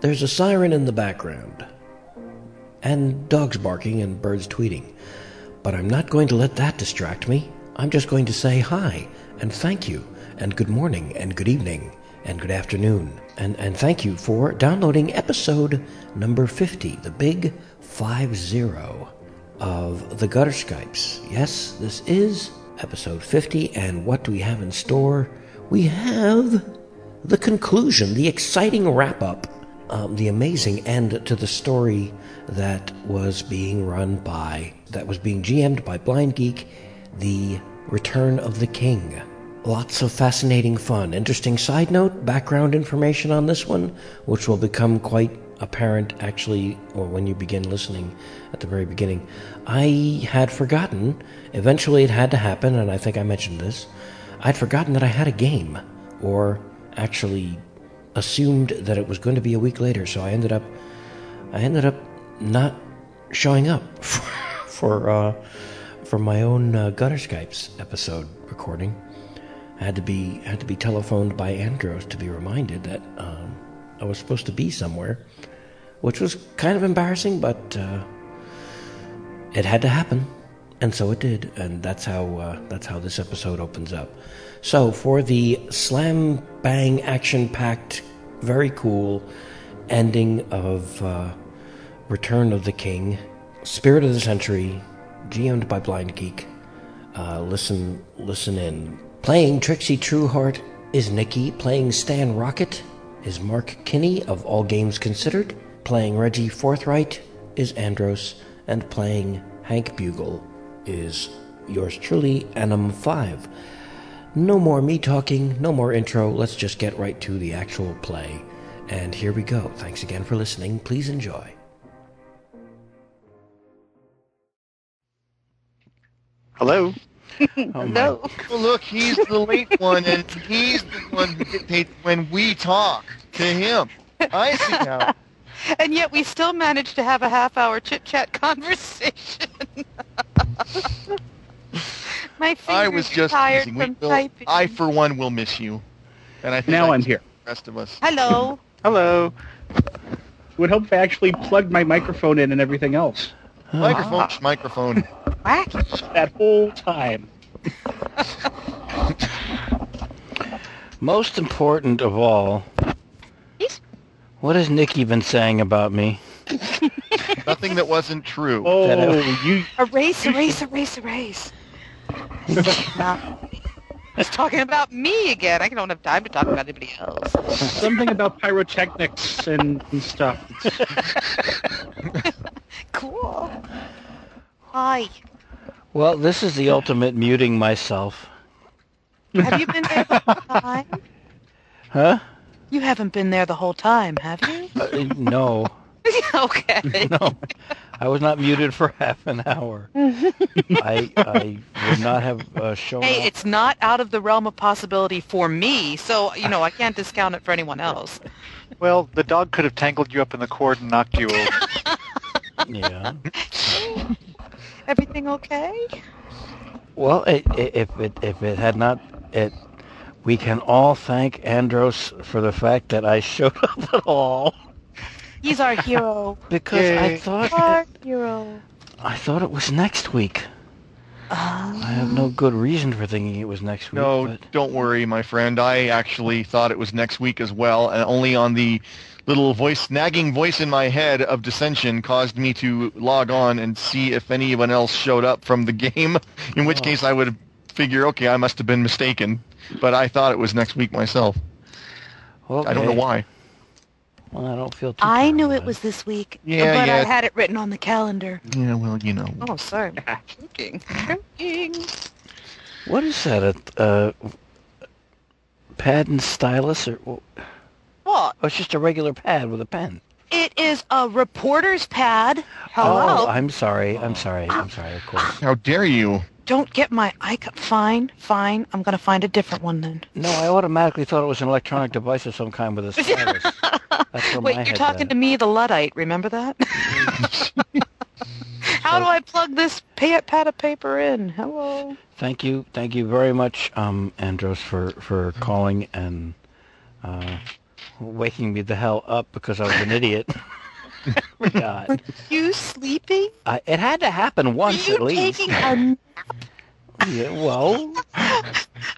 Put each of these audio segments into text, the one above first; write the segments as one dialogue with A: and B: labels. A: There's a siren in the background, and dogs barking and birds tweeting. But I'm not going to let that distract me. I'm just going to say hi, and thank you, and good morning, and good evening, and good afternoon, and, and thank you for downloading episode number 50, the big 50 of the Gutter Skypes. Yes, this is episode 50, and what do we have in store? We have the conclusion, the exciting wrap up, um, the amazing end to the story that was being run by, that was being GM'd by Blind Geek, The Return of the King. Lots of fascinating fun. Interesting side note, background information on this one, which will become quite apparent actually, or when you begin listening at the very beginning. I had forgotten, eventually it had to happen, and I think I mentioned this. I'd forgotten that I had a game, or actually assumed that it was going to be a week later, so I ended up I ended up not showing up for for, uh, for my own uh, gutter Skypes episode recording. I had to be had to be telephoned by Andros to be reminded that um, I was supposed to be somewhere, which was kind of embarrassing, but uh, it had to happen, and so it did, and that's how uh, that's how this episode opens up. So for the slam bang action packed, very cool ending of uh, Return of the King, Spirit of the Century, GM'd by Blind Geek. Uh, listen, listen in. Playing Trixie Trueheart is Nikki. Playing Stan Rocket is Mark Kinney of All Games Considered. Playing Reggie Forthright is Andros, and playing Hank Bugle is yours truly, Anum5. No more me talking, no more intro. Let's just get right to the actual play. And here we go. Thanks again for listening. Please enjoy.
B: Hello.
C: No.
D: Oh,
E: Well, Oh, look, he's the late one, and he's the one who dictates when we talk to him. I see now.
C: And yet we still managed to have a half hour chit chat conversation. My fingers
E: I was just
C: are tired
E: teasing. We
C: from
E: will-
C: typing.
E: I, for one, will miss you. And I think
B: Now
E: I
B: I'm
E: miss
B: here.
E: The rest of us.
C: Hello.
B: Hello. Would hope if I actually plugged my microphone in and everything else
E: Microphone, sh- microphone.
C: Wacky.
B: that whole time.
F: Most important of all,
C: Yes.
F: what has Nikki been saying about me?
E: Nothing that wasn't true.
B: Oh, you
C: Erase, erase, erase, erase. no. He's talking about me again. I don't have time to talk about anybody else.
B: something about pyrotechnics and, and stuff.
C: Cool. Hi.
F: Well, this is the ultimate muting myself.
C: Have you been there the whole time?
F: Huh?
C: You haven't been there the whole time, have you?
F: Uh, no,
C: okay.
F: no. I was not muted for half an hour. I, I would not have uh, shown
C: Hey,
F: up.
C: it's not out of the realm of possibility for me, so you know I can't discount it for anyone else.
D: Well, the dog could have tangled you up in the cord and knocked you over.
F: Yeah.
C: Everything okay?
F: Well, it, it, if it if it had not it, we can all thank Andros for the fact that I showed up at all
C: He's our hero.
F: because I
D: Yay.
F: thought
C: our hero.
F: I thought it was next week.
C: Ah.
F: I have no good reason for thinking it was next week.
E: No,
F: but-
E: don't worry, my friend. I actually thought it was next week as well, and only on the little voice, nagging voice in my head of dissension caused me to log on and see if anyone else showed up from the game. In which case, I would figure, okay, I must have been mistaken, but I thought it was next week myself. I don't know
F: Okay.
E: why.
F: Well, I don't feel too
C: I
F: terrible
C: knew it
F: about
C: was this week,
E: Yeah,
C: but I
E: yeah. Mm.
C: had it written on the calendar.
E: Yeah, well, you know.
C: Oh, sorry. Joking. Joking.
F: What is that? A uh, pad and stylus, or oh,
G: Well,
F: it's just a regular pad with a pen?
G: it is a reporter's pad. Hello.
F: Oh, I'm sorry. I'm sorry.
G: Oh.
F: I'm sorry. Of course.
E: How dare you?
G: Don't get my icon. Fine, fine. I'm gonna find a different one then.
F: No, I automatically thought it was an electronic device of some kind with a stylus. That's where
G: Wait,
F: my
G: you're
F: head
G: talking
F: went.
G: to me, the Luddite. Remember that? How do I plug this pa- pad of paper in? Hello.
F: Thank you, thank you very much, um, Andros, for for calling and uh, waking me the hell up because I was an idiot. Oh God,
G: You sleeping?
F: I, it had to happen
G: Are
F: once
G: you
F: at least.
G: taking a?
F: Yeah, well,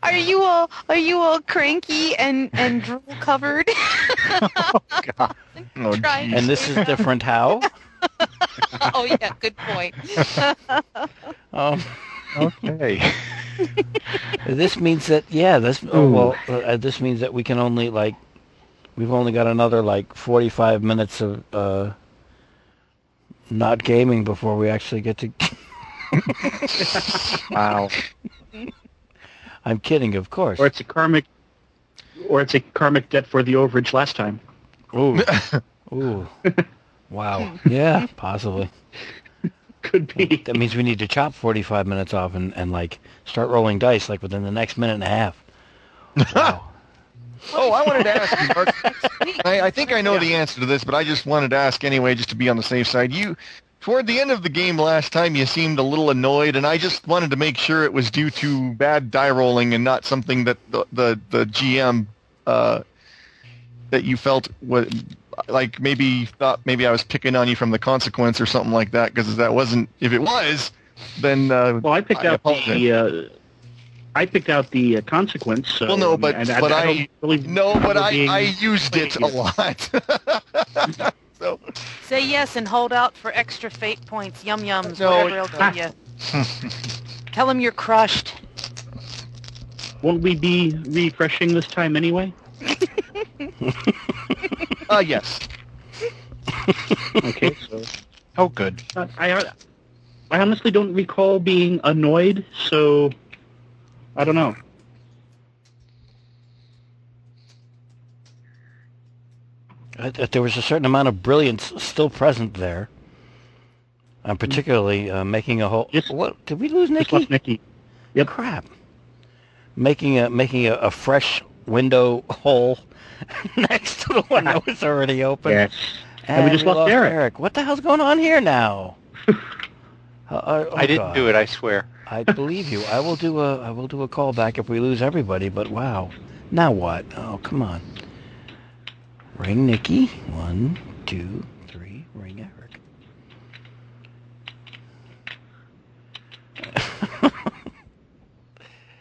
G: Are you all? Are you all cranky and and drool covered?
E: Oh,
G: Trying
E: geez.
F: and this is different. How?
G: oh yeah, good point.
F: Um,
D: Okay.
F: this means that yeah, this oh, well, uh, this means that we can only like we've only got another like forty-five minutes of uh, not gaming before we actually get to.
D: wow.
F: I'm kidding, of course.
B: Or it's a karmic, or it's a karmic debt for the overage last time.
F: Ooh. Ooh. Wow. Yeah, possibly.
B: Could be.
F: That means we need to chop 45 minutes off and, and like start rolling dice like within the next minute and a half. Wow.
E: Oh, I wanted to ask you, Mark. I, I think I know the answer to this, but I just wanted to ask anyway, just to be on the safe side. You, toward the end of the game last time, you seemed a little annoyed, and I just wanted to make sure it was due to bad die rolling and not something that the the, the GM uh, that you felt was like maybe thought maybe I was picking on you from the consequence or something like that. Because that wasn't. If it was, then uh,
B: Well, I picked
E: I
B: out
E: apologize.
B: the. Uh, I picked out the uh, consequence. So,
E: Well, no, but-
B: and
E: but
B: don't
E: I-
B: really
E: no, but
B: remember
E: I,
B: being-
E: I used it a lot. so.
G: Say yes and hold out for extra fate points. Yum yums.
E: No,
G: whatever else
B: ah.
G: give you. Tell them you're crushed.
B: Won't we be refreshing this time anyway?
E: Uh, yes.
B: Okay, so
D: Oh, good.
B: uh, I I honestly don't recall being annoyed, so I don't know.
F: Uh, th- there was a certain amount of brilliance still present there. I'm particularly uh, making a whole.
B: Yes.
F: What did we lose,
B: Just
F: Nikki?
B: left Nikki. Yep.
F: Crap. Making a making a, a fresh window hole next to the one that was already open.
B: And we just lost Eric.
F: What the hell's going on here now? Uh, uh, oh,
D: I didn't
F: God.
D: do it, I swear.
F: I believe you. I will do a I will do a callback if we lose everybody. But wow, now what? Oh come on. Ring Nikki. One, two, three. Ring Eric.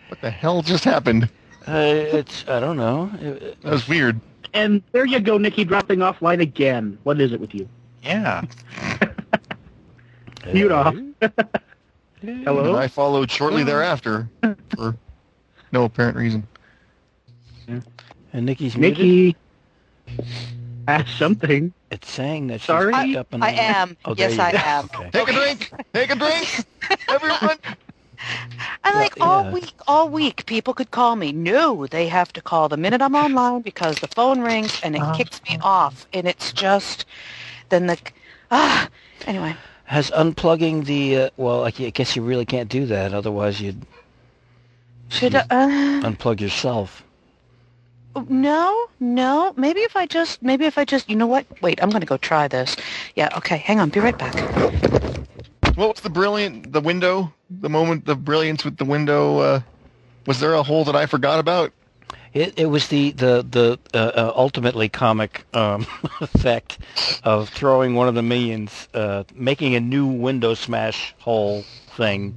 E: What the hell just happened?
F: Uh, it's I don't know. Uh, It- it-
E: That was weird.
B: And there you go, Nikki, dropping off line again. What is it with you?
D: Yeah.
F: uh,
B: Mute off.
E: And
B: Hello.
E: I followed shortly thereafter for no apparent reason.
F: And Nikki's muted.
B: Nikki. Ask something.
F: It's saying that she's
B: Sorry?
F: picked up and
G: I am.
F: Oh, there
G: yes,
F: you
G: I
F: go.
G: am.
F: Okay.
E: Take a drink! Take a drink! Everyone!
G: And like all
F: yeah.
G: week, all week, people could call me. No, they have to call the minute I'm online because the phone rings and it
D: Ah.
G: kicks me off, and it's just then the ah. Anyway,
F: Has unplugging the uh, well? I gu- I guess you really can't do that. Otherwise, you'd
G: should I, uh,
F: unplug yourself.
G: no, no. Maybe if I just, maybe if I just, you know what? Wait, I'm gonna go try this. Yeah. Okay. Hang on. Be right back.
E: What was the brilliant, the window, the moment, the brilliance with the window? Uh, was there a hole that I forgot about?
F: It, it was the the the uh, uh, ultimately comic um, effect of throwing one of the minions, uh, making a new window smash hole thing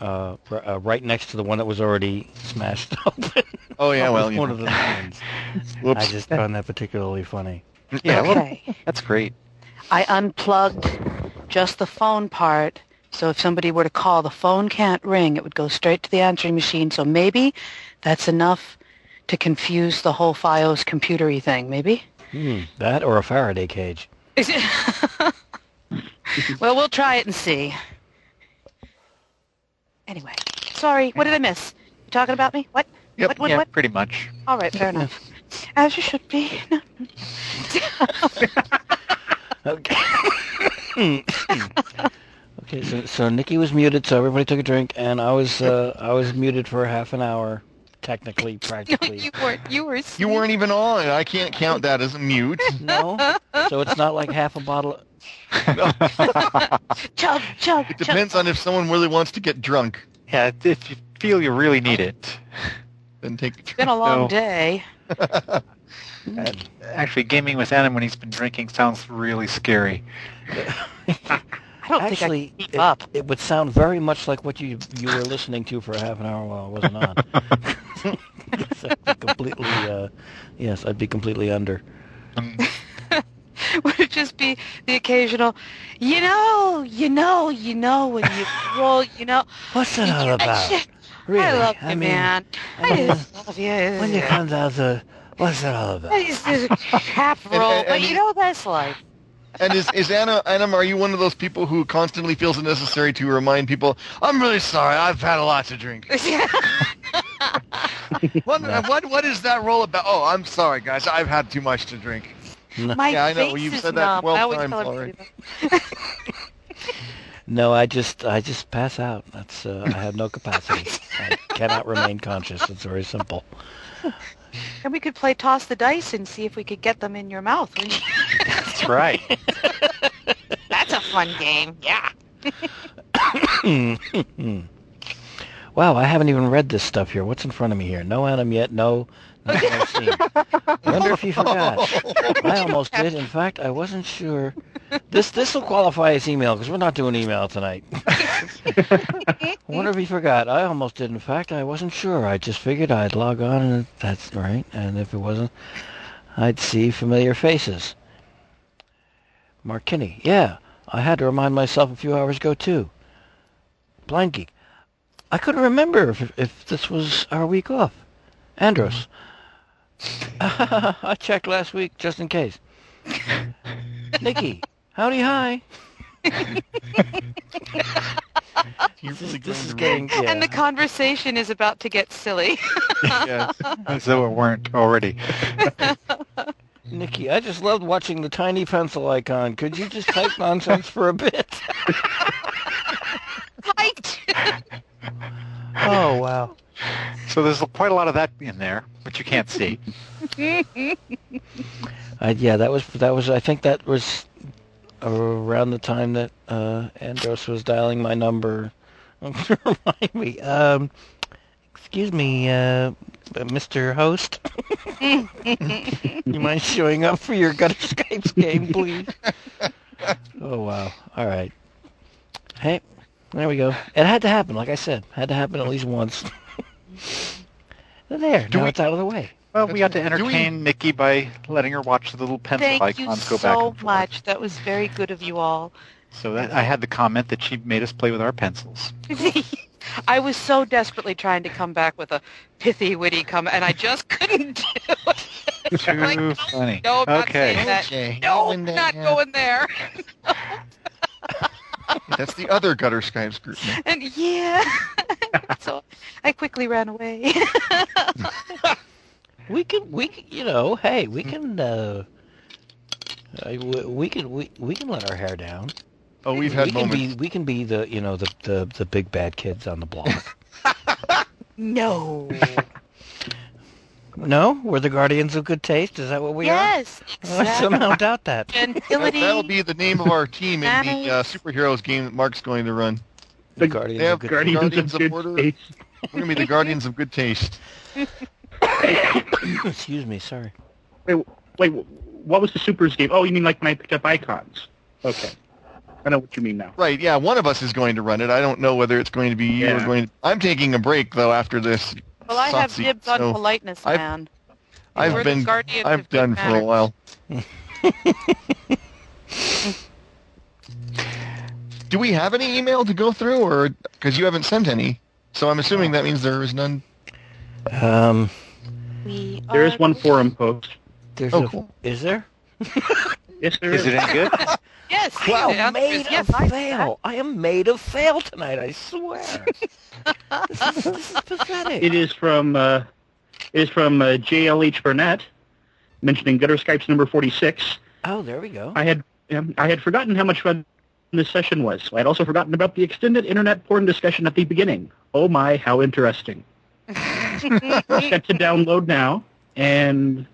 F: uh, r- uh, right next to the one that was already smashed open.
E: Oh, yeah, well, you
F: one
E: know.
F: of the minions. I
E: Whoops.
F: just found that particularly funny.
D: Yeah, well,
G: Okay.
D: that's great.
G: I unplugged just the phone part. So if somebody were to call, the phone can't ring. It would go straight to the answering machine. So maybe that's enough to confuse the whole FiOS computery thing. Maybe.
F: Hmm, that or a Faraday cage.
G: Is it- well, we'll try it and see. Anyway, Sorry, what did I miss? You talking about me? What?
E: Yep.
G: What? What?
D: yeah,
G: what?
D: pretty much.
G: All right, fair enough. As you should be. No.
F: Okay. okay. So, so Nikki was muted, so everybody took a drink, and I was uh, I was muted for half an hour, technically, practically.
G: you weren't. You were. asleep.
E: You weren't even on. I can't count that as a mute.
F: No. So it's not like half a bottle.
G: Chug, chug,
E: It
G: chug.
E: depends on if someone really wants to get drunk.
D: Yeah, if you feel you really need it.
E: Then take a drink.
G: It's been a long
D: No.
G: day.
D: Hmm. Actually, gaming with Adam when he's been drinking sounds really scary.
G: I don't
F: Actually,
G: think I can
F: it,
G: keep up.
F: it would sound very much like what you you were listening to for half an hour while I wasn't on. so I'd be completely. Uh, yes, I'd be completely under.
G: would it just be the occasional, you know, you know, you know, when you roll, you know.
F: What's that
G: you
F: all
G: know,
F: about?
G: shit.
F: Really?
G: I love
F: I
G: you,
F: mean,
G: man.
F: I
G: I
F: mean,
G: just love you.
F: When you come down to what's that all about?
G: It's just a half roll,
E: and-
G: but
E: and-
G: you know what that's like.
E: And is, is Anna, Anna, are you one of those people who constantly feels it necessary to remind people, I'm really sorry, I've had a lot to drink. What, what, what is that role about? Oh, I'm sorry, guys, I've had too much to drink.
G: My
E: Yeah, I know.
G: face
E: Well, you've
G: is
E: said that
G: numb.
E: 12
G: I always
E: times
G: tell
E: already.
G: everybody that.
F: No, I just I just pass out. That's uh, I have no capacity. I cannot remain conscious. It's very simple.
G: And we could play toss the dice and see if we could get them in your mouth.
D: That's right.
G: that's a fun game. Yeah.
F: Wow, I haven't even read this stuff here. What's in front of me here? No Adam yet. No. nothing I've seen. Wonder if you forgot. I almost did. In fact, I wasn't sure. This this will qualify as email because we're not doing email tonight. Wonder if you forgot. I almost did. In fact, I wasn't sure. I just figured I'd log on and that's right. And if it wasn't, I'd see familiar faces. Mark Kinney. Yeah, I had to remind myself a few hours ago too. Blind Geek. I couldn't remember if, if this was our week off. Andros.
G: Mm-hmm.
F: I checked last week just in case. Nikki, howdy hi.
E: You're
F: This,
E: really
F: this is
E: going
F: getting yeah.
G: And the conversation is about to get silly.
E: to- yes.
D: As though it weren't already.
F: Nikki, I just loved watching the tiny pencil icon. Could you just type nonsense for a bit?
G: I
F: Oh wow.
D: So there's quite a lot of that in there, but you can't see.
F: I, yeah, that was that was. I think that was around the time that uh, Andros was dialing my number. Remind me. Um, excuse me, uh, Mr. Host. you mind showing up for your gutter Skypes game, please? oh wow! All right. Hey, there we go. It had to happen, like I said, had to happen at least once. there, now it's out of the way.
D: Well, we got to
E: Do we-
D: entertain Nikki by letting her watch the little pencil
G: Thank you
D: icons go back
G: so
D: and forth.
G: much. That was very good of you all.
D: So that I had the comment that she made us play with our pencils.
G: I was so desperately trying to come back with a pithy, witty comment, and I just couldn't do it.
D: Too
G: Like, no,
D: funny.
G: No, I'm not saying
D: okay.
G: that.
E: Okay,
G: No,
E: when that
G: not
E: hap-
G: going there.
E: That's the other gutter Skype group. name.
G: And yeah, so I quickly ran away.
F: We can, we, can- you know, hey, we
E: Hmm.
F: can, uh, I- we, we can, we, we can let our hair down.
E: Oh, we've had
F: we can
E: moments.
F: be, we can be the, you know, the, the, the big bad kids on the block.
G: no.
F: no, we're the guardians of good taste. Is that what we are?
G: yes.
F: Well, I
G: Exactly.
F: somehow doubt
E: That,
F: that.
G: Gentility.
E: that'll be the name of our team in the uh,
G: Manners.
E: superheroes game that Mark's going to run.
F: The guardians
E: They have
F: of good
E: guardians
B: Guardians of
E: of
B: Good
E: order.
B: Faith.
E: We're going to be the guardians of good taste.
F: taste. Excuse me, sorry.
B: Wait, wait, what was the supers game? Oh, you mean like when I picked up icons? Okay, I know what you mean now.
E: Right, yeah, one of us is going to run it. I don't know whether it's going to be you or
B: Yeah.
E: going to... I'm taking a break, though, after this.
G: well, I have
E: Sotsy,
G: dibs on
E: so
G: politeness,
E: I've-
G: man. We're
E: I've
G: the
E: been...
G: guardians of
E: I've
G: good
E: done for a
G: manners.
E: while. Do we have any email to go through, or... Because you haven't sent any. So I'm assuming that means there is none.
F: Um,
G: We
B: There is
G: are-
B: one forum post.
F: there's
E: Oh,
F: a,
E: cool.
F: is there?
B: Yes, there is.
D: Is it any good?
G: Yes.
F: Wow,
G: the answer
F: made
G: is yes.
F: of fail. I am made of fail tonight, I swear. this, is, this is pathetic.
B: It is from uh, it is from uh, JLH Burnett, mentioning Gutter Skype's number forty six.
F: Oh, there we go.
B: I had um, I had forgotten how much fun this session was. I had also forgotten about the extended internet porn discussion at the beginning. Oh my, how interesting! Set to download now, and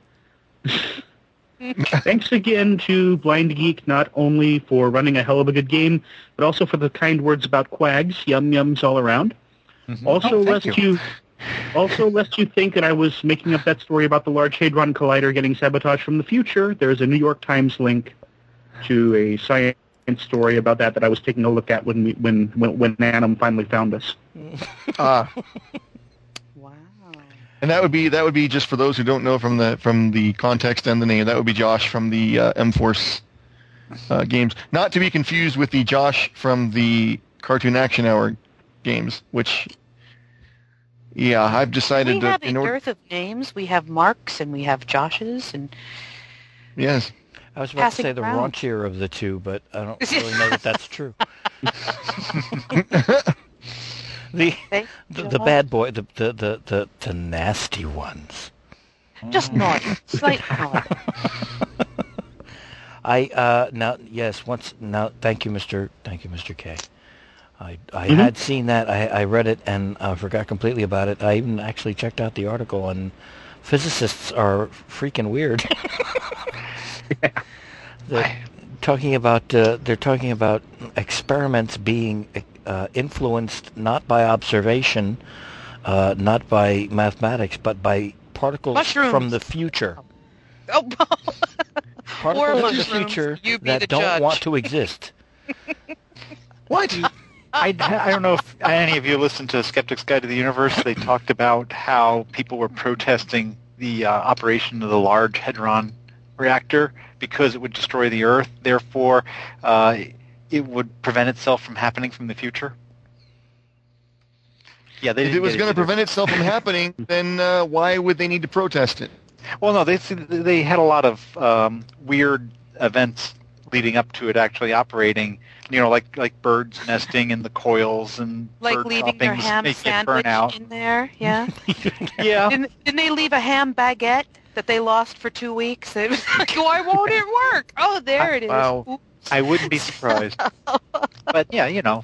B: thanks again to Blind Geek not only for running a hell of a good game, but also for the kind words about quags, yum yums all around. Also,
E: Oh, thank
B: lest
E: you.
B: you. Also, lest you think that I was making up that story about the Large Hadron Collider getting sabotaged from the future, there's a New York Times link to a science story about that that I was taking a look at when we, when when when Annam finally found us.
E: Ah,
C: Wow.
E: and that would be that would be just for those who don't know from the from the context and the name. That would be Josh from the uh, M Force uh, games, not to be confused with the Josh from the Cartoon Action Hour games. Which, yeah, I've decided
C: We
E: to.
C: have a
E: uh, in order-
C: dearth of names. We have Marks and we have Joshes and
E: yes,
F: I was about to
C: Passing
F: say the
C: around.
F: raunchier of the two, but I don't really know that that's true. the,
C: they,
F: the the bad boy, the the the the, the nasty ones.
C: Just
E: Mm.
C: naughty, slight naughty.
F: I uh now yes once now thank you Mr. Thank you Mr. K. I I had seen that I I read it and uh, forgot completely about it. I even actually checked out the article and physicists are freaking weird. They're talking about uh, they're talking about experiments being uh, influenced not by observation, uh, not by mathematics, but by particles
G: Mushrooms.
F: from the future
G: Oh,
F: particles
G: Or
F: in the
G: mushrooms,
F: future
G: you be
F: that
G: the
F: don't
G: judge.
F: want to exist.
E: what?
D: I, I don't know if any of you listened to Skeptic's Guide to the Universe. They talked about how people were protesting the uh, operation of the Large Hadron Reactor because it would destroy the Earth. Therefore, uh, it would prevent itself from happening from the future. Yeah, they
E: If
D: didn't
E: it was
D: get
E: going to
D: either.
E: prevent itself from happening, then uh, why would they need to protest it?
D: Well, no, they they had a lot of um, weird events leading up to it actually operating. You know, like like birds nesting in the coils and
C: like
D: bird
C: leaving their
D: droppings
C: ham
D: make it burn out.
C: sandwich in there. Yeah.
D: Yeah,
C: didn't, didn't they leave a ham baguette that they lost for two weeks? It was like, why won't it work? Oh, there it is.
E: Wow.
C: Oop.
D: I wouldn't be surprised. but yeah, you know,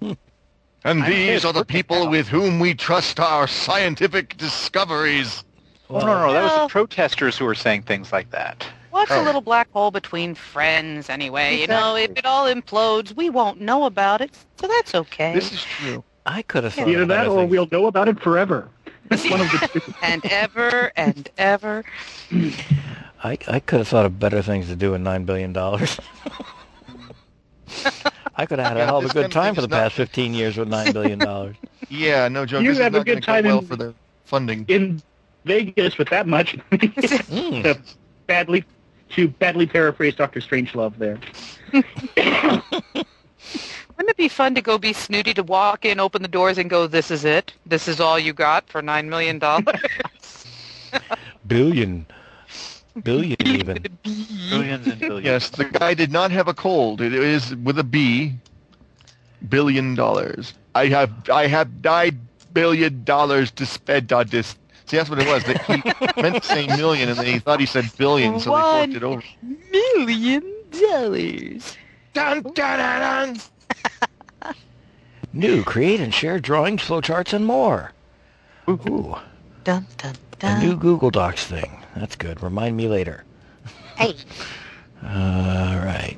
E: And
D: I'm
E: these
D: here.
E: are the people with whom we trust our scientific discoveries.
D: oh, no, no, no, that was
C: Well-
D: the protesters who were saying things like that.
C: What's a little black hole between friends anyway? You know, if it all implodes, we won't know about it, so that's okay.
E: This is true.
F: I could have thought
E: Oh,
B: Either
F: of
B: that,
F: other
B: or
F: things.
B: we'll know about it forever. That's one of the two.
C: and ever and ever.
F: I, I could have thought of better things to do in nine billion dollars. I could have had a
E: Yeah,
F: hell of a
E: this kind
F: good
E: of thing
F: time for
E: is
F: the
E: not-
F: past fifteen years with nine billion dollars.
E: Yeah, no joke.
B: You
E: this is
B: have a
E: not
B: good
E: gonna
B: time
E: go well
B: in-
E: for the funding.
B: in Vegas with that much.
F: Mm.
B: to badly, to badly paraphrase Doctor Strangelove there.
G: Wouldn't it be fun to go be snooty to walk in, open the doors, and go, "This is it. This is all you got for nine million dollars."
F: Billion, billion even.
D: Billions and billions.
E: Yes, the guy did not have a cold. It is with a B. Billion dollars. I have I have nine billion dollars to spend on this. See, that's what it was. That he meant to say million, and then he thought he said billion, so they forked it over.
G: million dollars.
E: Dun, dun, dun, dun.
F: New, create and share drawings, flowcharts, and more. Ooh,
C: Dun dun
F: a
H: Uh-huh.
C: dun.
F: new Google Docs thing. That's good. Remind me later.
C: Hey.
F: All right.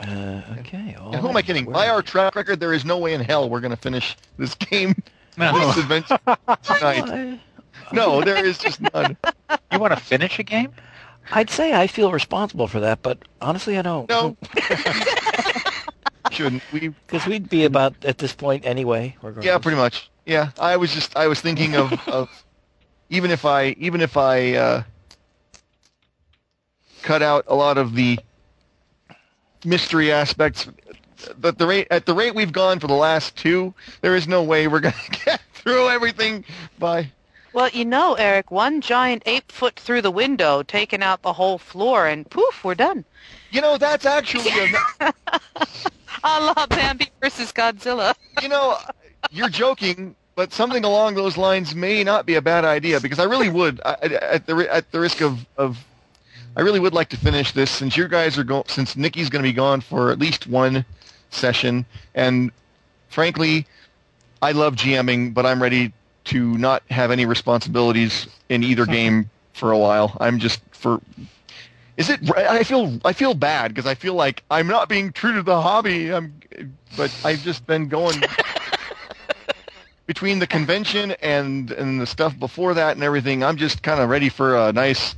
F: Uh, okay. all
E: And who am I
F: right.
E: kidding?
F: Where-
E: By our track record, there is no way in hell we're going to finish this game,
D: Oh.
E: this adventure tonight.
F: I-
E: No, there is just none.
D: You want to finish a game?
F: I'd say I feel responsible for that, but honestly, I don't.
E: No. Shouldn't we?
F: Because we'd be about at this point anyway. Regardless.
E: Yeah, pretty much. Yeah, I was just I was thinking of, of even if I even if I uh, cut out a lot of the mystery aspects. But the rate at the rate we've gone for the last two, there is no way we're gonna get through everything by
C: Well, you know, Eric, one giant eight foot through the window, taking out the whole floor, and poof, we're done.
E: You know, that's actually a,
G: A la Bambi versus Godzilla.
E: you know, you're joking, but something along those lines may not be a bad idea because I really would, I, I- at the ri- at the risk of, of, I really would like to finish this since you guys are going, since Nikki's going to be gone for at least one session, and frankly, I love GMing, but I'm ready to not have any responsibilities in either game for a while. I'm just for. Is it? I feel I feel bad because I feel like I'm not being true to the hobby. I'm, but I've just been going between the convention and and the stuff before that and everything, I'm just kind of ready for a nice,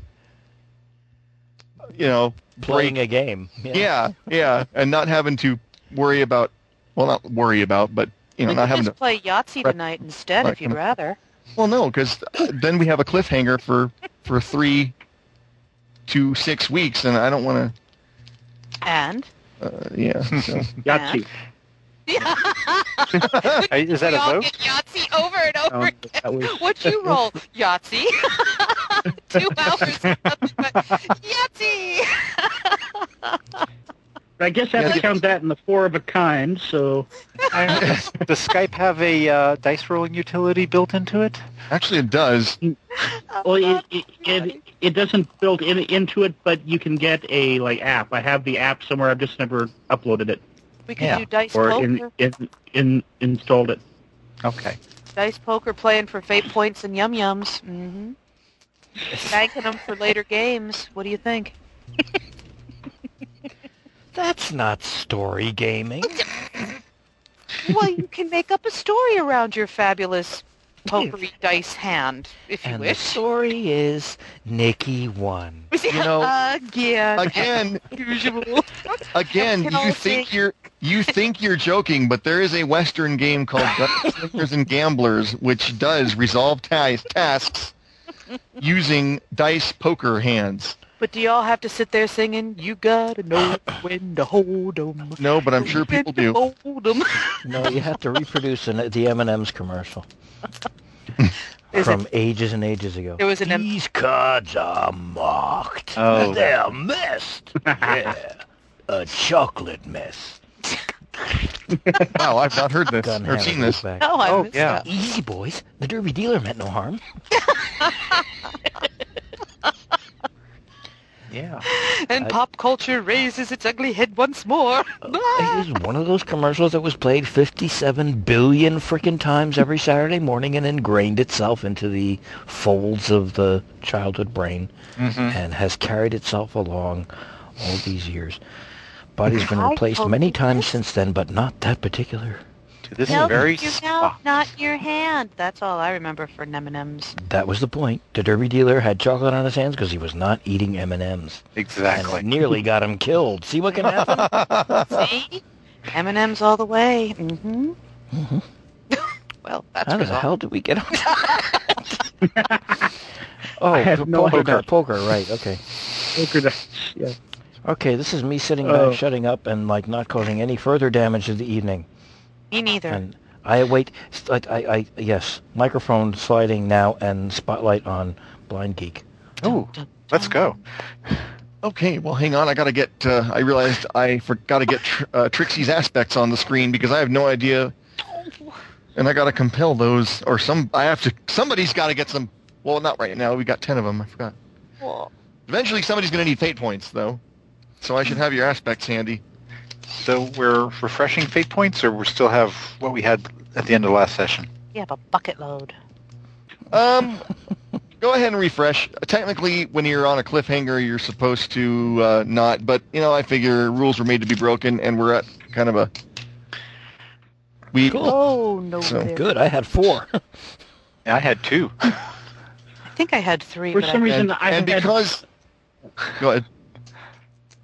E: you know,
F: playing
E: break.
F: a game.
E: Yeah, yeah, and not having to worry about, well, not worry about, but you know,
C: we
E: not
C: could
E: having
C: just
E: to.
C: play Yahtzee
E: Right.
C: tonight instead,
E: Right.
C: if you'd rather.
E: Well, no, because then we have a cliffhanger for for three to six weeks, and I don't want
C: And
E: to. Yeah, so.
B: Yahtzee.
D: Is that
G: we
D: a
G: all
D: vote?
G: get Yahtzee over and over
B: Um,
G: again.
B: that was-
G: What'd you roll? Yahtzee. Two hours. of nothing but Yahtzee.
B: I guess I have
E: Yeah.
B: to count that in the four of a kind. So
D: I don't know. Does, does Skype have a uh, dice rolling utility built into it?
E: actually, it does.
B: well, it it, it, it doesn't build in, into it, but you can get a like app. I have the app somewhere. I've just never uploaded it
C: we could
D: Yeah.
C: do dice
B: or
C: poker,
B: in, in, in installed it.
D: Okay.
C: dice poker playing for fate points and yum yums. Mm-hmm. Banking them for later games. What do you think?
F: That's not story gaming.
C: well, you can make up a story around your fabulous pokery dice hand, if you
F: And the
C: wish.
F: story is Nikki won.
E: You know,
C: Again,
E: again,
C: as usual.
E: Again,
C: Can
E: you
C: all
E: think
C: sing.
E: you're you think you're joking, but there is a Western game called Gunslingers and Gamblers, which does resolve ta- tasks using dice poker hands.
C: But do y'all have to sit there singing, you gotta know when to hold 'em.
E: No, but I'm sure
C: when
E: people
C: to
E: do.
C: Hold 'em.
F: No, you have to reproduce an, the M&M's commercial
C: Is
F: from ages and ages ago.
C: There was an M-
F: These cards are marked.
D: Oh.
F: They're missed. yeah. A chocolate mess.
E: Wow, I've not heard this
F: Gun
E: or seen this.
F: Back.
C: No, I
D: Oh,
C: missed
D: yeah.
C: that.
F: Easy, boys. The Derby dealer meant no harm.
D: Yeah.
G: And pop culture raises its ugly head once more.
F: It was one of those commercials that was played 57 billion freaking times every Saturday morning and ingrained itself into the folds of the childhood brain
B: Mm-hmm.
F: and has carried itself along all these years. Body's been
C: I
F: replaced
C: told
F: many
C: you
F: times
C: this.
F: since then, but not that particular.
D: Dude, this
C: No,
D: is very
C: you
D: spot.
C: not your hand. That's all I remember for M&M's.
F: That was the point. The Derby dealer had chocolate on his hands because he was not eating M&Ms.
D: Exactly.
F: And nearly got him killed. See what can happen?
C: See? M&M's all the way. Mm-hmm. well, that's
F: How the
C: resolved.
F: hell did we get on Oh,
B: I have
F: poker,
B: no idea.
F: poker, right, okay.
B: Poker dice. Yeah.
F: Okay, this is me sitting
B: Oh.
F: back, shutting up, and like not causing any further damage to the evening.
C: Me neither.
F: And I await. st- I, I, I yes, microphone sliding now, and spotlight on Blind Geek.
D: Ooh, let's go.
E: Okay, well, hang on. I gotta get. Uh, I realized I forgot to get tr- uh, Trixie's aspects on the screen because I have no idea, and I gotta compel those or some. I have to. Somebody's gotta get some. Well, not right now. We got ten of them. I forgot. Eventually, somebody's gonna need fate points though, so I should have your aspects handy.
D: So we're refreshing fate points, or we still have what we had at the end of last session.
C: You have a bucket load.
E: Um, go ahead and refresh. Technically, when you're on a cliffhanger, you're supposed to uh, not. But you know, I figure rules were made to be broken, and we're at kind of a. We
C: Oh, no.
E: So,
C: there.
F: Good, I had four.
D: And I had two.
C: I think I had three,
B: For
C: but
B: some
C: I,
B: reason,
E: and,
B: I
E: and
B: had-
E: because. Go ahead.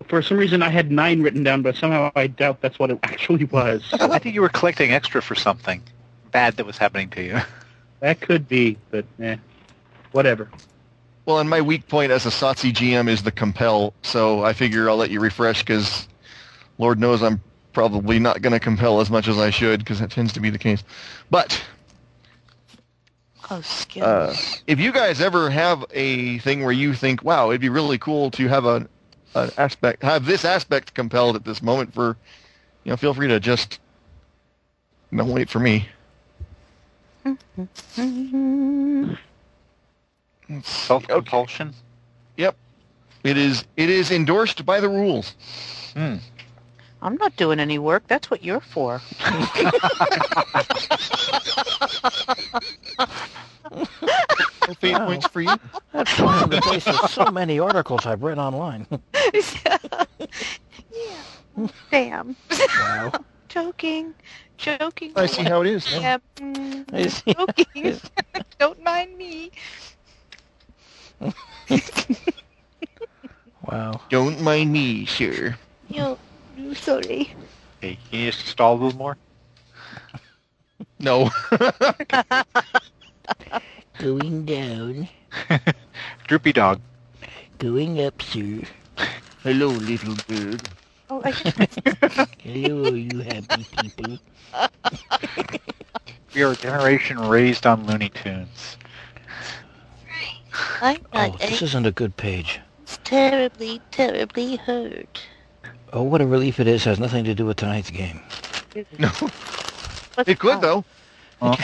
B: For some reason, I had nine written down, but somehow I doubt that's what it actually was.
D: I think you were collecting extra for something bad that was happening to you.
B: that could be, but eh, whatever.
E: Well, and my weak point as a SOTC GM is the compel, so I figure I'll let you refresh because, Lord knows, I'm probably not going to compel as much as I should because that tends to be the case. But
G: Oh, Skittles.
E: Uh, if you guys ever have a thing where you think, "Wow, it'd be really cool to have a, an aspect, have this aspect compelled at this moment," for you know, feel free to just you know, wait for me.
D: Self compulsion.
E: Yep, it is. It is endorsed by the rules.
G: I'm not doing any work. That's what you're for.
E: Fate points for you.
F: That's one of the case of so many articles I've read online.
G: Damn.
F: Wow.
G: joking. Joking.
E: I see how it is.
H: Yeah,
F: I
H: mm,
I: Oh.
F: see.
H: joking. Don't mind me.
F: Wow.
E: Don't mind me, sir.
G: You, you sorry.
D: Hey, can you just stall a little more?
E: No.
I: Going down,
D: Droopy dog.
I: going up, sir.
E: Hello, little bird.
G: Oh, I just
I: Hello, you happy people.
D: We are a generation raised on Looney Tunes.
I: I'm
F: Oh,
I: not
F: this isn't a good page.
I: terribly, terribly hurt.
F: Oh, what a relief it is. Has nothing to do with tonight's game.
E: No. It could though.
F: Oh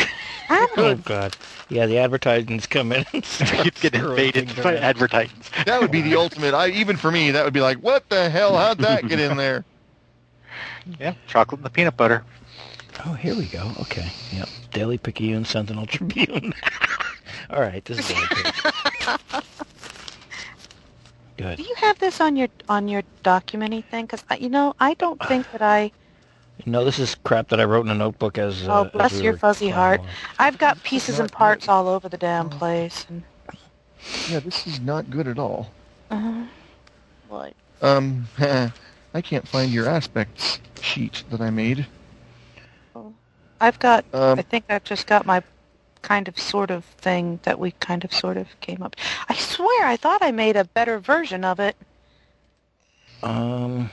F: God. Yeah, the advertisements come in. and start
D: Keep getting
F: throwing
D: invaded
F: things
D: by
F: around.
D: advertisements.
E: That would be the ultimate. I even for me, that would be like, what the hell? How'd that get in there?
D: Yeah, chocolate and the peanut butter.
F: Oh, here we go. Okay. Yep. Daily Picayune, Sentinel Tribune. All right, this is good.
G: Do
F: good.
G: you have this on your on your documenty thing? Because you know, I don't think that I.
F: No, this is crap that I wrote in a notebook as.
G: Oh,
F: Uh, as
G: bless
F: we
G: your
F: were
G: fuzzy
F: playing
G: heart.
F: along.
G: I've got pieces and parts all over the
E: Oh.
G: damn place. And,
E: Yeah, this is not good at all.
G: uh,
I: What?
E: Um, I can't find your aspects sheet that I made.
G: I've got.
E: Um,
G: I think I've just got my kind of sort of thing that we kind of sort of came up. I swear, I thought I made a better version of it.
F: Um.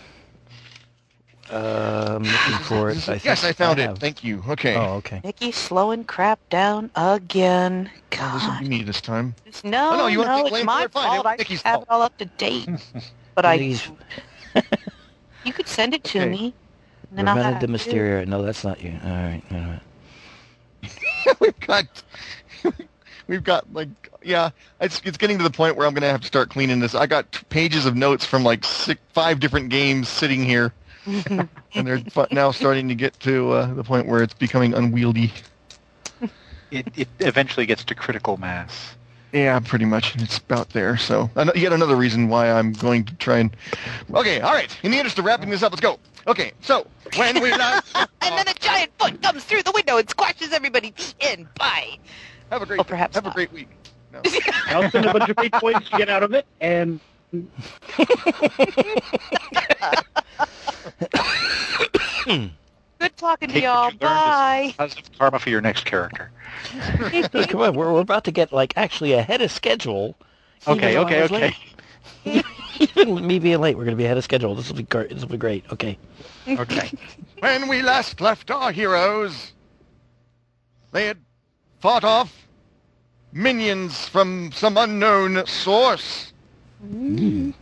F: Uh, I'm looking for it. I think
E: yes, I found it.
F: have.
E: Thank you. Okay.
F: Oh, okay.
G: Nikki slowing crap down again.
E: This will be
G: God,
E: me this time.
G: no,
E: Oh, no,
G: no,
E: you wanna take
G: it's
E: blame
G: my
E: for it? Fine, it
G: fault.
E: was
G: I
E: Nikki's
G: just have
E: fault.
G: it all up to date, but I
F: Please.
G: you could send it to
E: Okay.
G: me. And then I'll
F: Ravenna de
G: have to-
F: Mysterio. No, that's not you. All right. Wait a minute.
E: we've got, we've got like, yeah, it's it's getting to the point where I'm gonna have to start cleaning this. I got t- pages of notes from like six, five different games sitting here, and they're fu- now starting to get to uh, the point where it's becoming unwieldy.
D: It, it eventually gets to critical mass.
E: Yeah, pretty much. and It's about there. So an- yet another reason why I'm going to try and. Okay, all right. In the interest of wrapping this up, let's go. Okay, so when we last
H: And then a giant foot comes through the window and squashes everybody. The end. Bye.
E: have a great
G: Oh, perhaps
E: have a
G: not.
E: great week. No.
B: I'll send a bunch of fate points to get out of it, and
H: Good talking to
D: Take
H: y'all.
D: what you learned
H: Bye.
D: as positive karma for your next character.
F: Come on, we're, we're about to get like actually ahead of schedule. even
D: Okay,
F: though I
D: okay,
F: was
D: okay.
F: late. Even with me being late, we're going to be ahead of schedule. This will be great. This will be great. Okay.
D: Okay.
E: When we last left our heroes, they had fought off minions from some unknown source and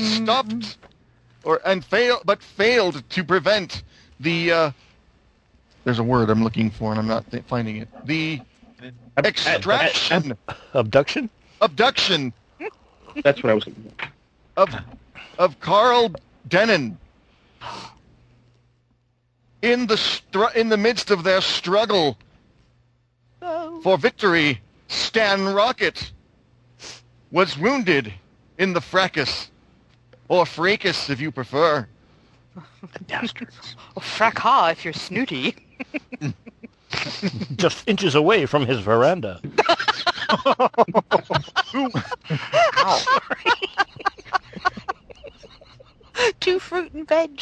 E: stopped or and failed but failed to prevent the uh, there's a word I'm looking for and I'm not th- finding it. The extraction,
F: Abduction.
E: abduction
B: that's what I was. Looking for.
E: of of Carl Denon. In the str- in the midst of their struggle for victory, Stan Rocket was wounded in the fracas, or fracas if you prefer.
H: Oh, fracas if you're snooty.
F: Just inches away from his veranda.
G: two fruit and veg.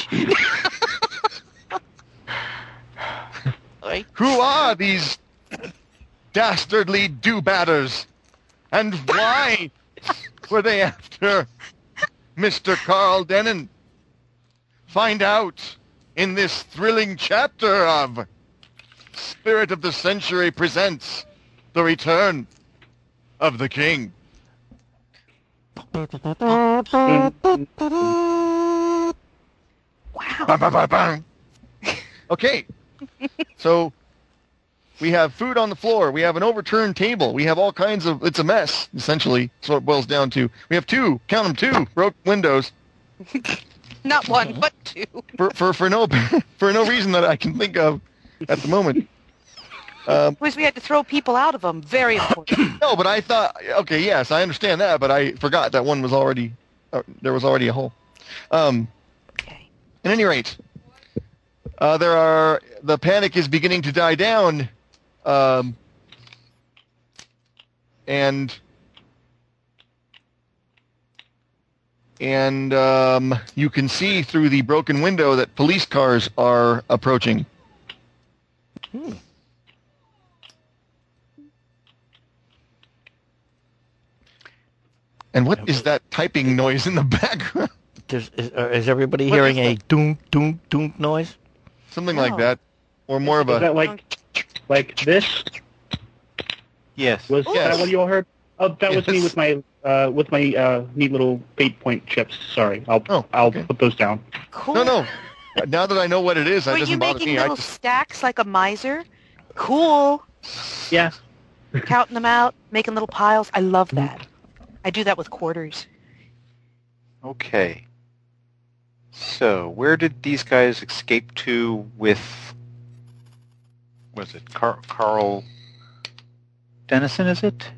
E: Who are these dastardly do batters? And why were they after Mr. Carl Denon? Find out in this thrilling chapter of Spirit of the Century presents the return of the king. Bang, bang, bang, bang. Okay. so we have food on the floor. We have an overturned table. We have all kinds of. It's a mess, essentially. That's what it boils down to. We have two, count them, two broke windows
G: Not one, but two.
E: for, for, for, no, for no reason that I can think of at the moment. Um,
C: Was we had to throw people out of them. Very important.
E: no, but I thought. Okay, yes, I understand that, but I forgot that one was already. Uh, there was already a hole. Um,
C: okay.
E: At any rate, uh, there are the panic is beginning to die down, um, and and um, you can see through the broken window that police cars are approaching.
B: Hmm.
E: And what is that typing noise in the background?
F: There's, is, uh, is everybody
E: What
F: hearing
E: is
F: a doom doom doom noise?
E: Something
C: No.
E: like that, or more of
B: Is
E: a
B: that like like this?
D: Yes.
B: Was
E: Yes.
B: that what you all heard? Oh, that was me
E: Yes.
B: with my uh, with my uh, neat little fate point chips. Sorry, I'll
E: Oh,
B: I'll
E: okay.
B: put those down.
C: Cool.
E: no, no. Now that I know what it is, that
C: Were
E: doesn't
C: you
E: bother
C: making
E: me. I
C: little
E: just
C: stacks like a miser? Cool.
B: Yeah,
C: Counting them out, making little piles. I love that. I do that with quarters.
D: Okay. So, where did these guys escape to with, was it Car- Carl Dennison, is it?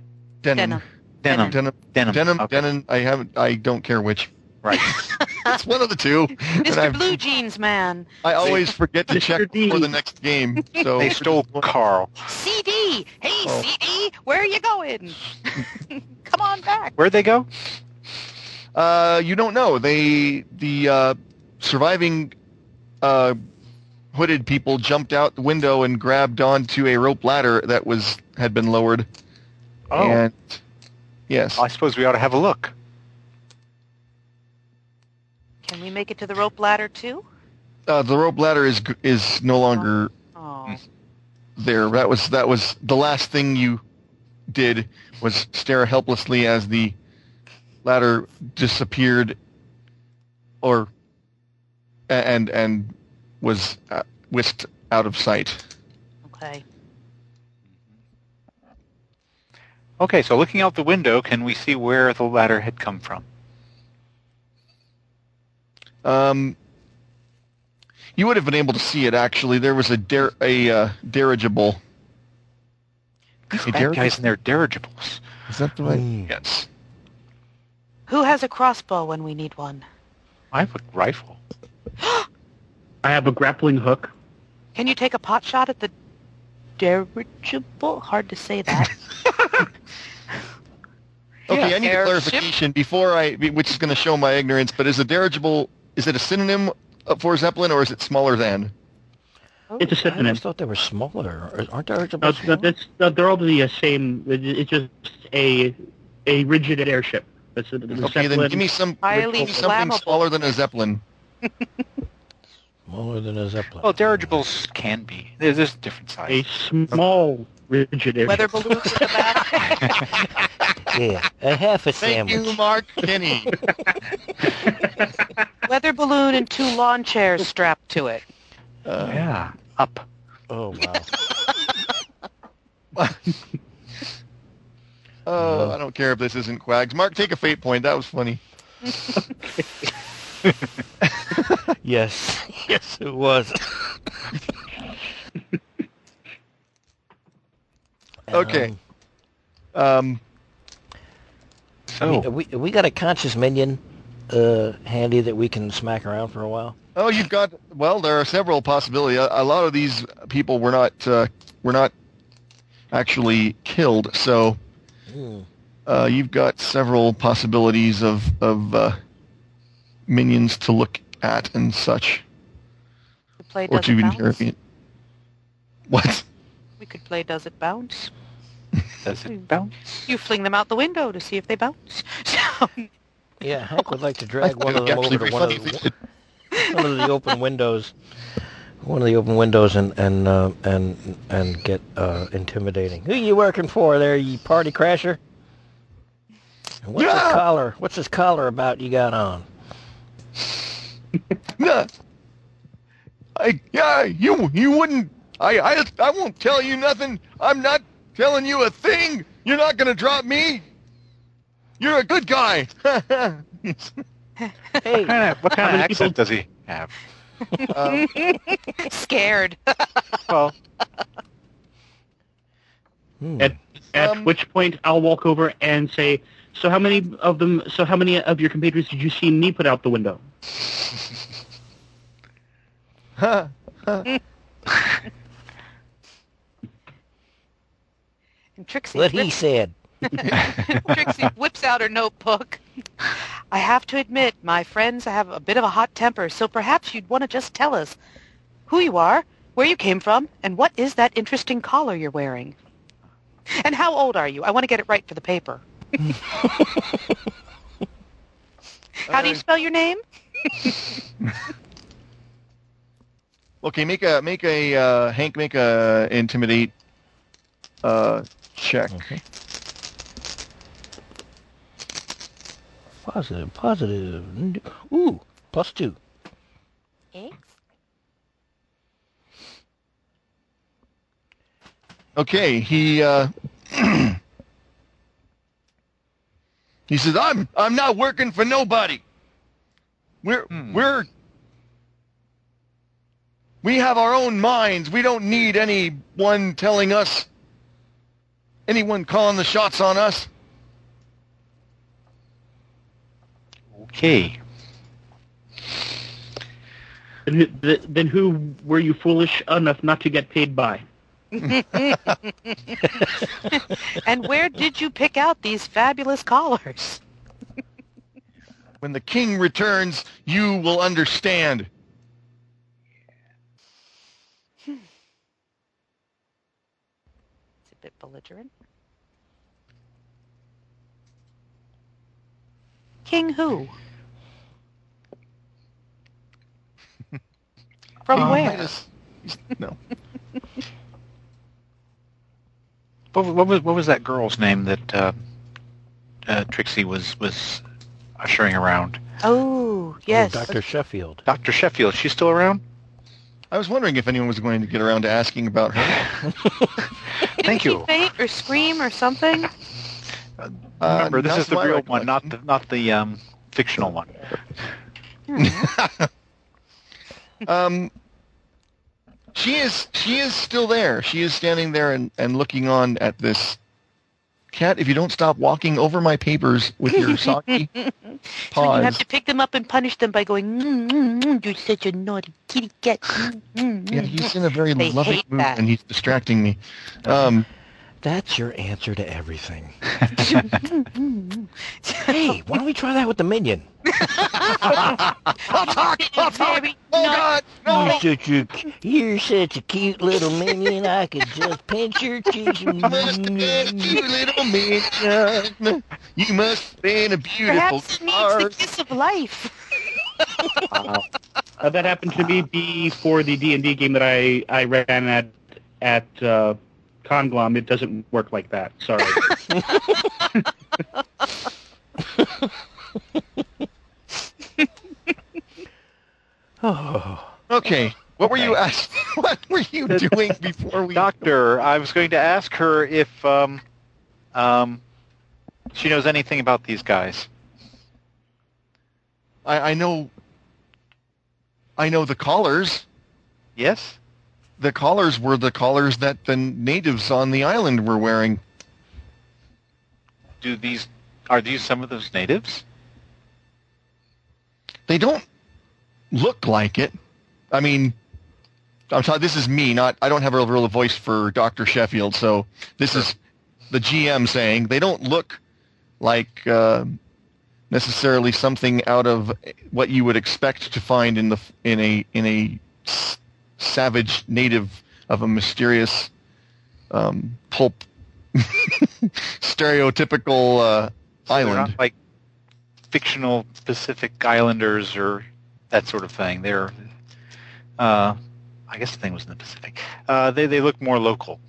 E: denim,
C: Denim.
D: Denim.
E: denim,
D: Denim.
E: denim,
D: Okay.
E: denim. I haven't. I don't care which.
D: Right.
E: It's one of the two. and
C: Mr.
E: I,
C: Blue Jeans Man.
E: I always forget to
B: Mr.
E: check
B: D.
E: for the next game. So
D: They stole Carl.
C: CD. Hey,
E: Oh.
C: CD. Where are you going? Come on back.
D: Where'd they go?
E: Uh, you don't know. They the uh, surviving uh, hooded people jumped out the window and grabbed onto a rope ladder that was had been lowered.
D: Oh.
E: And yes.
D: I suppose we ought to have a look.
C: Can we make it to the rope ladder too?
E: Uh, the rope ladder is g- is no longer Mm.
C: Oh.
E: there. That was that was the last thing you did was stare helplessly as the ladder disappeared, or a- and and was uh, whisked out of sight.
C: Okay.
D: Okay, so looking out the window, can we see where the ladder had come from?
E: Um, you would have been able to see it actually. There was a der- a uh, dirigible.
D: These
E: A
D: bad
E: dirigible?
D: guys and their dirigibles.
E: Is that the right? Yes.
C: Who has a crossbow when we need one?
D: I have a rifle.
B: I have a grappling hook.
C: Can you take a pot shot at the dirigible? Hard to say that.
E: Okay,
G: Yeah,
E: I need a
G: airship.
E: clarification before I, which is going to show my ignorance. But is a dirigible is it a synonym uh, for zeppelin or is it smaller than?
B: It's a
F: I
B: synonym.
F: always thought they were smaller. Or- Aren't there
B: No,
F: dirigibles?
B: it's- no, that's- no, they're all the uh, same. It- It's just a a rigid airship. That's a, the
E: Okay, then
B: Zeppelin.
E: give me some
C: Highly
E: give me something
C: flammable.
E: smaller than a zeppelin.
F: smaller than a zeppelin?
D: Well, dirigibles can be. There's, there's different
B: a
D: size.
B: small rigid airship.
C: Weather balloons in the back.
F: yeah, a half a
E: Thank
F: sandwich.
E: you, Mark Kenny.
C: Weather balloon and two lawn chairs strapped to it.
D: yeah, up.
F: Oh wow.
E: oh, I don't care if this isn't quags. Mark, take a fate point. That was funny.
F: yes, yes, it was.
E: Okay.
F: Um,
E: Um,
D: So,
F: we, we we got a conscious minion uh, handy that we can smack around for a while.
E: oh, you've got well. There are several possibilities. A, a lot of these people were not uh, were not actually killed. So uh, you've got several possibilities of of uh, minions to look at and such,
C: We could play
E: or
C: Does
E: to
C: It Bounce.
E: interrogate. What?
C: We could play Does It Bounce.
D: does it bounce?
C: You fling them out the window to see if they bounce. So,
F: Yeah, Hank would like to drag
E: thought
F: one
E: it
F: of them
E: actually
F: over to
E: be
F: one of,
E: funny if
F: the, one of the open windows
A: one of the open windows and and uh, and and get uh, intimidating. Who you working for, there, you party crasher? And what's this collar? What's this collar about you got on?
E: No. I yeah, you you wouldn't. I I I won't tell you nothing. I'm not telling you a thing. You're not gonna drop me. You're a good guy.
D: What kind of, what kind of accent does he have?
G: Scared.
D: Well,
B: At, at
E: Um,
B: which point, I'll walk over and say, "So how many of them? So how many of your compatriots did you see me put out the window?"
G: And Trixie,
A: What he
G: whips,
A: said.
G: Trixie whips out her notebook. I have to admit, my friends have a bit of a hot temper, so perhaps you'd want to just tell us who you are, where you came from, and what is that interesting collar you're wearing. And how old are you? I want to get it right for the paper. How do you spell your name?
E: okay, make a make a uh, Hank make a intimidate uh, check.
A: Positive, positive. Ooh, plus two.
E: Okay, he uh, he says, "I'm I'm not working for nobody. We're
D: Hmm.
E: we're we have our own minds. We don't need anyone telling us, anyone calling the shots on us."
D: okay.
B: Then who, th- then who were you foolish enough not to get paid by?
G: And where did you pick out these fabulous collars?
E: When the king returns, you will understand.
G: It's a bit belligerent. King who? From
E: King
G: where?
E: Midas- Um, No.
D: What, what was what was that girl's name that uh, uh, Trixie was was ushering around?
G: Oh, yes.
A: Doctor Sheffield.
D: Doctor Sheffield. She's still around?
E: I was wondering if anyone was going to get around to asking about her.
G: Didn't
D: Thank
G: she
D: you.
G: faint or scream or something?
E: Uh,
D: Remember, this
E: not
D: is the
E: my
D: real one, not the
E: recollection.
D: not the um, fictional one.
E: um, she is she is still there. She is standing there and, and looking on at this cat. If you don't stop walking over my papers with your soggy
G: So you
E: paws,
G: have to pick them up and punish them by going, mm, mm, mm, you're such a naughty kitty cat. Mm, mm,
E: yeah,
G: mm."
E: he's in a very
G: They
E: loving
G: hate
E: mood
G: that.
E: and he's distracting me. Um,
A: That's your answer to everything. hey, why don't we try that with the minion?
E: I'll talk. I'll talk.
G: Very
E: Oh
G: naughty.
E: God, no!
A: You're such a, you're such a cute little minion. I could just pinch your cheeks.
E: Must have been a cute little minion. You must have been a beautiful
G: Perhaps it means the
E: star.
G: kiss of life.
B: Uh, that happened to me before the D and D game that I, I ran at at uh, Conglom. It doesn't work like that. Sorry.
E: Okay, what were you asking? What were you doing before we?
D: Doctor, I was going to ask her if um, um, she knows anything about these guys.
E: I, I know. I know the callers.
D: Yes.
E: The callers were the callers that the natives on the island were wearing.
D: Do these are these some of those natives?
E: They don't look like it. I mean, I'm sorry. This is me. Not. I don't have a real voice for Doctor Sheffield. So this is the GM saying they don't look like uh, necessarily something out of what you would expect to find in the in a in a s- savage native of a mysterious um, pulp stereotypical uh,
D: They're
E: island.
D: not like fictional Pacific Islanders or that sort of thing. They're uh, I guess the thing was in the Pacific. Uh, they they look more local.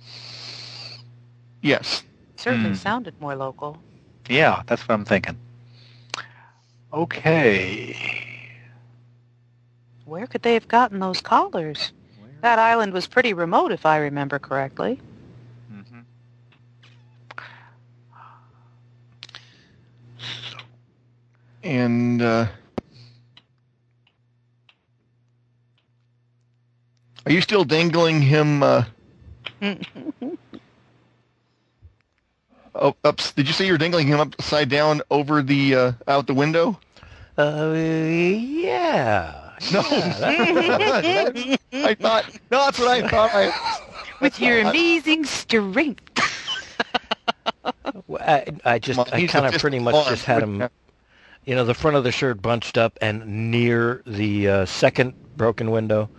E: Yes.
G: Certainly
D: Hmm.
G: sounded more local.
D: Yeah, that's what I'm thinking. Okay.
G: Where could they have gotten those collars? That island was pretty remote, if I remember correctly.
D: Mm-hmm.
E: And uh, are you still dangling him uh, up, up? Did you say you're dangling him upside down over the uh, out the window?
F: Uh, yeah.
E: No, that's- I thought no, that's what I thought. I,
G: With your amazing strength.
F: Well, I, I just,
E: Well,
F: I
E: he's
F: kind
E: a
F: of
E: fist
F: pretty much
E: arm.
F: just had him, you know, the front of the shirt bunched up and near the uh, second broken window,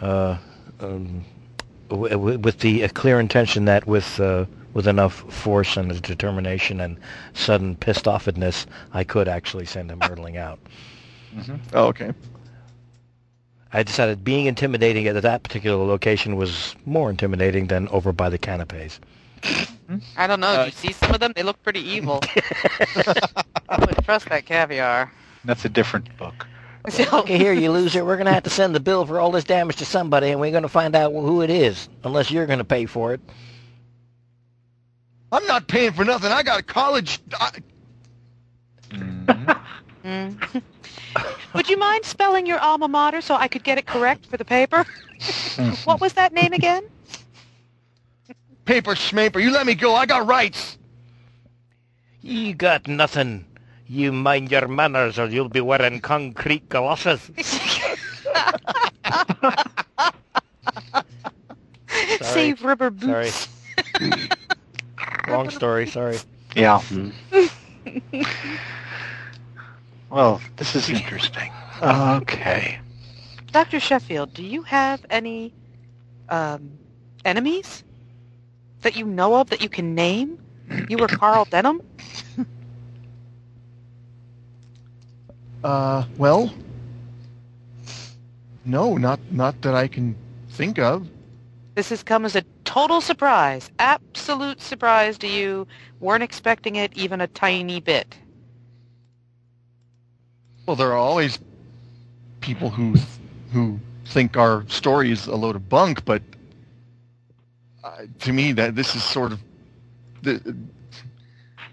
F: uh, um, w- w- with the uh, clear intention that with uh, with enough force and determination and sudden pissed offedness, I could actually send him hurtling out.
E: oh, okay.
F: I decided being intimidating at that particular location was more intimidating than over by the canapes.
G: I don't know. Do you
F: Uh,
G: see some of them? They look pretty evil. I wouldn't trust that caviar.
D: That's a different book.
G: So,
F: Okay, here, you loser. We're going to have to send the bill for all this damage to somebody, and we're going to find out who it is, unless you're going to pay for it.
E: I'm not paying for nothing. I got a college. uh, I,
G: mm. Would you mind spelling your alma mater so I could get it correct for the paper? what was that name again?
E: paper schmaper. You let me go. I got rights.
F: You got nothing. You mind your manners, or you'll be wearing concrete galoshes.
G: Save rubber boots.
F: Sorry. Long story, sorry.
D: Yeah. well, this is interesting. Uh, Okay.
G: Dr. Sheffield, do you have any um, enemies that you know of that you can name? You were Carl Denham?
E: Uh, well, no, not not that I can think of.
G: This has come as a total surprise, absolute surprise to you. Weren't expecting it even a tiny bit.
E: Well, there are always people who who think our story is a load of bunk, but uh, to me, that this is sort of th-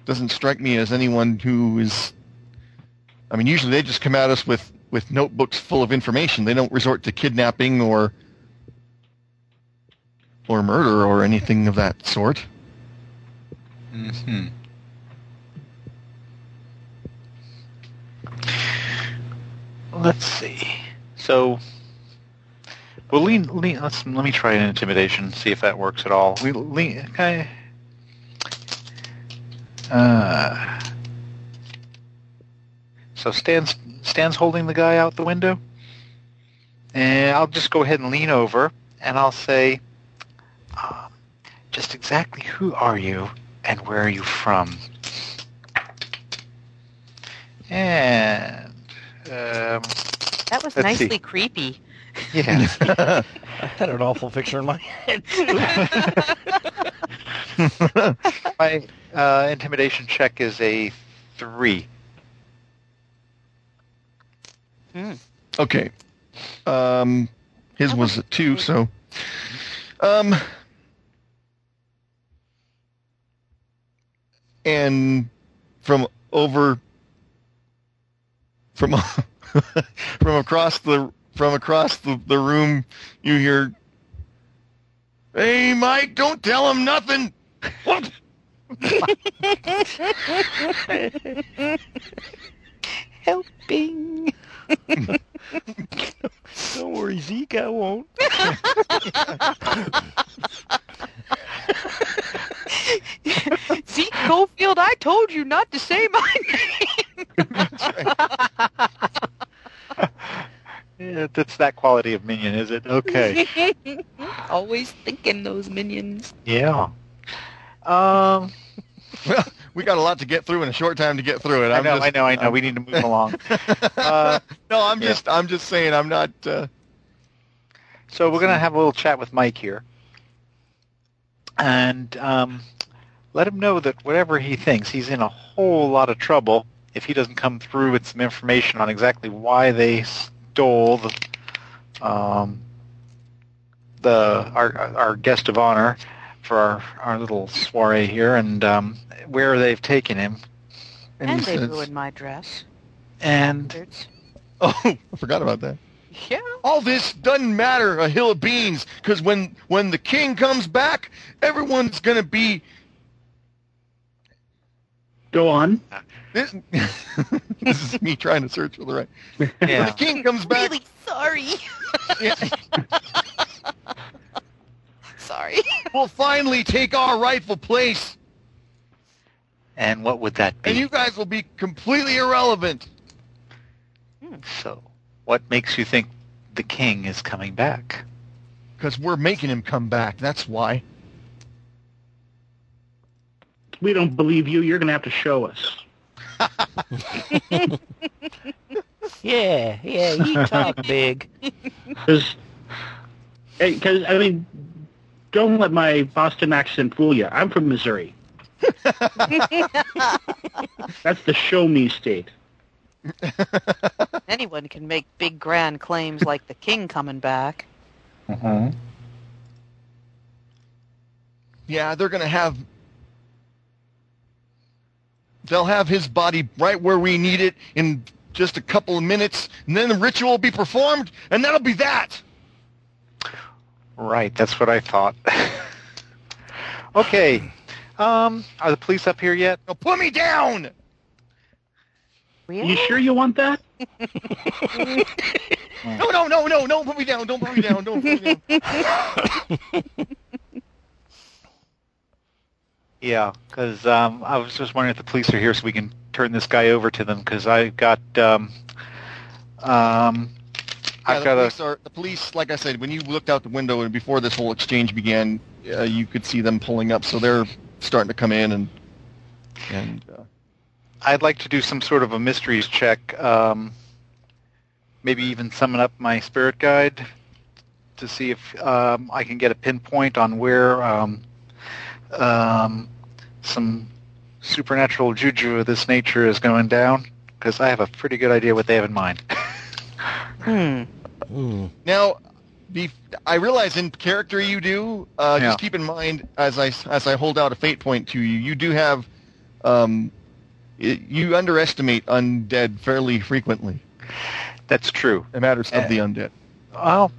E: doesn't strike me as anyone who is. I mean, usually they just come at us with with notebooks full of information. They don't resort to kidnapping or or murder or anything of that sort.
D: Mm-hmm. Let's see. So, well, lean, lean. Let's let me try an intimidation. See if that works at all. We lean. Okay. Uh. So Stan's Stan's holding the guy out the window, and I'll just go ahead and lean over, and I'll say, uh, "Just exactly who are you, and where are you from? And um,
G: That was
D: Let's see.
G: nicely creepy.
D: yeah,
F: I had an awful picture in my
D: my uh, intimidation check is a three.
E: Okay. Um, his was a two, so. Um, and from over, from from across the from across the, the room, you hear, "Hey, Mike, don't tell him nothing." What?
G: Helping.
F: Don't worry, Zeke, I won't.
G: Zeke Goldfield, I told you not to say my name.
D: Yeah, that's that quality of minion, is it? Okay.
G: Always thinking those minions.
D: yeah. Um,
E: Well, we got a lot to get through in a short time to get through it.
D: I
E: I'm
D: know,
E: just-
D: I know, I know. We need to move along. Uh,
E: no, I'm
D: Yeah.
E: just I'm just saying I'm not. Uh,
D: So we're going to have a little chat with Mike here, and um, let him know that whatever he thinks, he's in a whole lot of trouble if he doesn't come through with some information on exactly why they stole the, um, the our our guest of honor for our, our little soiree here, and um, where they've taken him.
C: And they
E: it's-
C: ruined my dress.
D: And
E: Oh, I forgot about that.
C: Yeah.
E: All this doesn't matter a hill of beans because when when the king comes back, everyone's gonna be.
B: Go on.
E: This, this is me trying to search for the right. When
D: yeah,
E: the king comes back,
G: Really sorry. sorry.
E: we'll finally take our rightful place,
D: and what would that be?
E: and you guys will be completely irrelevant.
D: So, what makes you think the king is coming back?
E: Because we're making him come back. That's why.
B: We don't believe you. You're going to have to show us.
J: Yeah, yeah, you talk big.
B: Because, I mean, don't let my Boston accent fool you. I'm from Missouri. That's the show me state.
G: Anyone can make big grand claims like the king coming back.
E: Yeah, they're gonna have. They'll have his body right where we need it in just a couple of minutes, and then the ritual will be performed, and that'll be that.
D: Right, that's what I thought. okay, um, are the police up here yet?
E: Now put me down.
G: Really?
B: You sure you want that?
E: No, no, no, no, don't put me down. Don't put me down. Don't put me down.
D: Yeah, because um, I was just wondering if the police are here so we can turn this guy over to them. Because I've got, um, um,
E: Yeah,
D: I've
E: the,
D: got a
E: police are, the police, like I said, when you looked out the window and before this whole exchange began, uh, you could see them pulling up, so they're starting to come in and and uh,
D: I'd like to do some sort of a mysteries check. Um, maybe even summon up my spirit guide to see if um, I can get a pinpoint on where um, um, some supernatural juju of this nature is going down. Because I have a pretty good idea what they have in mind.
C: Hmm.
E: Now, the, I realize in character you do. Uh,
D: Yeah.
E: Just keep in mind as I as I hold out a fate point to you, you do have, um, i you underestimate undead fairly frequently.
D: That's true.
E: It matters of
D: Eh.
E: the undead.
D: Well,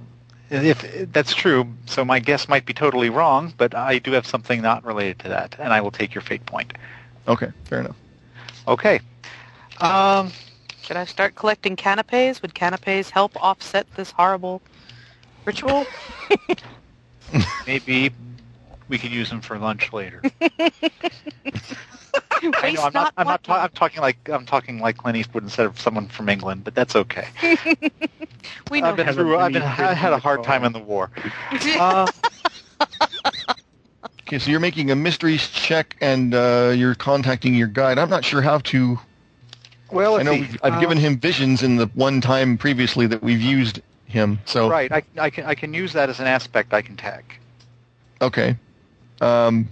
D: if that's true, so my guess might be totally wrong, but I do have something not related to that, and I will take your fate point.
E: Okay, fair enough.
D: Okay. Um,
G: Should I start collecting canapes? Would canapes help offset this horrible ritual?
D: Maybe we could use them for lunch later. I
G: Waste
D: know, I'm not. I'm, not
G: want-
D: ta- I'm talking like I'm talking like Clint Eastwood instead of someone from England, but that's okay.
G: we know
D: I've been
B: Has a
D: through. I've been.
B: Clint
D: I had a
B: Eastwood
D: hard time
B: call.
D: in the war.
G: him.
D: Uh,
E: Okay, so you're making a mysteries check and uh, you're contacting your guide. I'm not sure how to.
D: well,
E: I
D: let's
E: know
D: see. Uh,
E: we've, I've given him visions in the one time previously that we've used him. So
D: Right. I, I can. I can use that as an aspect I can tag.
E: Okay. Um,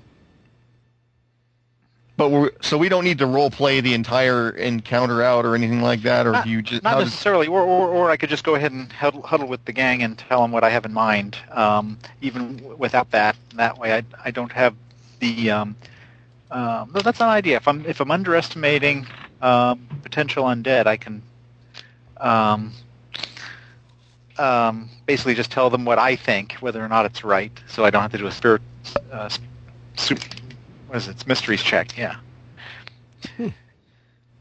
E: but we're so we don't need to role play the entire encounter out or anything like that, or
D: Not-
E: do you just
D: Not
E: how does,
D: necessarily, or, or or I could just go ahead and huddle, huddle with the gang and tell them what I have in mind. Um, even w- without that, that way I, I don't have the. Um, um, no, that's an idea. If I'm if I'm underestimating um, potential undead, I can. Um, um, basically, just tell them what I think, whether or not it's right, so I don't have to do a spirit. Uh, s- su- what is it? It's mysteries check. Yeah.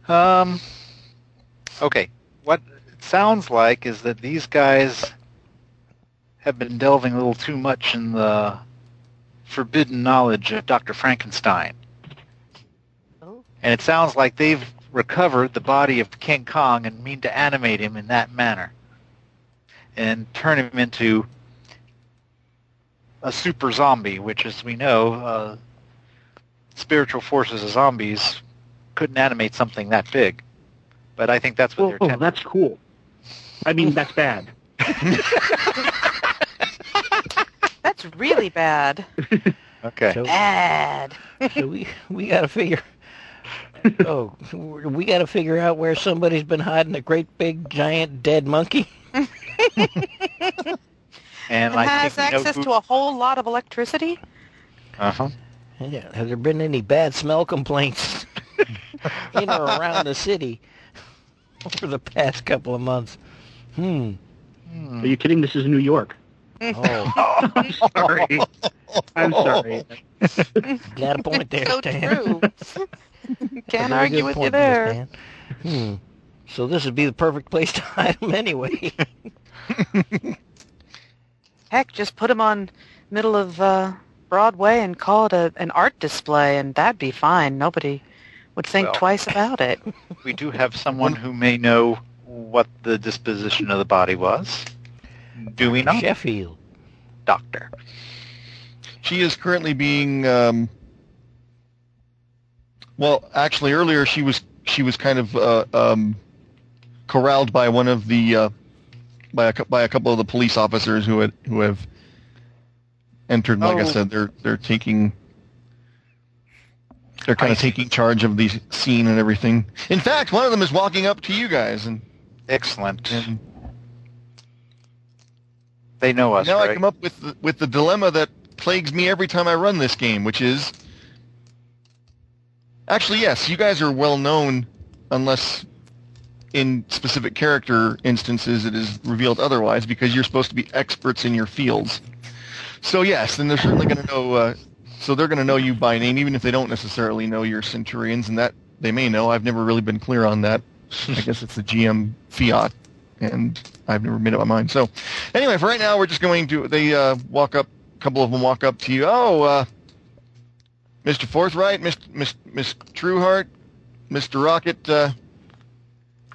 D: Um. Okay. What it sounds like is that these guys have been delving a little too much in the forbidden knowledge of Dr. Frankenstein.
G: Oh.
D: And it sounds like they've recovered the body of King Kong and mean to animate him in that manner and turn him into a super zombie, which, as we know, uh, spiritual forces of zombies couldn't animate something that big. But I think that's what
B: Oh,
D: they're attempting.
B: that's cool. I mean, that's bad.
G: That's really bad.
D: Okay.
F: So,
G: Bad.
F: so we we got to figure. Oh, we got to figure out where somebody's been hiding a great big giant dead monkey.
D: and
G: And
D: I
G: has
D: think we know
G: access
D: who,
G: to a whole lot of electricity.
D: uh-huh.
F: Yeah. Have there been any bad smell complaints in or around the city over the past couple of months? Hmm.
B: Are you kidding? This is New York.
F: Oh,
B: I'm sorry. I'm sorry.
F: got a point there,
G: so
F: Stan.
G: true. Can't
F: Another
G: argue
F: good
G: with you
F: point
G: there.
F: Stan. Hmm. So this would be the perfect place to hide him anyway.
G: Heck, just put them on middle of uh, Broadway and call it a, an art display, and that'd be fine. Nobody would think
D: Well.
G: twice about it.
D: We do have someone who may know what the disposition of the body was. Do we not,
F: Sheffield.
D: Doctor?
E: She is currently being. Um, well, actually, earlier she was she was kind of uh, um, corralled by one of the uh, by a, cou- by a couple of the police officers who had, who have entered. Like I
D: Oh.
E: said, they're they're taking they're kind
D: I
E: of taking charge of the scene and everything. In fact, one of them is walking up to you guys and.
D: Excellent.
E: and
D: They know us,
E: now I
D: right?
E: come up with the, with the dilemma that plagues me every time I run this game, which is actually yes, you guys are well known, unless in specific character instances it is revealed otherwise, because you're supposed to be experts in your fields. So yes, then they're certainly going to know. Uh, so they're going to know you by name, even if they don't necessarily know your centurions, and that they may know. I've never really been clear on that. I guess it's the GM fiat, and I've never made up my mind. So anyway, for right now, we're just going to. They uh, walk up. A couple of them walk up to you. Oh, uh, Mr. Forthright, Miss Miss Miss Trueheart, Mr. Rocket. Uh,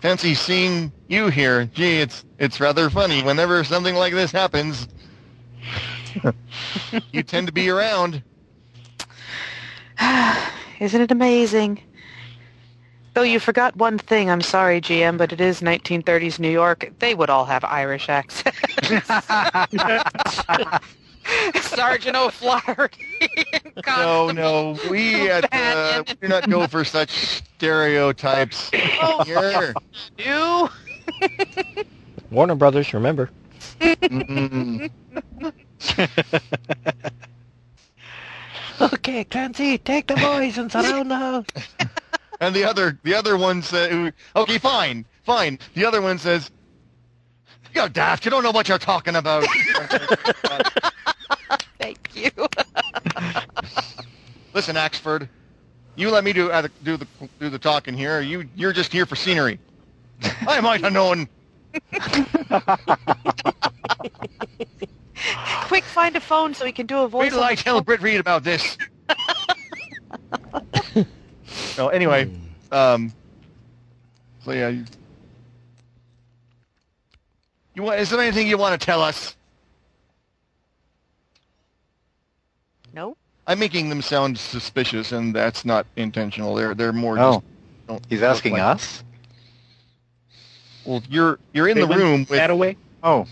E: fancy seeing you here. Gee, it's it's rather funny. Whenever something like this happens, you tend to be around.
G: Isn't it amazing? Though you forgot one thing, I'm sorry, GM, but it is 1930s New York. They would all have Irish accents. Sergeant O'Flaherty. and
E: No,
G: Constable-
E: no, we at uh, we do not go for such stereotypes.
G: Oh,
E: Here.
G: you?
F: Warner Brothers, remember?
E: Mm-mm.
F: Okay, Clancy, take the boys and surround the house.
E: And the other the other one says, "Okay, fine, fine." The other one says, "You're daft. You don't know what you're talking about."
G: Thank you.
E: Listen, Axford, you let me do uh, do the do the talking here. You you're just here for scenery. I might have known.
G: Quick, find a phone so we can do a
E: Wait
G: voice.
E: till I tell Britt Reed about this. no, anyway, um, so yeah, you, you want? Is there anything you want to tell us?
G: No.
E: I'm making them sound suspicious, and that's not intentional. They're they're more.
D: Oh.
E: just, don't
D: He's
E: look
D: asking
E: like-
D: us.
E: Well, you're you're in
B: They
E: the
B: went
E: room with
B: that away.
D: Oh,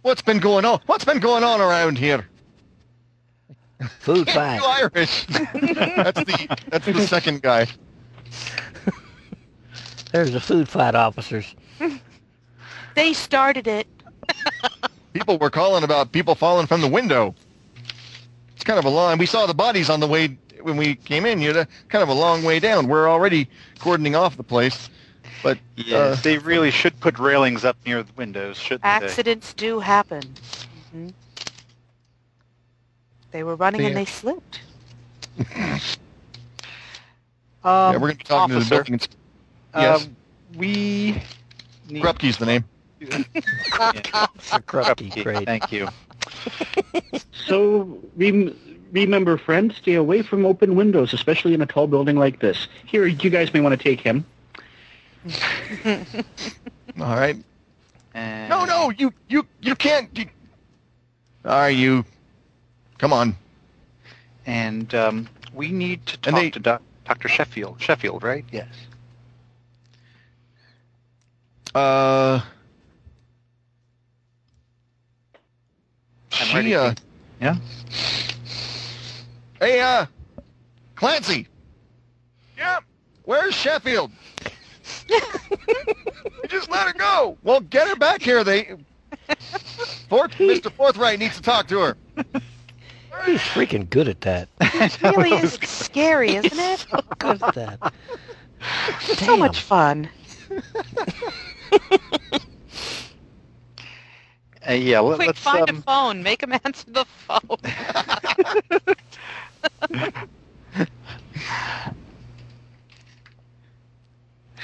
E: what's been going on. What's been going on around here?
F: Food
E: Can't
F: fight.
E: do Irish. that's the that's the second guy.
F: There's the food fight officers.
G: They started it.
E: People were calling about people falling from the window. It's kind of a long. We saw the bodies on the way when we came in. You know, kind of a long way down. We're already cordoning off the place, but uh,
D: yes. they really should put railings up near the windows, shouldn't
G: Accidents do happen. Mhm. They were running and
E: Yeah.
G: they slipped.
D: they? Um,
E: yeah, we're going to be talking to the
D: officer,
E: building. ins- Yes,
D: um, we need...
E: Krupke's the name.
D: Yeah,
F: The crusty
D: Krupke,
F: crate.
D: Thank you.
B: So rem- remember, friends, stay away from open windows, especially in a tall building like this. Here, you guys may want to take him.
E: All right.
D: And
E: No, no, you, you, you can't. You... Are you? Come on.
D: And um, we need to talk
E: And they-
D: to doc- Dr. Sheffield. Sheffield, right? Yes.
E: Uh,
D: I'm ready
E: She,
D: to-
E: uh,
D: yeah.
E: hey, uh, Clancy. Yeah. Where's Sheffield? You just let her go. Well, get her back here. They, Forth, Mr. Forthright needs to talk to her.
F: He's freaking good at that.
G: It really is It's scary, isn't it?
F: Good at that.
G: It's so much fun.
D: Uh, yeah. Let,
G: Quick,
D: us
G: find a
D: um,
G: phone. Make him answer the phone.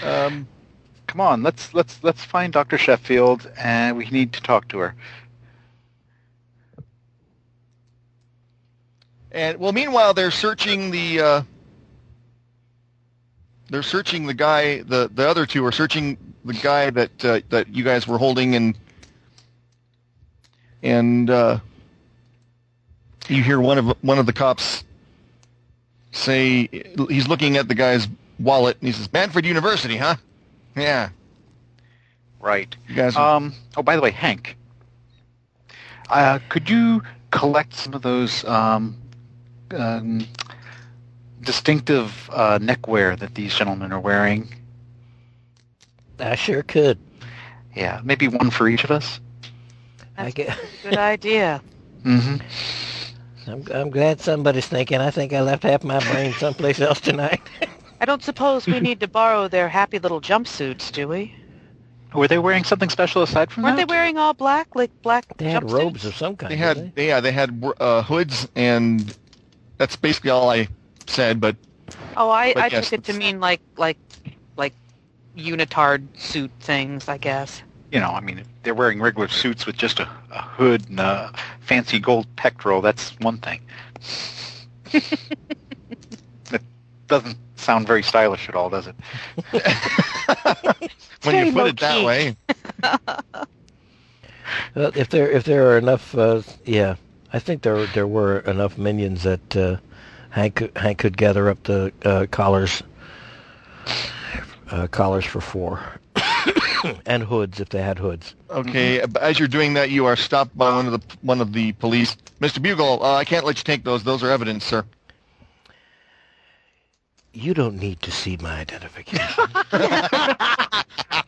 E: Um,
D: come on. Let's let's let's find Dr. Sheffield, and we need to talk to her.
E: and well, meanwhile, they're searching the. Uh, they're searching the guy. The the other two are searching the guy that uh, that you guys were holding, and and uh, you hear one of one of the cops say he's looking at the guy's wallet, and he says, "Manfred University, huh? Yeah,
D: Right.
E: you guys." are-
D: Um, oh, by the way, Hank, uh, could you collect some of those um, um, distinctive uh, neckwear that these gentlemen are wearing?
F: I sure could.
D: Yeah, maybe one for each of us.
F: I get,
G: Good idea.
D: Mm-hmm.
F: I'm, I'm glad somebody's thinking. I think I left half my brain someplace else tonight.
G: I don't suppose we need to borrow their happy little jumpsuits, do we?
D: Were they wearing something special aside from
G: Weren't they
D: that?
G: wearing all black, like black
F: They had
G: jumpsuits?
F: robes of some kind.
E: they
F: didn't
E: had
F: they?
E: yeah they had uh, hoods, and that's basically all I said. But
G: Oh, I,
E: But
G: I
E: yes,
G: took it to
E: it's-
G: mean like like like unitard suit things, I guess.
D: you know, I mean, if they're wearing regular suits with just a, a hood and a fancy gold pectoral. That's one thing. that doesn't sound very stylish at all, does it?
E: when
G: very
E: you put it that
G: low-key.
E: way.
F: Well, if there if there are enough, uh, yeah, I think there there were enough minions that uh, Hank could- Hank could gather up the uh, collars uh, collars for four and hoods if they had hoods.
E: Okay, but as you're doing that, you are stopped by one of the one of the police. Mr. Bugle, uh, I can't let you take those. Those are evidence, sir.
F: You don't need to see my identification.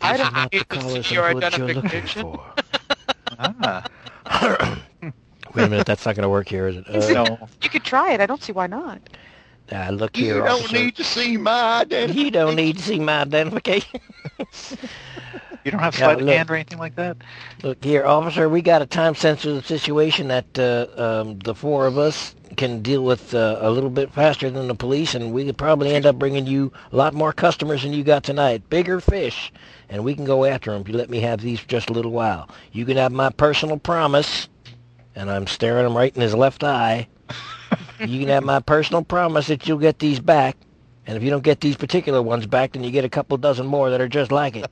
G: I don't
F: These are not the
G: need to see
F: collars
G: your
F: and hoods you're looking
G: identification.
F: for.
D: Ah,
F: Wait a minute, that's not going to work here, is it? Uh,
D: no.
G: You could try it. I don't see why not.
F: ah, look
E: You
F: here,
E: don't
F: officer.
E: need to see my identity.
F: you don't need to see my identification.
D: You don't have
F: Yeah,
D: sleight of
F: look.
D: hand or anything like that?
F: Look here, officer. We got a time-sensitive situation that uh, um, the four of us can deal with uh, a little bit faster than the police, and we could probably end up bringing you a lot more customers than you got tonight. Bigger fish, and we can go after them if you let me have these for just a little while. You can have my personal promise, and I'm staring him right in his left eye. you can have my personal promise that you'll get these back, and if you don't get these particular ones back, then you get a couple dozen more that are just like it.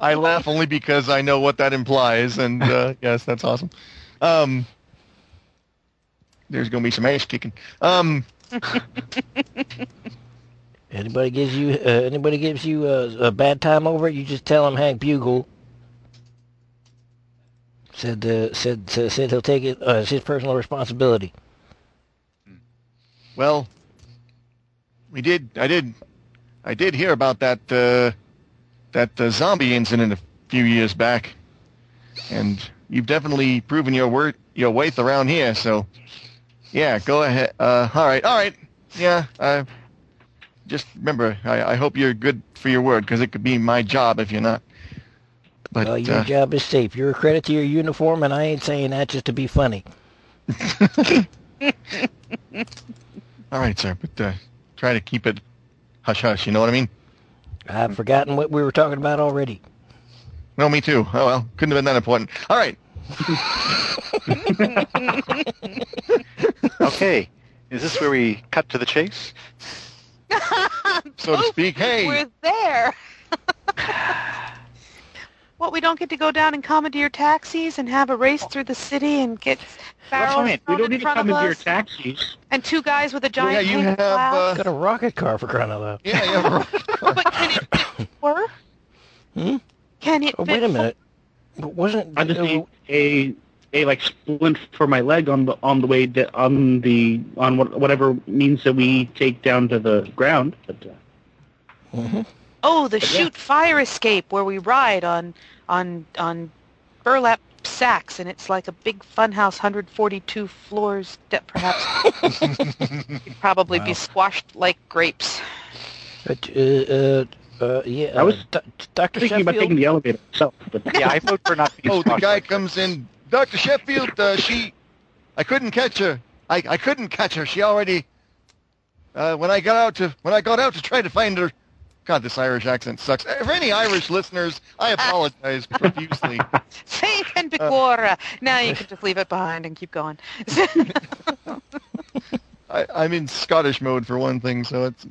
E: I laugh only because I know what that implies, and uh, yes, that's awesome. Um, there's gonna be some ass kicking. Um,
F: Anybody gives you uh, anybody gives you a, a bad time over it, you just tell him Hank Bugle said uh, said said said he'll take it uh, it's his personal responsibility.
E: well, we did. I did. I did hear about that uh, that uh, zombie incident a few years back, and you've definitely proven your wor your worth around here. So, yeah, go ahead. Uh, all right, all right. Yeah, uh, just remember, I, I hope you're good for your word because it could be my job if you're not. But
F: well, your
E: uh,
F: job is safe. You're a credit to your uniform, and I ain't saying that just to be funny.
E: all right, sir. But uh, try to keep it hush hush. You know what I mean?
F: I've forgotten what we were talking about already.
E: No, me too. Oh well, couldn't have been that important. All right.
D: Okay. Is this where we cut to the chase?
E: so to
G: Oh,
E: speak. Hey,
G: We're there. what, we don't get to go down and commandeer taxis and have a race through the city and get
D: I
G: barrels
D: mean.
B: We
G: thrown
B: don't
G: in
B: need to
G: front of
B: commandeer
G: us
B: taxis.
G: and two guys with a
E: yeah,
G: giant
E: you
G: pink
E: have.
G: cloud.
E: Uh,
F: Got a rocket car for crying out loud!
E: yeah, you have. a-
G: but can it were?
F: Hmm?
G: Can it
F: Oh,
G: fit
F: wait a
G: four?
F: minute. But wasn't uh,
B: I just need a a like splint for my leg on the on the way that on the on what, whatever means that we take down to the ground. But, uh,
G: Oh, the
B: But yeah.
G: shoot fire escape where we ride on on on burlap sacks, and it's like a big funhouse, 142 floors. That perhaps We'd probably be squashed like grapes.
F: But, uh, uh, uh, yeah,
B: I was
F: uh, D- Dr.
B: thinking about taking
F: Sheffield,
B: the elevator itself, but
D: Yeah, I vote for not being
E: Oh, the
D: squashed
E: guy
D: like
E: comes in. Doctor Sheffield. Uh, she, I couldn't catch her. I, I couldn't catch her. She already. Uh, when I got out to when I got out to try to find her. God, this Irish accent sucks. Uh, For any Irish listeners, I apologize profusely.
G: Safe and Bigora. uh, now you can just leave it behind and keep going.
E: I, I'm in Scottish mode for one thing, so it's.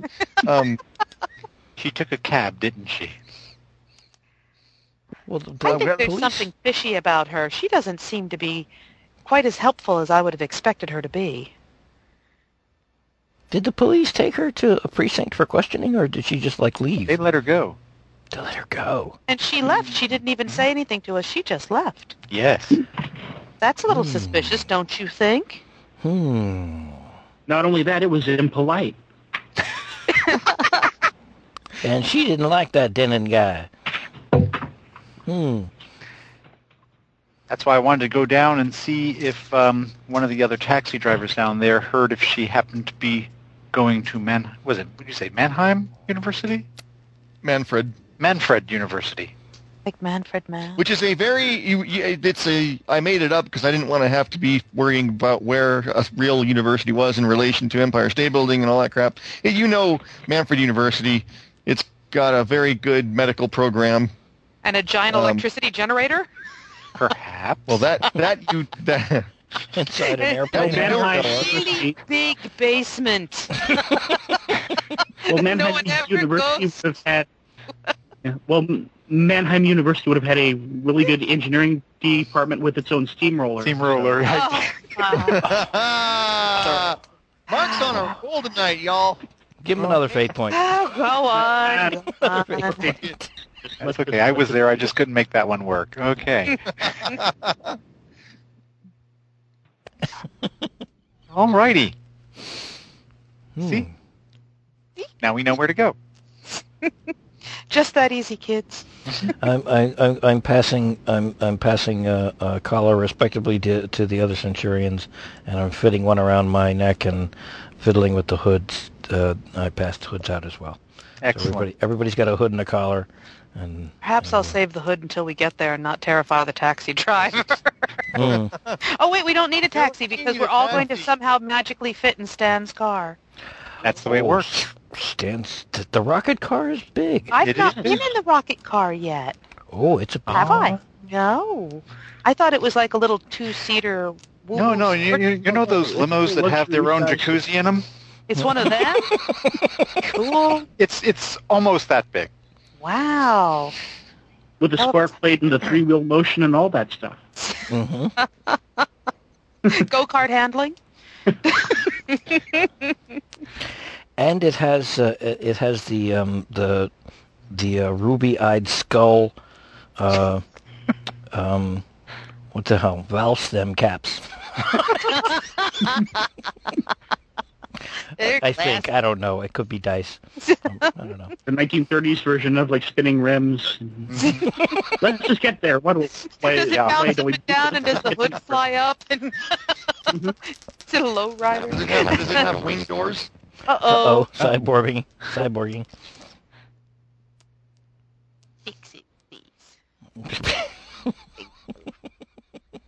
E: Um,
D: She took a cab, didn't she?
F: well, the, the
G: I think there's
F: police-
G: something fishy about her. She doesn't seem to be quite as helpful as I would have expected her to be.
F: Did the police take her to a precinct for questioning, or did she just, like, leave
D: They let her go.
F: to let her go?
G: And she left. She didn't even say anything to us. She just left.
D: Yes.
G: That's a little suspicious, don't you think?
F: Hmm.
B: not only that, it was impolite.
F: And she didn't like that Denon guy. Hmm.
D: That's why I wanted to go down and see if um, one of the other taxi drivers down there heard if she happened to be going to Man. Was it? Would you say Mannheim University?
E: Manfred,
D: Manfred University.
G: Like Manfred Mann.
E: which is a very you, you, it's a I made it up because I didn't want to have to be worrying about where a real university was in relation to Empire State Building and all that crap. You know, Manfred University, it's got a very good medical program.
G: and a giant
E: um,
G: electricity generator?
D: Perhaps.
E: Well, that that you that,
F: Inside an
B: Well,
F: airplane.
B: Mannheim
G: Really
B: University,
G: big basement.
B: well,
G: No
B: Mannheim
G: one ever
B: University
G: goes.
B: would have had. Yeah, well, M- Mannheim University would have had a really good engineering department with its own steamroller.
D: Steamroller.
G: Oh, wow.
E: Mark's on a roll tonight, y'all.
F: Give him another fate point.
G: Oh, go on.
B: Bad.
G: go on.
D: That's okay. I was there. I just couldn't make that one work. Okay. Alrighty.
F: Hmm.
D: See? Now we know where to go.
G: Just that easy, kids.
F: I'm, I, I'm, I'm passing. I'm, I'm passing a, a collar respectively to, to the other centurions, and I'm fitting one around my neck and fiddling with the hoods. Uh, I passed hoods out as well. So
D: Excellent.
F: everybody, everybody's got a hood and a collar, and
G: Perhaps I'll save the hood until we get there and not terrify the taxi driver.
F: Mm.
G: oh, wait, we don't need a taxi
E: need
G: because
E: a
G: we're all going to
E: taxi.
G: somehow magically fit in Stan's car.
D: That's the way it
F: Oh,
D: works.
F: s- Stan's th- the rocket car is big.
G: I've
D: It
G: not
D: is. Uh-huh.
G: been in the rocket car yet,
F: oh, it's a
G: have I? No. I thought it was like a little two-seater. woo-
D: No, no, you, you, you know those limos that have their own jacuzzi in them?
G: It's one of them? cool.
D: It's it's almost that big.
G: Wow.
B: with the
G: Oh.
B: spark plate and the three-wheel motion and all that stuff.
F: hmm
G: Go-kart handling?
F: and it has uh, it it has the um, the the uh, ruby-eyed skull. Uh, um, what the hell? Valve stem caps. I think I don't know. It could be dice. Um, I don't know.
B: The 1930s version of like spinning rims. Let's just get there. What do we uh, why-
G: does it
D: yeah,
G: bounce
B: do
G: up
B: we
G: and down, and does the hood fly up? And is it a low rider?
E: Does it have, does it have wing doors?
G: Uh
F: Uh-oh.
G: oh.
F: Cyborging. Cyborging.
G: Fix it, please.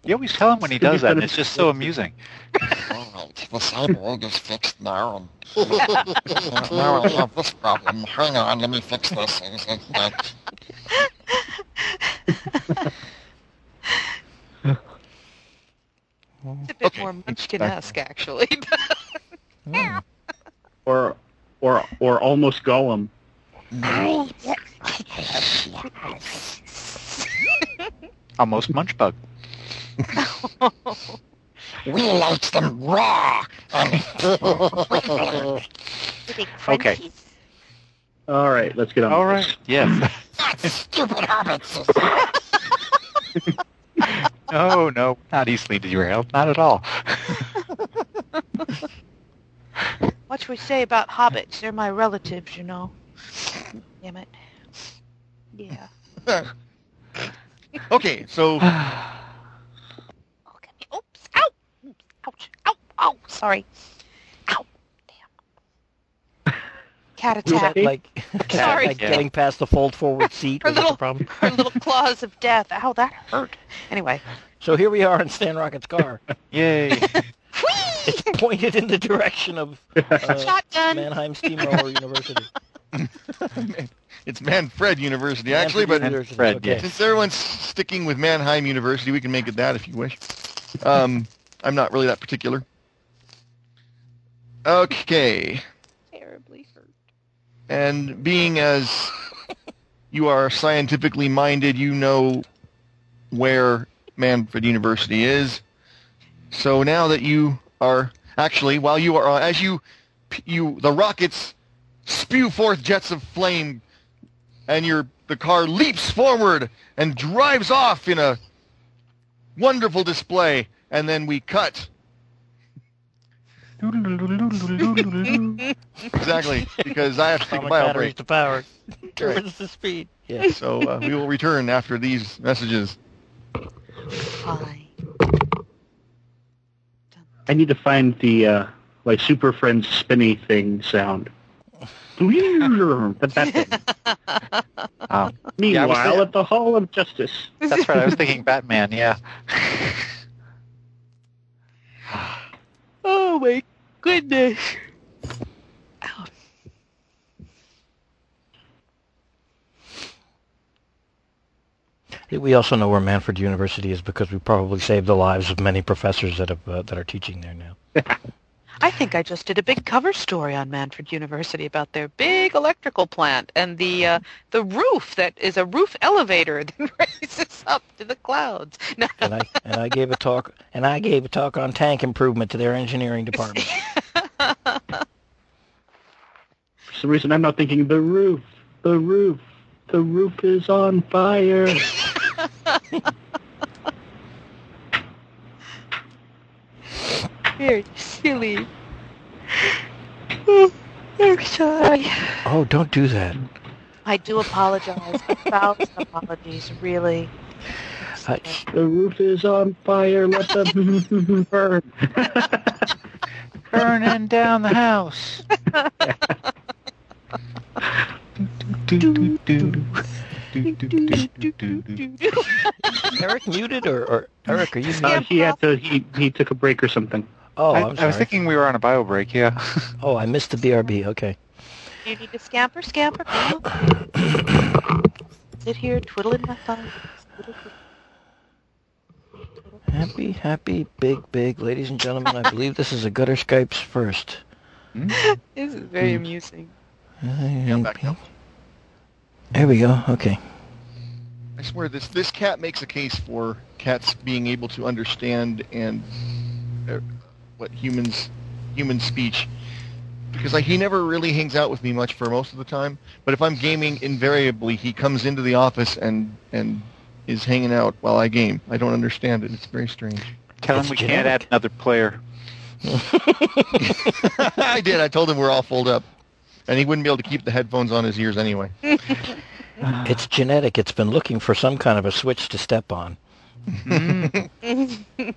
D: You always tell him when he does that, and it's just so amusing.
E: All right, the cyborg is fixed now, and now I have this problem. Hang on, let me fix this. uh,
G: It's a bit
E: Okay.
G: more Munchkin-esque, actually.
B: Or, or, or almost Gollum.
D: Almost munchbug.
E: We like them raw.
D: Okay.
B: All right, let's get on.
D: All
B: with
D: right. Yes.
E: Stupid hobbits.
D: No, no, not easily derailed. Not at all.
G: What should we say about hobbits? They're my relatives, you know. Damn it. Yeah.
E: Okay, so
G: Look at me. Oops. Ow. Oops, Ouch. Ow. Ow. Sorry. Ow. Damn. Cat
F: Is
G: attack.
F: that like, is that
G: Sorry.
F: like getting past the fold forward seat?
G: Her
F: Was that
G: little-
F: the problem?
G: Her little claws of death. Ow, that hurt. Anyway.
F: So here we are in Stan Rocket's car.
D: Yay!
G: Whee!
F: It's pointed in the direction of uh,
G: Shotgun.
F: Mannheim Steamroller University.
E: it's Manfred University, actually,
F: Stanford
E: but
F: University,
D: Fred,
F: okay.
E: Since everyone's sticking with Mannheim University, we can make it that if you wish. Um, I'm not really that particular. Okay.
G: Terribly hurt.
E: And being as you are scientifically minded, you know where Manfred University is. So now that you are actually, while you are uh, as you you the rockets spew forth jets of flame, and your the car leaps forward and drives off in a wonderful display. And then we cut exactly because I have to take a
F: Atomic
E: bio
F: batteries
E: break.
F: to power.
E: Right.
F: Turbines to speed.
E: So uh, we will return after these messages.
G: Fine.
B: I need to find the uh, like Super Friends spinny thing sound. But that thing.
D: Um, Yeah, I was
B: Meanwhile,
D: thinking-
B: at the Hall of Justice,
D: That's right. I was thinking Batman. Yeah.
G: Oh my goodness.
F: We also know where Manfred University is because we probably saved the lives of many professors that have uh, that are teaching there now.
G: I think I just did a big cover story on Manfred University about their big electrical plant and the uh, the roof that is a roof elevator that raises up to the clouds. No,
F: And I and I gave a talk and I gave a talk on tank improvement to their engineering department.
B: for some reason, I'm not thinking the roof, the roof, the roof is on fire. Uh,
G: they're silly. Oh, I'm sorry.
F: Oh, don't do that.
G: I do apologize. A thousand apologies, really.
F: I,
B: The roof is on fire. Let the burn.
D: Burning down the house.
F: Eric muted or, or Eric, are you?
B: Uh,
F: Muted?
B: he had to. He he took a break or something.
F: Oh,
D: I,
F: I'm
D: I was
F: sorry.
D: thinking we were on a bio break. Yeah.
F: Oh, I missed the BRB. Okay.
G: You need to scamper, scamper. Come on. Sit here, twiddling my thumbs. Twiddle, twiddle.
F: Happy, happy, big, big, ladies and gentlemen. I believe this is a gutter Skype's first.
G: This is very amusing.
E: back up.
F: There we go. Okay.
E: I swear this this cat makes a case for cats being able to understand and uh, what humans human speech because like he never really hangs out with me much for most of the time. But if I'm gaming, invariably he comes into the office and and is hanging out while I game. I don't understand it. It's very strange.
D: Tell him
F: It's
D: we
F: genetic.
D: can't add another player.
E: I did. I told him we're all full up, and he wouldn't be able to keep the headphones on his ears anyway.
F: It's genetic. It's been looking for some kind of a switch to step on. Mm-hmm.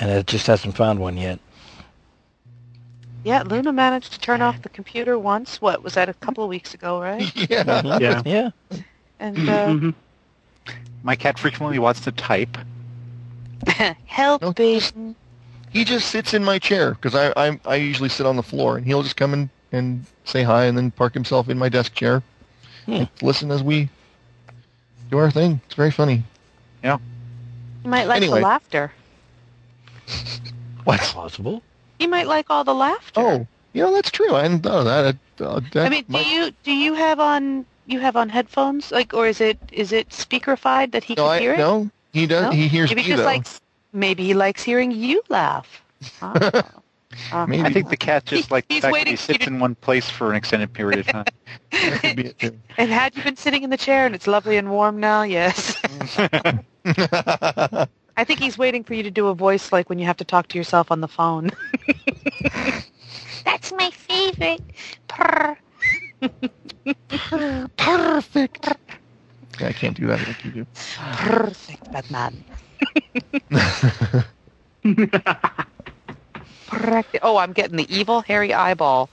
F: and it just hasn't found one yet.
G: Yeah, Luna managed to turn off the computer once. What was that? A couple of weeks ago, right?
E: yeah.
B: Mm-hmm. Yeah.
F: Yeah.
G: And uh,
B: Mhm.
D: My cat frequently wants to type.
G: uh, help me.
E: he just sits in my chair because I, I I usually sit on the floor, and he'll just come in and say hi, and then park himself in my desk chair,
G: Hmm.
E: and listen as we do our thing. It's very funny.
G: He might like
E: Anyway.
G: the laughter.
E: What?
F: Possible.
G: He might like all the laughter.
E: Oh, you know that's true. I hadn't thought of that. I, uh, that
G: I mean, do
E: might-
G: you do you have on you have on headphones, like, or is it is it speakerfied that he
E: no,
G: can
E: I,
G: hear it?
E: no, he does.
G: No?
E: He hears
G: maybe
E: me
G: he just
E: though.
G: likes maybe he likes hearing you laugh. Ah. Ah.
E: Maybe.
D: I think the cat just like the
G: He's
D: fact that
G: waiting
D: he
G: for
D: sits
G: you to-
D: in one place for an extended period of time.
E: That could be it, too.
G: and had you been sitting in the chair and it's lovely and warm now, yes. I I think he's waiting for you to do a voice like when you have to talk to yourself on the phone.
H: That's my favorite. Purr.
E: Perfect. Yeah, I can't do that like you do.
G: Perfect, Batman. Perfect. Oh, I'm getting the evil hairy eyeball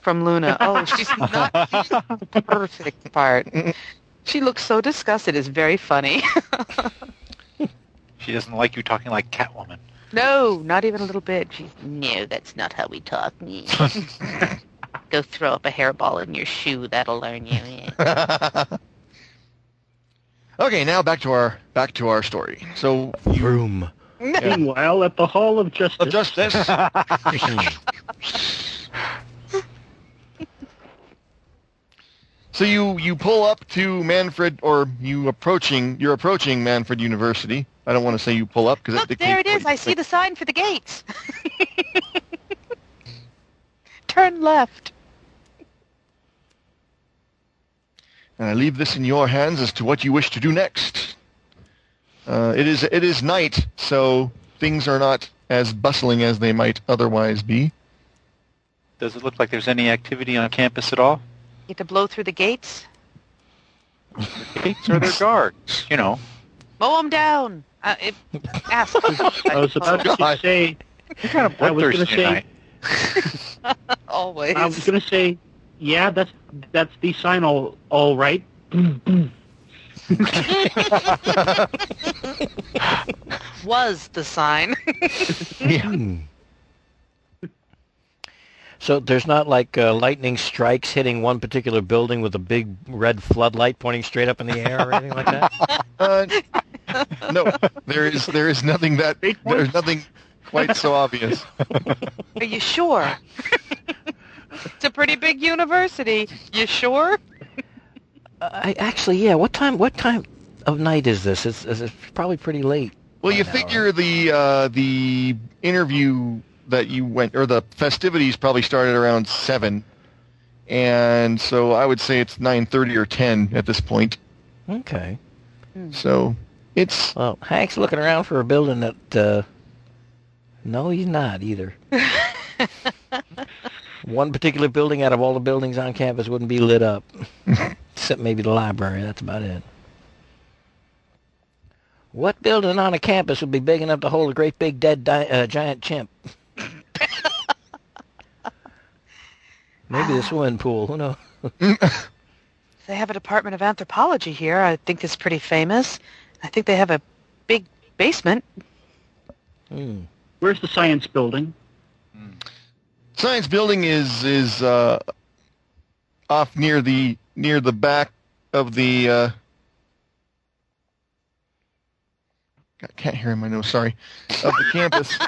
G: from Luna. Oh, she's not using the perfect part. She looks so disgusted. It's very funny.
D: She doesn't like you talking like Catwoman.
G: no, not even a little bit. She's
H: No, that's not how we talk. Go throw up a hairball in your shoe. That'll learn you.
E: okay, now back to our back to our story. So
A: Vroom.
B: Meanwhile, at the Hall of Justice,
E: of justice. so you you pull up to Manfred, or you approaching you're approaching Manfred University. I don't want to say you pull up because
G: Look, there it is. I see the sign for the gates. Turn left.
E: And I leave this in your hands as to what you wish to do next. Uh, it is it is night, so things are not as bustling as they might otherwise be.
D: Does it look like there's any activity on campus at all?
G: You have to blow through the gates.
D: Gates or their guards? You know,
G: Mow them down. Uh, it, ask.
B: I was about to
E: God.
B: say.
D: kind of
B: I was
D: bloodthirsty
B: gonna say-
D: tonight.
G: Always.
B: I was gonna say, yeah, that's that's the sign. All all right.
G: was the sign.
F: Hmm. So there's not like uh, lightning strikes hitting one particular building with a big red floodlight pointing straight up in the air or anything like that.
E: Uh, no, there is there is nothing that there's nothing quite so obvious.
G: Are you sure? it's a pretty big university. You sure?
F: I actually, yeah. What time? What time of night is this? It's, it's probably pretty late.
E: Well,
F: by
E: you
F: now,
E: figure the uh, the interview that you went or the festivities probably started around seven, and so I would say it's nine thirty or ten at this point.
F: right? Okay.
E: So it's
F: Well, Hank's looking around for a building that. Uh, no, he's not either. One particular building out of all the buildings on campus wouldn't be lit up, except maybe the library. That's about it. What building on a campus would be big enough to hold a great big dead di- uh, giant chimp? maybe the swimming pool. Who knows?
G: They have a department of anthropology here. I think it's pretty famous. I think they have a big basement.
B: Where's the science building?
E: science building is is uh, off near the near the back of the. Uh, I can't hear in my nose. Sorry, of the campus.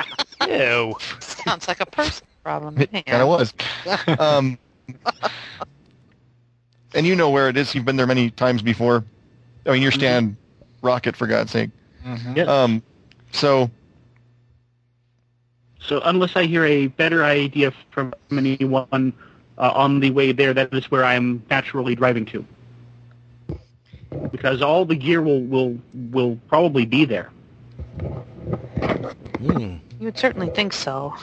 F: Ew.
G: Sounds like a person problem. Hang
E: kind of
G: on.
E: was. Um, and you know where it is. You've been there many times before. I mean, you're Stan Rocket, for God's sake.
B: Yes.
E: Um, so,
B: So unless I hear a better idea from anyone uh, on the way there, that is where I am naturally driving to. Because all the gear will will will probably be there.
G: You would certainly think so.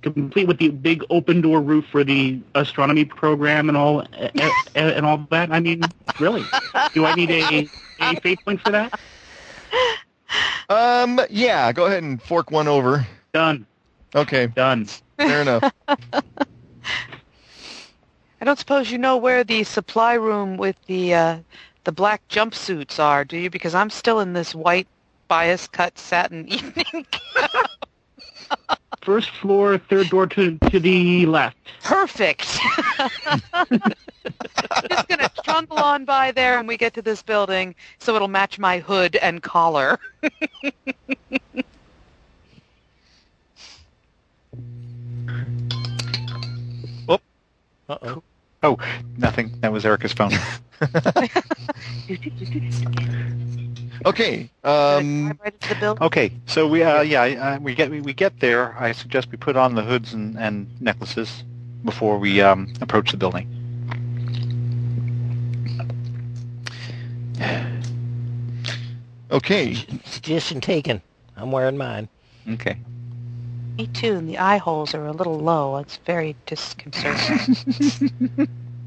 B: complete with the big open door roof for the astronomy program and all a- a- and all that. I mean, really, do I need a a fate point for that?
E: um, yeah, go ahead and fork one over.
B: Done,
E: Okay,
B: done.
E: fair enough.
G: I don't suppose you know where the supply room with the uh, the black jumpsuits are, do you? Because I'm still in this white bias cut satin evening.
B: First floor, third door to to the left.
G: Perfect. Just gonna trundle on by there, and we get to this building, so it'll match my hood and collar.
F: Uh-oh.
D: Oh, nothing. That was Erica's phone.
E: Okay,
G: Gonna
E: um,
G: drive right into the building.
D: Okay, so we uh, yeah I- I- we get we, we get there. I suggest we put on the hoods and, and necklaces before we um, approach the building.
E: Okay.
F: Suggestion taken. I'm wearing mine.
D: Okay.
F: um,
G: Me too, and the eye holes are a little low. It's very disconcerting.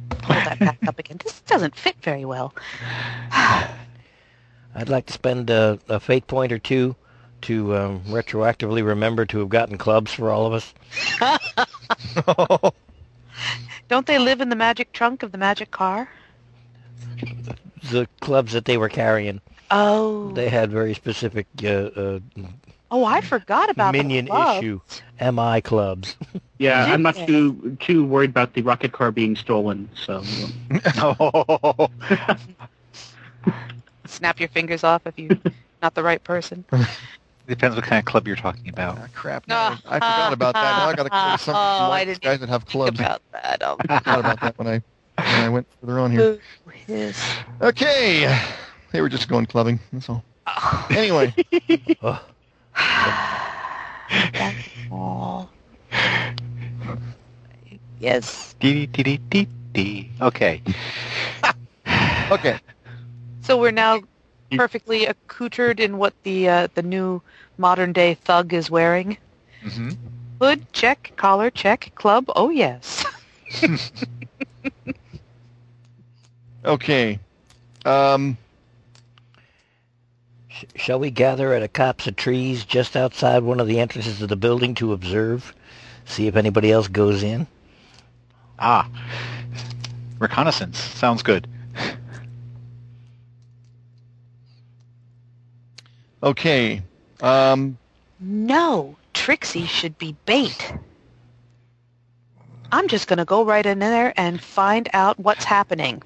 G: Pull that back up again. This doesn't fit very well.
F: I'd like to spend a, a fate point or two to um, retroactively remember to have gotten clubs for all of us.
G: Don't they live in the magic trunk of the magic car?
F: The clubs that they were carrying,
G: Oh.
F: they had very specific uh,
G: oh, I forgot
F: uh,
G: about the
F: minion
G: glove.
F: issue MI clubs.
B: Yeah, I'm not
G: Yeah.
B: too too worried about the rocket car being stolen. So
E: Oh.
K: Snap your fingers off if you're not the right person.
D: Depends what kind of club you're talking about.
E: crap. now I forgot about that. Now I got to go to some
L: Ah, Oh, I
E: like
L: didn't
E: guys that have clubs. I
L: about that.
G: Oh,
L: Um,
E: forgot about that when I when I went further on here. Okay. They were just going clubbing. That's all. Anyway,
L: oh. Yes.
D: Dee dee dee dee dee. Okay.
E: okay.
K: So we're now perfectly accoutred in what the uh, the new modern day thug is wearing.
D: Mm-hmm.
K: Hood check, collar check, club. Oh yes.
E: Okay. Um,
F: Sh- shall we gather at a copse of trees just outside one of the entrances of the building to observe, see if anybody else goes in?
D: Ah. Reconnaissance. Sounds good.
E: okay. Um,
G: No, Trixie should be bait. I'm just going to go right in there and find out what's happening.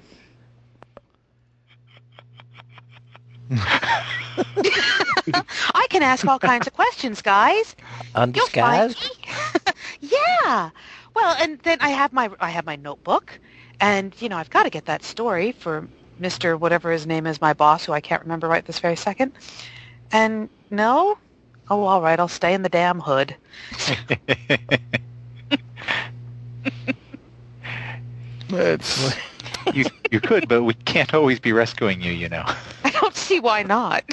G: I can ask all kinds of questions, guys. You'll find
F: Undisguised?
G: me. yeah. Well, and then I have my I have my notebook, and you know I've got to get that story for Mister whatever his name is, my boss, who I can't remember right this very second. And no, oh all right, I'll stay in the damn hood.
E: let's.
D: you you could, but we can't always be rescuing you. You know.
K: I don't see why not.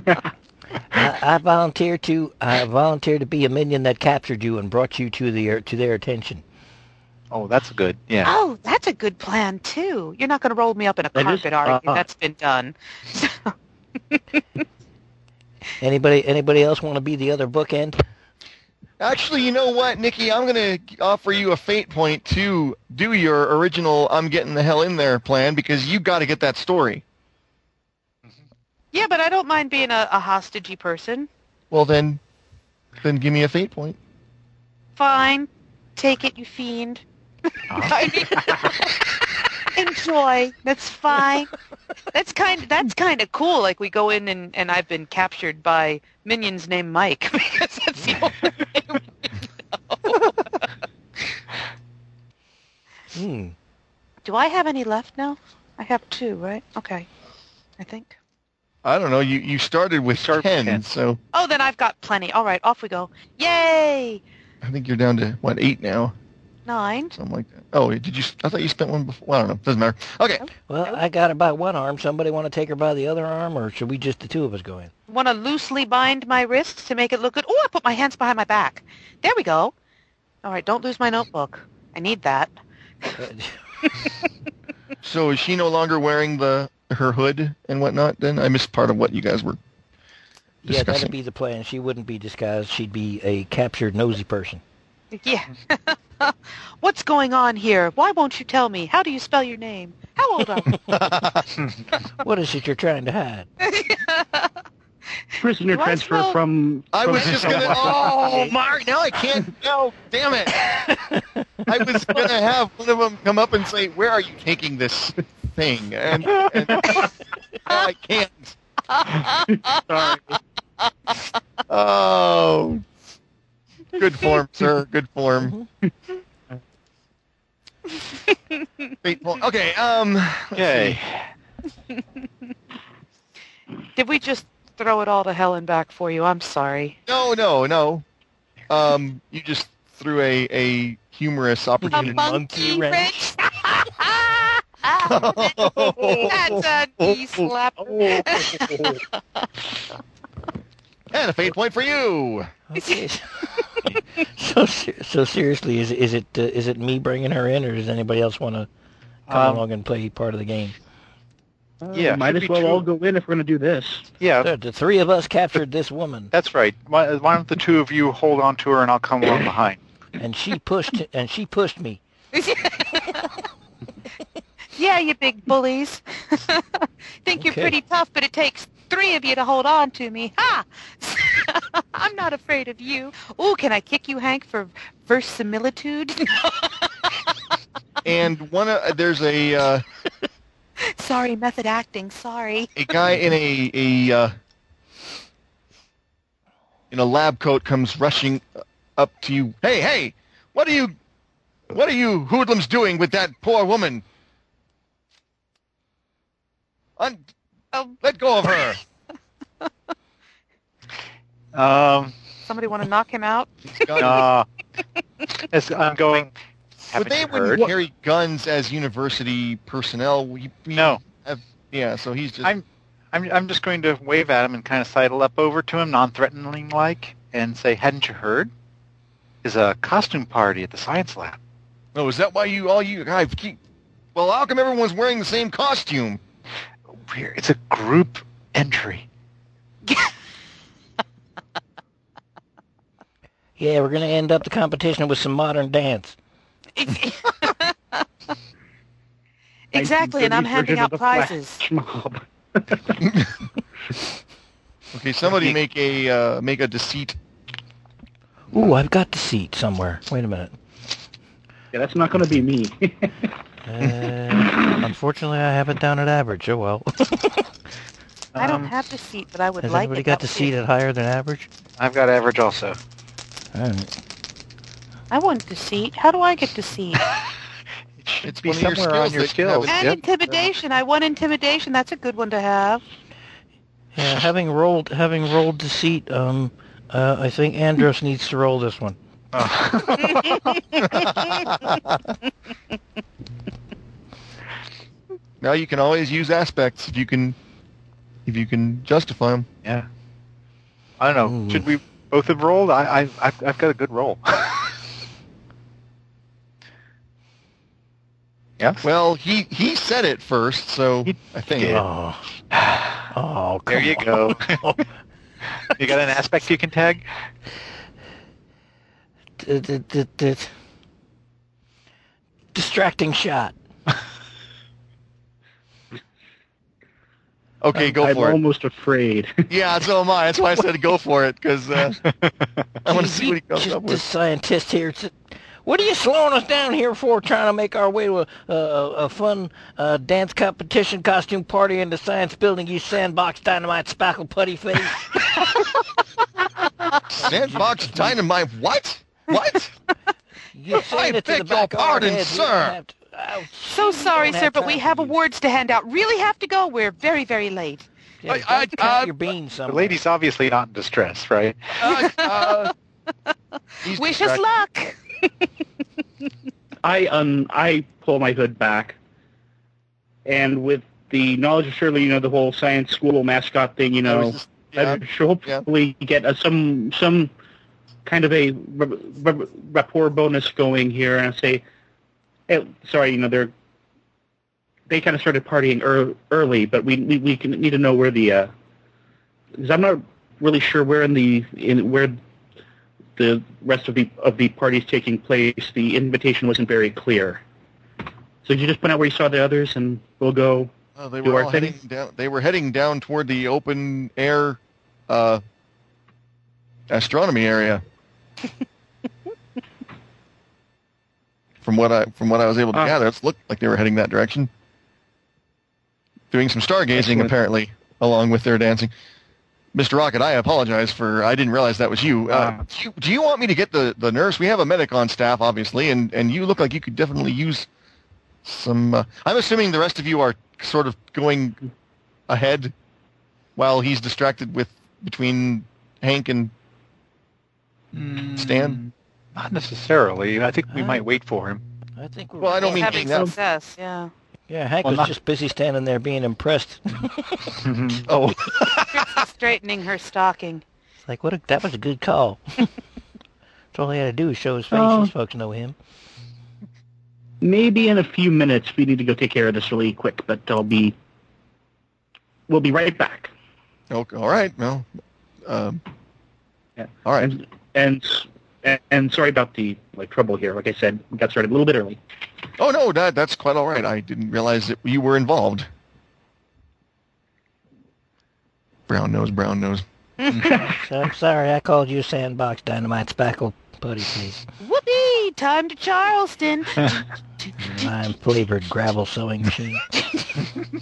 F: I, I volunteer to I volunteer to be a minion that captured you and brought you to the to their attention.
D: Oh, that's good. Yeah.
G: Oh, that's a good plan too. You're not going to roll me up in a
M: That is-
G: carpet, are you?
M: uh-uh.
G: That's been done.
F: Anybody anybody else want to be the other bookend?
E: Actually, you know what, Nikki? I'm going to offer you a fate point to do your original I'm getting the hell in there plan because you got to get that story.
K: Yeah, but I don't mind being a, a hostagey person.
E: Well, then then give me a fate point.
G: Fine, take it, you fiend.
K: I mean,
G: Enjoy. That's fine.
K: that's kind that's kind of cool. Like we go in and, and I've been captured by minions named Mike because that's the only way
F: Hmm.
G: Do I have any left now? I have two, right? Okay. I think.
E: I don't know. You you started with
D: Start with
E: 10,
D: 10.
E: so
G: Oh, then I've got plenty. All right, off we go. Yay!
E: I think you're down to what 8 now,
G: Nine.
E: something like that. Oh, did you I thought you spent one before. Well, I don't know. Doesn't matter. Okay.
F: Well, I got her by one arm. Somebody want to take her by the other arm, or should we just the two of us go in?
G: Want to loosely bind my wrists to make it look good? Oh, I put my hands behind my back. There we go. All right, don't lose my notebook. I need that.
J: Uh,
E: So is she no longer wearing the her hood and whatnot then? I missed part of what you guys were
F: yeah,
E: Disgusting.
F: that'd be the plan. She wouldn't be disguised. She'd be a captured nosy person.
G: Yeah. What's going on here? Why won't you tell me? How do you spell your name? How old are you?
F: What is it you're trying to hide?
B: prisoner
K: Do I
B: transfer
K: smell-
B: from.
E: I
B: from
E: was just gonna. Oh, Mark! Now I can't. No, damn it! I was gonna have one of them come up and say, "Where are you taking this thing?" And, and now I can't.
B: Sorry.
E: Oh, good form, sir. Good form. Great form. Okay. Um. let's
D: Yay.
E: see.
K: Did we just throw it all to hell and back for you? I'm sorry.
E: No, no, no. Um. You just threw a a humorous opportunity.
L: monkey wrench.
G: That's a knee slap.
E: and a fate point for you.
J: Okay. so ser- so seriously, is is it uh, is it me bringing her in, or does anybody else want to come
D: Um,
J: along and play part of the game?
D: Yeah,
B: might
D: should
B: as
D: be
B: well
D: two-
B: all go in if we're going to do this.
D: Yeah,
J: The, the three of us captured this woman,
D: that's right. Why, why don't the two of you hold on to her and I'll come along behind?
J: and she pushed and she pushed me.
G: yeah, you big bullies. Think you're
J: Okay.
G: pretty tough, but it takes three of you to hold on to me. Ha! I'm not afraid of you. Ooh, can I kick you, Hank, for verisimilitude?
E: And one uh, there's a uh,
G: sorry, method acting. Sorry.
E: a guy in a a uh, in a lab coat comes rushing up to you. Hey, hey, what are you, what are you hoodlums doing with that poor woman? Un-
G: Oh.
E: let go of her.
D: Um,
G: Somebody want to knock him out?
E: He's got-
D: uh, as I'm going.
E: but
D: Haven't
E: they
D: you
E: wouldn't
D: heard?
E: carry guns as university personnel. We, we
D: No.
E: have- yeah, so he's just.
D: I'm- I'm, I'm just going to wave at him and kind of sidle up over to him, non-threatening like, and say, "Hadn't you heard? There's a costume party at the science lab."
E: oh, is that why you all you guys keep? Well, how come everyone's wearing the same costume?
D: We're, it's a group entry.
J: Yeah, we're gonna end up the competition with some modern dance.
G: exactly, and I'm
B: 1930s
G: handing
B: version
G: out
B: of the flash
G: prizes.
B: mob.
E: Okay, somebody make a uh, make a deceit
J: Ooh, I've got the seat somewhere. Wait a minute.
B: Yeah, that's not going to be me.
F: Uh, unfortunately, I have it down at average. Oh well.
G: I don't
D: Um,
G: have the seat, but I would
F: Has
G: like
F: anybody
G: it. That
F: got to
G: would
F: seat
G: be-
F: it higher than average?
D: I've got average also.
J: All right.
G: I want the seat. How do I get the seat?
D: It should
E: It's
D: be
E: one of your
D: somewhere on
E: skills
D: your
E: that you have
D: skills.
G: And
D: Yep.
G: intimidation. I want intimidation. That's a good one to have.
F: Yeah, having rolled having rolled deceit, um, uh, I think Andros needs to roll this one.
E: Now you can always use aspects if you can, if you can justify them.
D: Yeah. I don't know. Should we both have rolled? I, I, I've, I've got a good roll. yeah.
E: Well, he he said it first, so
D: He
E: I think.
D: did.
J: Oh. Oh,
D: there
J: come
D: you
J: on.
D: go. you got an aspect you can tag?
J: D- d- d- d- Distracting shot.
E: Okay, go
B: I'm
E: for it.
B: almost afraid.
E: Yeah, so am I. That's why I said go for it because uh, I want to see what he comes
J: Just
E: up
J: This
E: with.
J: scientist here. s- What are you slowing us down here for? Trying to make our way to a, a, a fun uh, dance competition, costume party in the science building. You sandbox dynamite spackle putty face.
E: Sandbox dynamite. What? What?
J: You
E: I
J: send it to the
E: beg your
J: back of our
E: pardon,
J: heads. We
E: sir.
J: don't have to- oh,
G: So
J: we don't
G: sorry, sir, but we
J: time
G: have
J: for you.
G: awards to hand out. Really have to go. We're very, very late.
J: Yeah,
E: I-
J: don't
E: I-
J: count
E: I-
J: your beans,
D: The
J: somewhere.
D: lady's obviously not in distress, right?
E: Uh, uh, he's
G: Wish us
E: distracted.
G: luck.
B: I um I pull my hood back, and with the knowledge of surely you know the whole science school mascot thing, you
E: I
B: know,
E: was just-
B: I
E: yeah.
B: should Uh, hopefully get a, some some kind of a r- r- rapport bonus going here, and I say, hey, sorry, you know they're they kind of started partying ear early, but we we, we can, need to know where the uh, because I'm not really sure where in the in where the rest of the of the parties taking place. The invitation wasn't very clear. So could you just point out where you saw the others, and we'll go.
E: Oh, they
B: Do
E: were
B: our
E: all
B: thing.
E: heading down. They were heading down toward the open air uh, astronomy area. from what I from what I was able to
B: Ah.
E: gather, it looked like they were heading that direction. Doing some stargazing,
B: Excellent.
E: apparently, along with their dancing. Mr. Rocket, I apologize for I didn't realize that was you. Uh,
D: Ah.
E: do you. Do you want me to get the, the nurse? We have a medic on staff, obviously, and, and you look like you could definitely use some. Uh, I'm assuming the rest of you are sort of going ahead while he's distracted with between Hank and Stan?
D: Not necessarily. I think we might wait for him.
J: I think we're
E: Well, I don't
G: He's
E: mean
G: having
E: that-
G: success. Yeah.
F: Yeah, Hank
D: Well,
F: was
D: not-
F: just busy standing there being impressed.
B: Hmm.
E: Oh,
G: straightening her stocking.
F: It's like, what? A, that was a good call. That's all he had to do is show his face.
B: Oh.
F: These folks know him.
B: Maybe in a few minutes we need to go take care of this really quick, but I'll be. We'll be right back.
E: okay, all right. Well, um,
B: Yeah.
E: all right.
B: And and and, and sorry about the like trouble here. Like I said, we got started a little bit early.
E: Oh no, that that's quite all right. I didn't realize that you were involved. Brown nose, brown nose.
F: So I'm sorry I called you sandbox dynamite spackle putty, please.
G: Whoopee! Time to Charleston.
F: I'm flavored gravel sewing machine.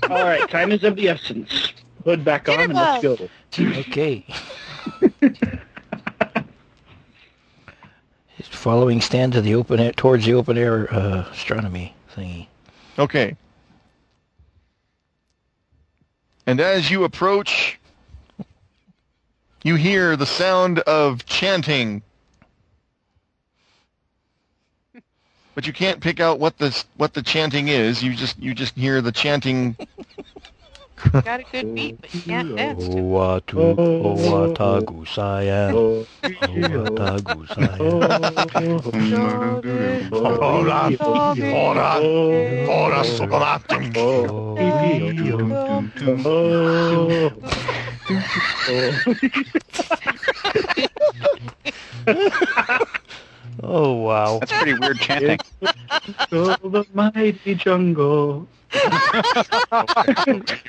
B: All right, time is of the essence. Hood back on and let's go.
F: Okay. His following stand to the open air, towards the open air uh, astronomy thingy.
E: Okay. And as you approach, you hear the sound of chanting. But you can't pick out what the what the chanting is. You just you just hear the chanting.
G: Got a good beat, but you can't
B: Oh,
G: dance. to it.
N: Oatu,
B: oatagu
N: Gusayan,
B: Oh,
N: Oatagu Sayan.
B: oh,
E: Ora, ora, ora,
N: Oh, wow.
D: That's pretty weird chanting.
B: oh, the mighty jungle.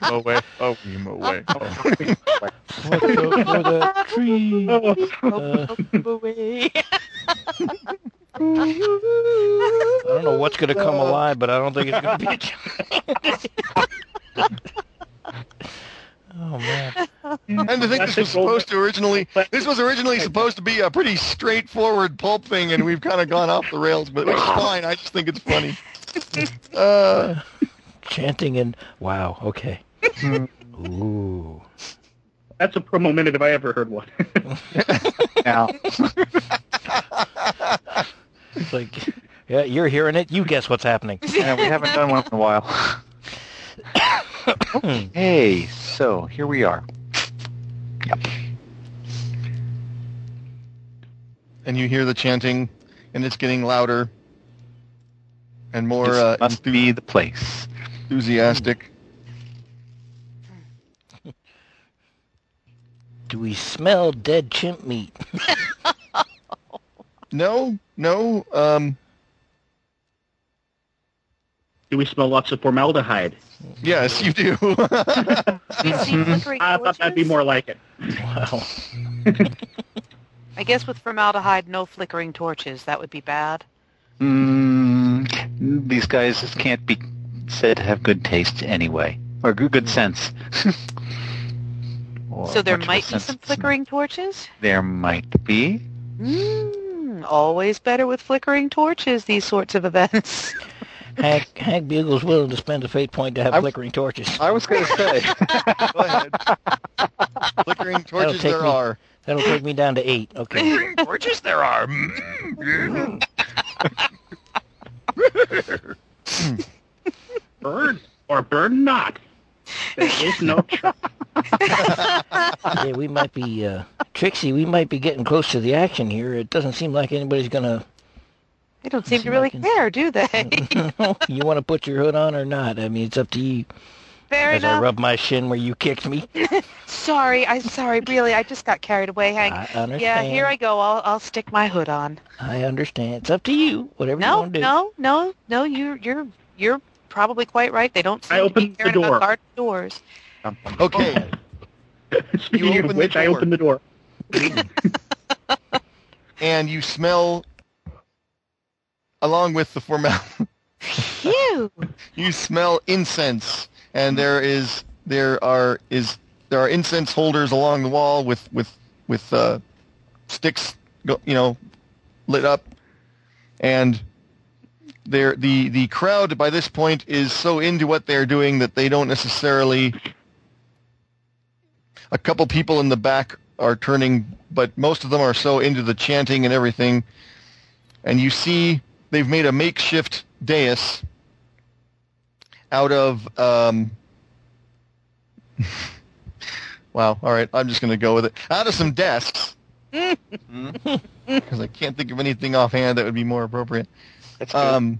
E: away. Oh, you away.
N: Watch out for that tree.
B: Oh,
F: Uh,
G: Away.
F: I don't know what's going to come alive, but I don't think it's going to be a Oh, man.
E: And to think this was supposed to originally this was originally supposed to be a pretty straightforward pulp thing, and we've kind of gone off the rails, but which is fine. I just think it's funny. Uh,
F: Chanting and... Wow, okay. Ooh.
B: That's a promo minute if I ever heard one.
D: Now,
F: It's like, yeah, you're hearing it. You guess what's happening.
D: yeah, we haven't done one in a while. okay, so here we are.
E: and you hear the chanting, and it's getting louder and more
D: This
E: uh,
D: must be the place.
E: enthusiastic.
F: Do we smell dead chimp meat?
E: No, no. Um,
B: Do we smell lots of formaldehyde?
E: yes, you do.
G: You see flickering
B: Ah, I thought that'd be
G: torches?
B: more like it.
F: Wow.
G: I guess with formaldehyde, no flickering torches. That would be bad.
D: Mm, these guys just can't be said to have good taste anyway, or good, good sense. Or
G: so there
D: much of a
G: might be
D: sense
G: some
D: of smell.
G: flickering torches.
D: There might be.
G: Mm, always better with flickering torches. These sorts of events.
F: Hank, Hank Bugle's willing to spend a fate point to have
D: I'm-
F: flickering torches.
D: I was going to say.
E: Go ahead. Flickering torches
F: take
E: there
F: me-
E: are.
F: That'll take me down to eight. Okay.
E: torches there are. Mm,
B: Burn or burn not. There is no tr-
F: Yeah, we might be, uh, Trixie, we might be getting close to the action here. It doesn't seem like anybody's going to,
G: They don't seem to
F: see if I
G: really
F: can-
G: care, do they?
F: you want to put your hood on or not? I mean, it's up to you.
G: Fair
F: As I
G: enough.
F: rub my shin where you kicked me.
G: Sorry, I'm sorry. Really, I just got carried away, Hank.
F: I understand.
G: Yeah, here I go. I'll I'll stick my hood on.
F: I understand. It's up to you. Whatever you
G: No,
F: want to do.
G: no, no, no. You're you're you're probably quite right. They don't seem
B: I
G: to be
B: opened the
G: caring
B: door.
G: about garden doors.
E: Okay. You
B: Speaking
E: open
B: of
E: the
B: which, I
E: door.
B: opened the door.
E: and you smell along with the formal
G: Phew.
E: you smell incense and there is there are is there are incense holders along the wall with with with uh sticks go- you know lit up and there the the crowd by this point is so into what they're doing that they don't necessarily a couple people in the back are turning but most of them are so into the chanting and everything and you see they've made a makeshift dais out of um, wow. All right, I'm just going to go with it. Out of some desks because I can't think of anything offhand that would be more appropriate.
D: That's good.
E: Um,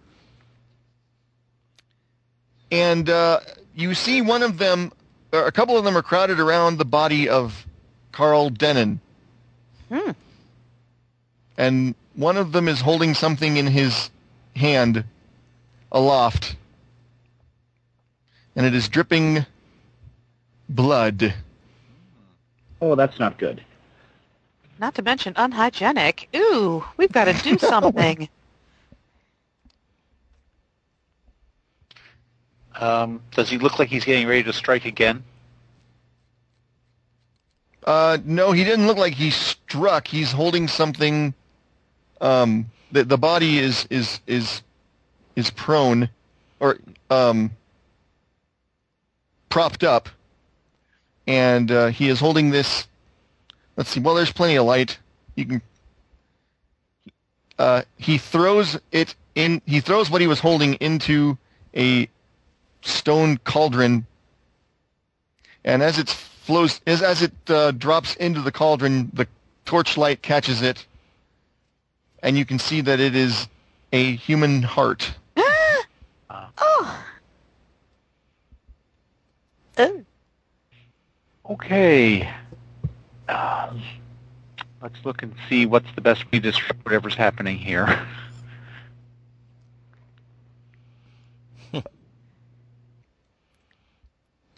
E: and uh, you see one of them, or a couple of them are crowded around the body of Carl Denon.
D: Hmm.
E: And one of them is holding something in his hand aloft. And it is dripping blood.
B: Oh, that's not good.
G: Not to mention unhygienic. Ooh, we've got to do something.
D: Um, does he look like he's getting ready to strike again?
E: Uh, no, he didn't look like he struck. He's holding something. Um, the the body is is is is prone, or um, propped up, and uh, he is holding this. Let's see. Well, there's plenty of light. You can. Uh, he throws it in. He throws what he was holding into a stone cauldron and as it flows, as as it uh, drops into the cauldron, the torchlight catches it, and you can see that it is a human heart.
H: Oh,
D: Okay. Uh, let's look and see what's the best way to describe whatever's happening here.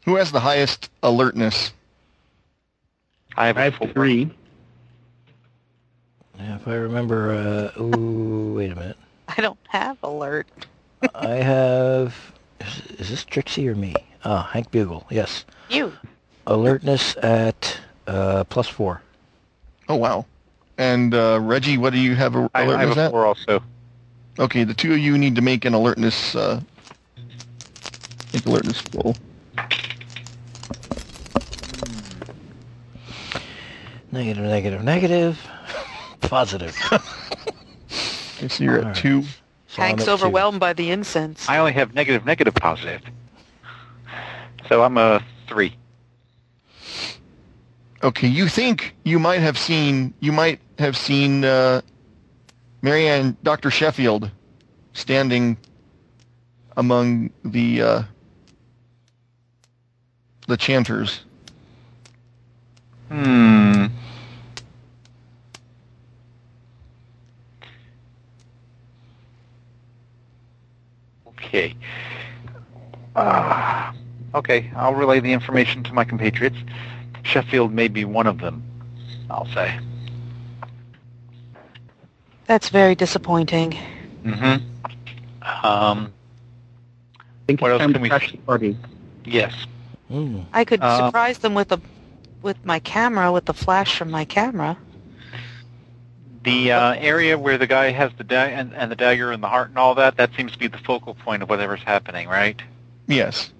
E: Who has the highest alertness?
D: I have,
B: I have three.
J: Yeah, If I remember, uh, ooh, wait a minute.
G: I don't have alert.
J: I have. Is, is this Trixie or me? Ah, Hank Bugle. Yes.
G: You.
J: Alertness at uh, plus four.
E: Oh wow! And uh, Reggie, what do you have a,
D: I, I
E: alertness
D: have a
E: at?
D: four also.
E: Okay, the two of you need to make an alertness. Uh, make alertness roll.
J: Negative, negative, negative. Positive.
E: Okay, so you're
J: Alright.
E: at two.
J: So I'm at
G: Hank's
J: two.
G: overwhelmed by the incense.
D: I only have negative, negative, positive. So I'm a three.
E: Okay, you think you might have seen you might have seen uh, Marianne Dr. Sheffield standing among the uh, the chanters.
D: Hmm. Okay. Ah. okay, I'll relay the information to my compatriots. Sheffield may be one of them, I'll say.
G: That's very disappointing.
D: Mm-hmm. Um,
B: I think
D: What
B: it's
D: else
B: time
D: can
B: to
D: we
B: crash
D: see?
B: the party.
D: yes.
J: Mm.
G: I could
F: Um,
D: Uh,
G: surprise them with a with my camera, with the flash from my camera.
D: The uh, area where the guy has the da- and, and the dagger and the heart and all that, that seems to be the focal point of whatever's happening, right?
E: Yes,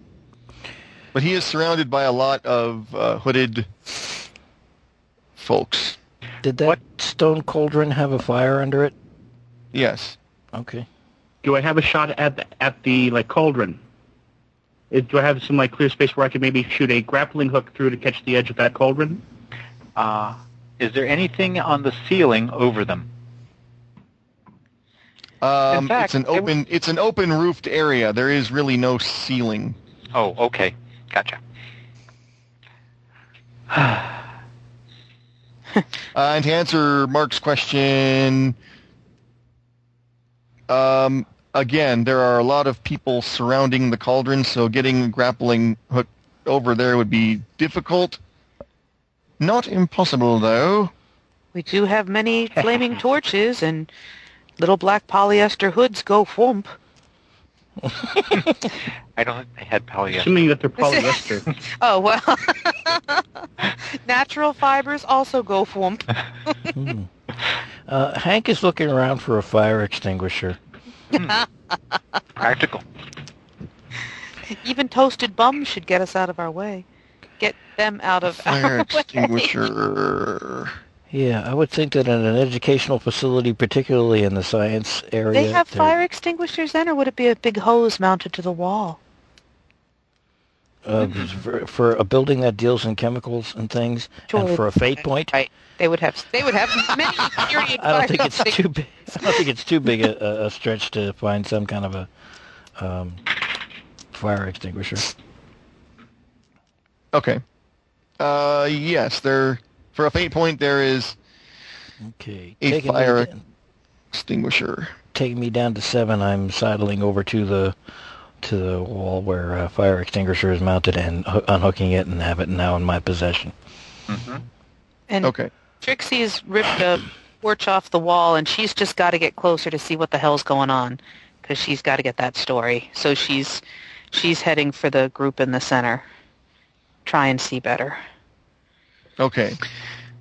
E: but he is surrounded by a lot of uh, hooded folks.
J: Did that
D: What?
J: stone cauldron have a fire under it?
E: Yes,
J: Okay.
B: Do I have a shot at the, at the like cauldron? Is- Do I have some like clear space where I could maybe shoot a grappling hook through to catch the edge of that cauldron?
D: Uh, is there anything on the ceiling over them?
E: um,
D: fact,
E: it's an
D: they were-
E: open it's an open roofed area. There is really no ceiling.
D: Oh, okay. Gotcha.
E: Uh, and to answer Mark's question, um, again, there are a lot of people surrounding the cauldron, so getting a grappling hook over there would be difficult. Not impossible, though.
G: We do have many flaming torches and little black polyester hoods go whomp.
D: I don't think they had polyester.
B: Assuming that they're polyester.
G: Oh well. Natural fibers also go whomp.
J: Uh, Hank is looking around for a fire extinguisher.
D: Practical.
G: Even toasted bum should get us out of our way. Get them out of
E: Fire
G: our way.
E: extinguisher.
J: Yeah, I would think that in an educational facility, particularly in the science area,
G: They have
J: there-
G: fire extinguishers then, or would it be a big hose mounted to the wall?
F: uh, for, for a building that deals in chemicals and things, and
H: Sure.
F: for a fate point.
G: Right. They would have. They would have many security.
F: I don't think it's
G: environments.
F: too big. I don't think it's too big a, a- a stretch to find some kind of a um, fire extinguisher.
E: Okay. Uh, yes, there for a fate point there is
F: Okay,
E: a
F: taking me,
E: fire
F: down,
E: extinguisher.
F: taking me down to seven. I'm sidling over to the to the wall where a fire extinguisher is mounted and hu- unhooking it and have it now in my possession.
G: And
E: Okay.
G: Trixie's ripped a porch off the wall, and she's just got to get closer to see what the hell's going on, because she's got to get that story. So she's she's heading for the group in the center. Try and see better.
E: Okay.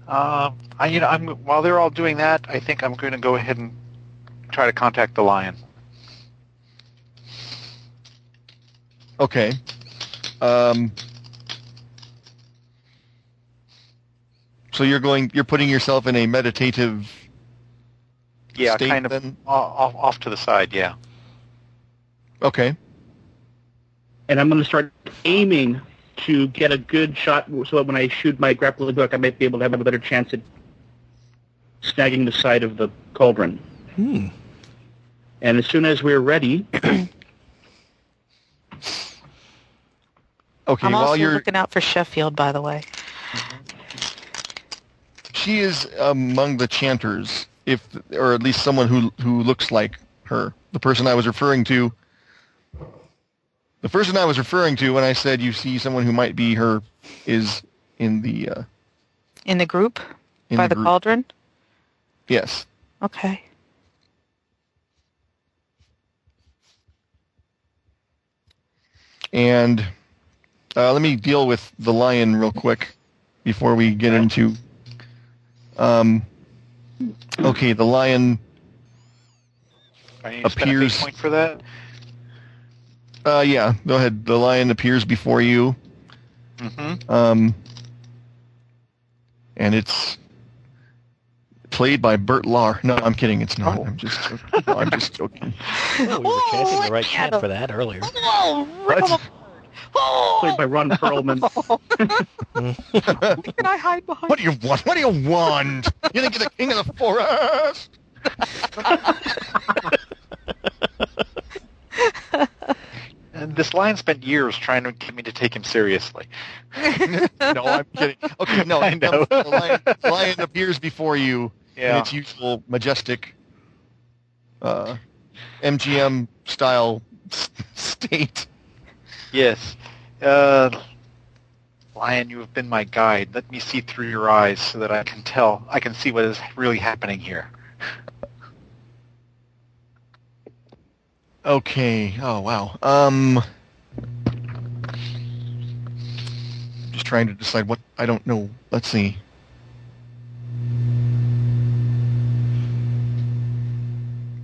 D: Um, I, you know, I'm while they're all doing that, I think I'm going to go ahead and try to contact the lion.
E: Okay. Um, so you're going. You're putting yourself in a meditative.
D: Yeah,
E: state
D: kind of
E: then?
D: o- off, off to the side. Yeah.
E: Okay.
B: and I'm going to start aiming to get a good shot so that when I shoot my grappling hook, I might be able to have a better chance at snagging the side of the cauldron. Hmm. And as soon as we're ready,
E: Okay.
G: I'm
E: while
G: also
E: you're,
G: looking out for Sheffield, by the way.
E: she is among the chanters, if or at least someone who who looks like her. The person I was referring to. The person I was referring to when I said you see someone who might be her is in the uh,
G: In the group
E: in
G: by
E: the
G: the,
E: group.
G: cauldron.
E: Yes.
G: Okay.
E: And uh, let me deal with the lion real quick before we get into. Um, okay, the lion.
D: I need to spend a fate
E: Appears-
D: point for that.
E: Uh, yeah, go ahead. The lion appears before you.
D: hmm
E: Um, and it's played by Burt Lahr. No, I'm kidding. It's
D: Oh.
E: not. I'm just joking. No, I'm just joking.
F: Oh, we were chanting the right chant for that earlier.
G: Whoa!
E: What?
B: played by Ron Perlman.
G: Can I hide behind?
E: What do you want? What do you want? You think you're the king of the forest?
D: And this lion spent years trying to get me to take him seriously.
E: No, I'm kidding. Okay, no.
D: I know.
E: The lion, the lion appears before you in
D: Yeah.
E: its usual majestic uh, MGM style s- state.
D: Yes. Uh, lion, you have been my guide. Let me see through your eyes so that I can tell. I can see what is really happening here.
E: Okay. Oh wow. Um, just trying to decide what I don't know. Let's see.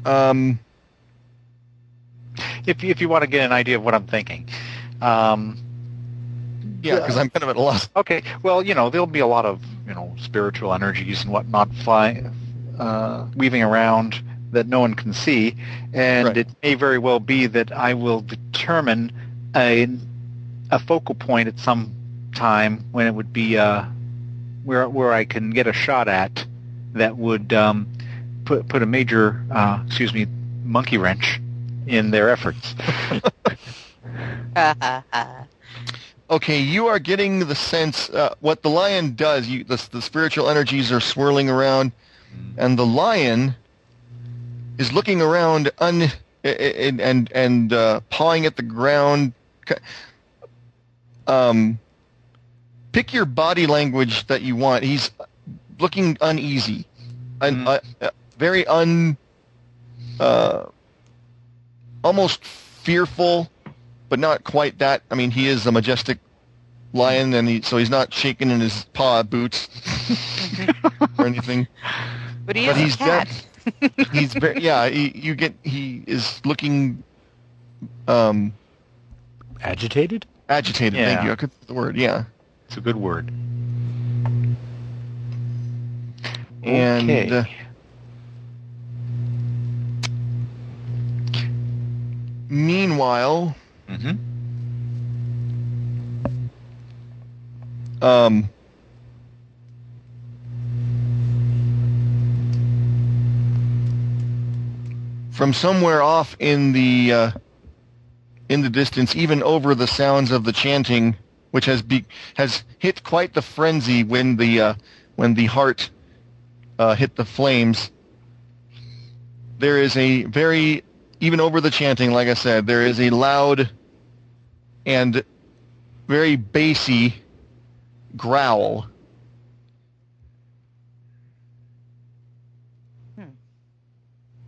E: Um.
D: If you, if you want to get an idea of what I'm thinking. Um,
E: Yeah, because I'm kind of at a loss.
D: Okay. Well, you know, there'll be a lot of you know spiritual energies and whatnot flying, uh, weaving around that no one can see, and
E: Right.
D: it may very well be that I will determine a a focal point at some time when it would be uh, where where I can get a shot at that would um, put put a major uh, excuse me monkey wrench in their efforts.
E: Okay, you are getting the sense uh, what the lion does. You, the, the spiritual energies are swirling around, and the lion is looking around, un i- i- and and, and uh, pawing at the ground. K- Um, pick your body language that you want. He's looking uneasy, un,
D: Mm.
E: uh, uh, very un, uh, almost fearful but not quite that. I mean, he is a majestic lion, and he, so he's not shaking in his paw boots or anything.
G: But he
E: but
G: is
E: he's
G: a cat.
E: He's very, yeah. He, you get he is looking um,
F: Agitated?
E: agitated. Thank
D: Yeah.
E: you. I could the word. Yeah,
D: It's a good word.
E: and
D: Okay.
E: uh, meanwhile,
D: Mm-hmm.
E: Um, from somewhere off in the uh, in the distance, even over the sounds of the chanting, which has be- has hit quite the frenzy when the uh, when the heart uh, hit the flames. There is a very even over the chanting, like I said, there is a loud and very bassy growl.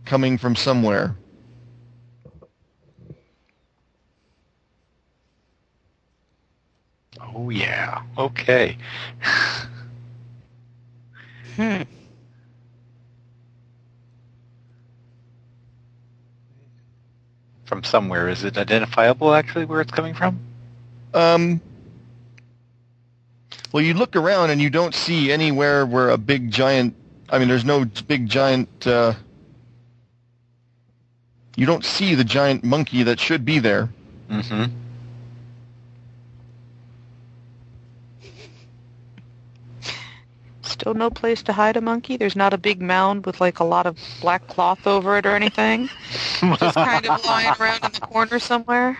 E: Coming from somewhere.
D: Oh yeah. Okay. From somewhere. Is it identifiable actually where it's coming from?
E: Um, well, you look around and you don't see anywhere where a big giant. I mean, there's no big giant. Uh, you don't see the giant monkey that should be there.
D: Mm-hmm.
G: Still no place to hide a monkey. There's not a big mound with like a lot of black cloth over it or anything. Just kind of lying around in the corner somewhere.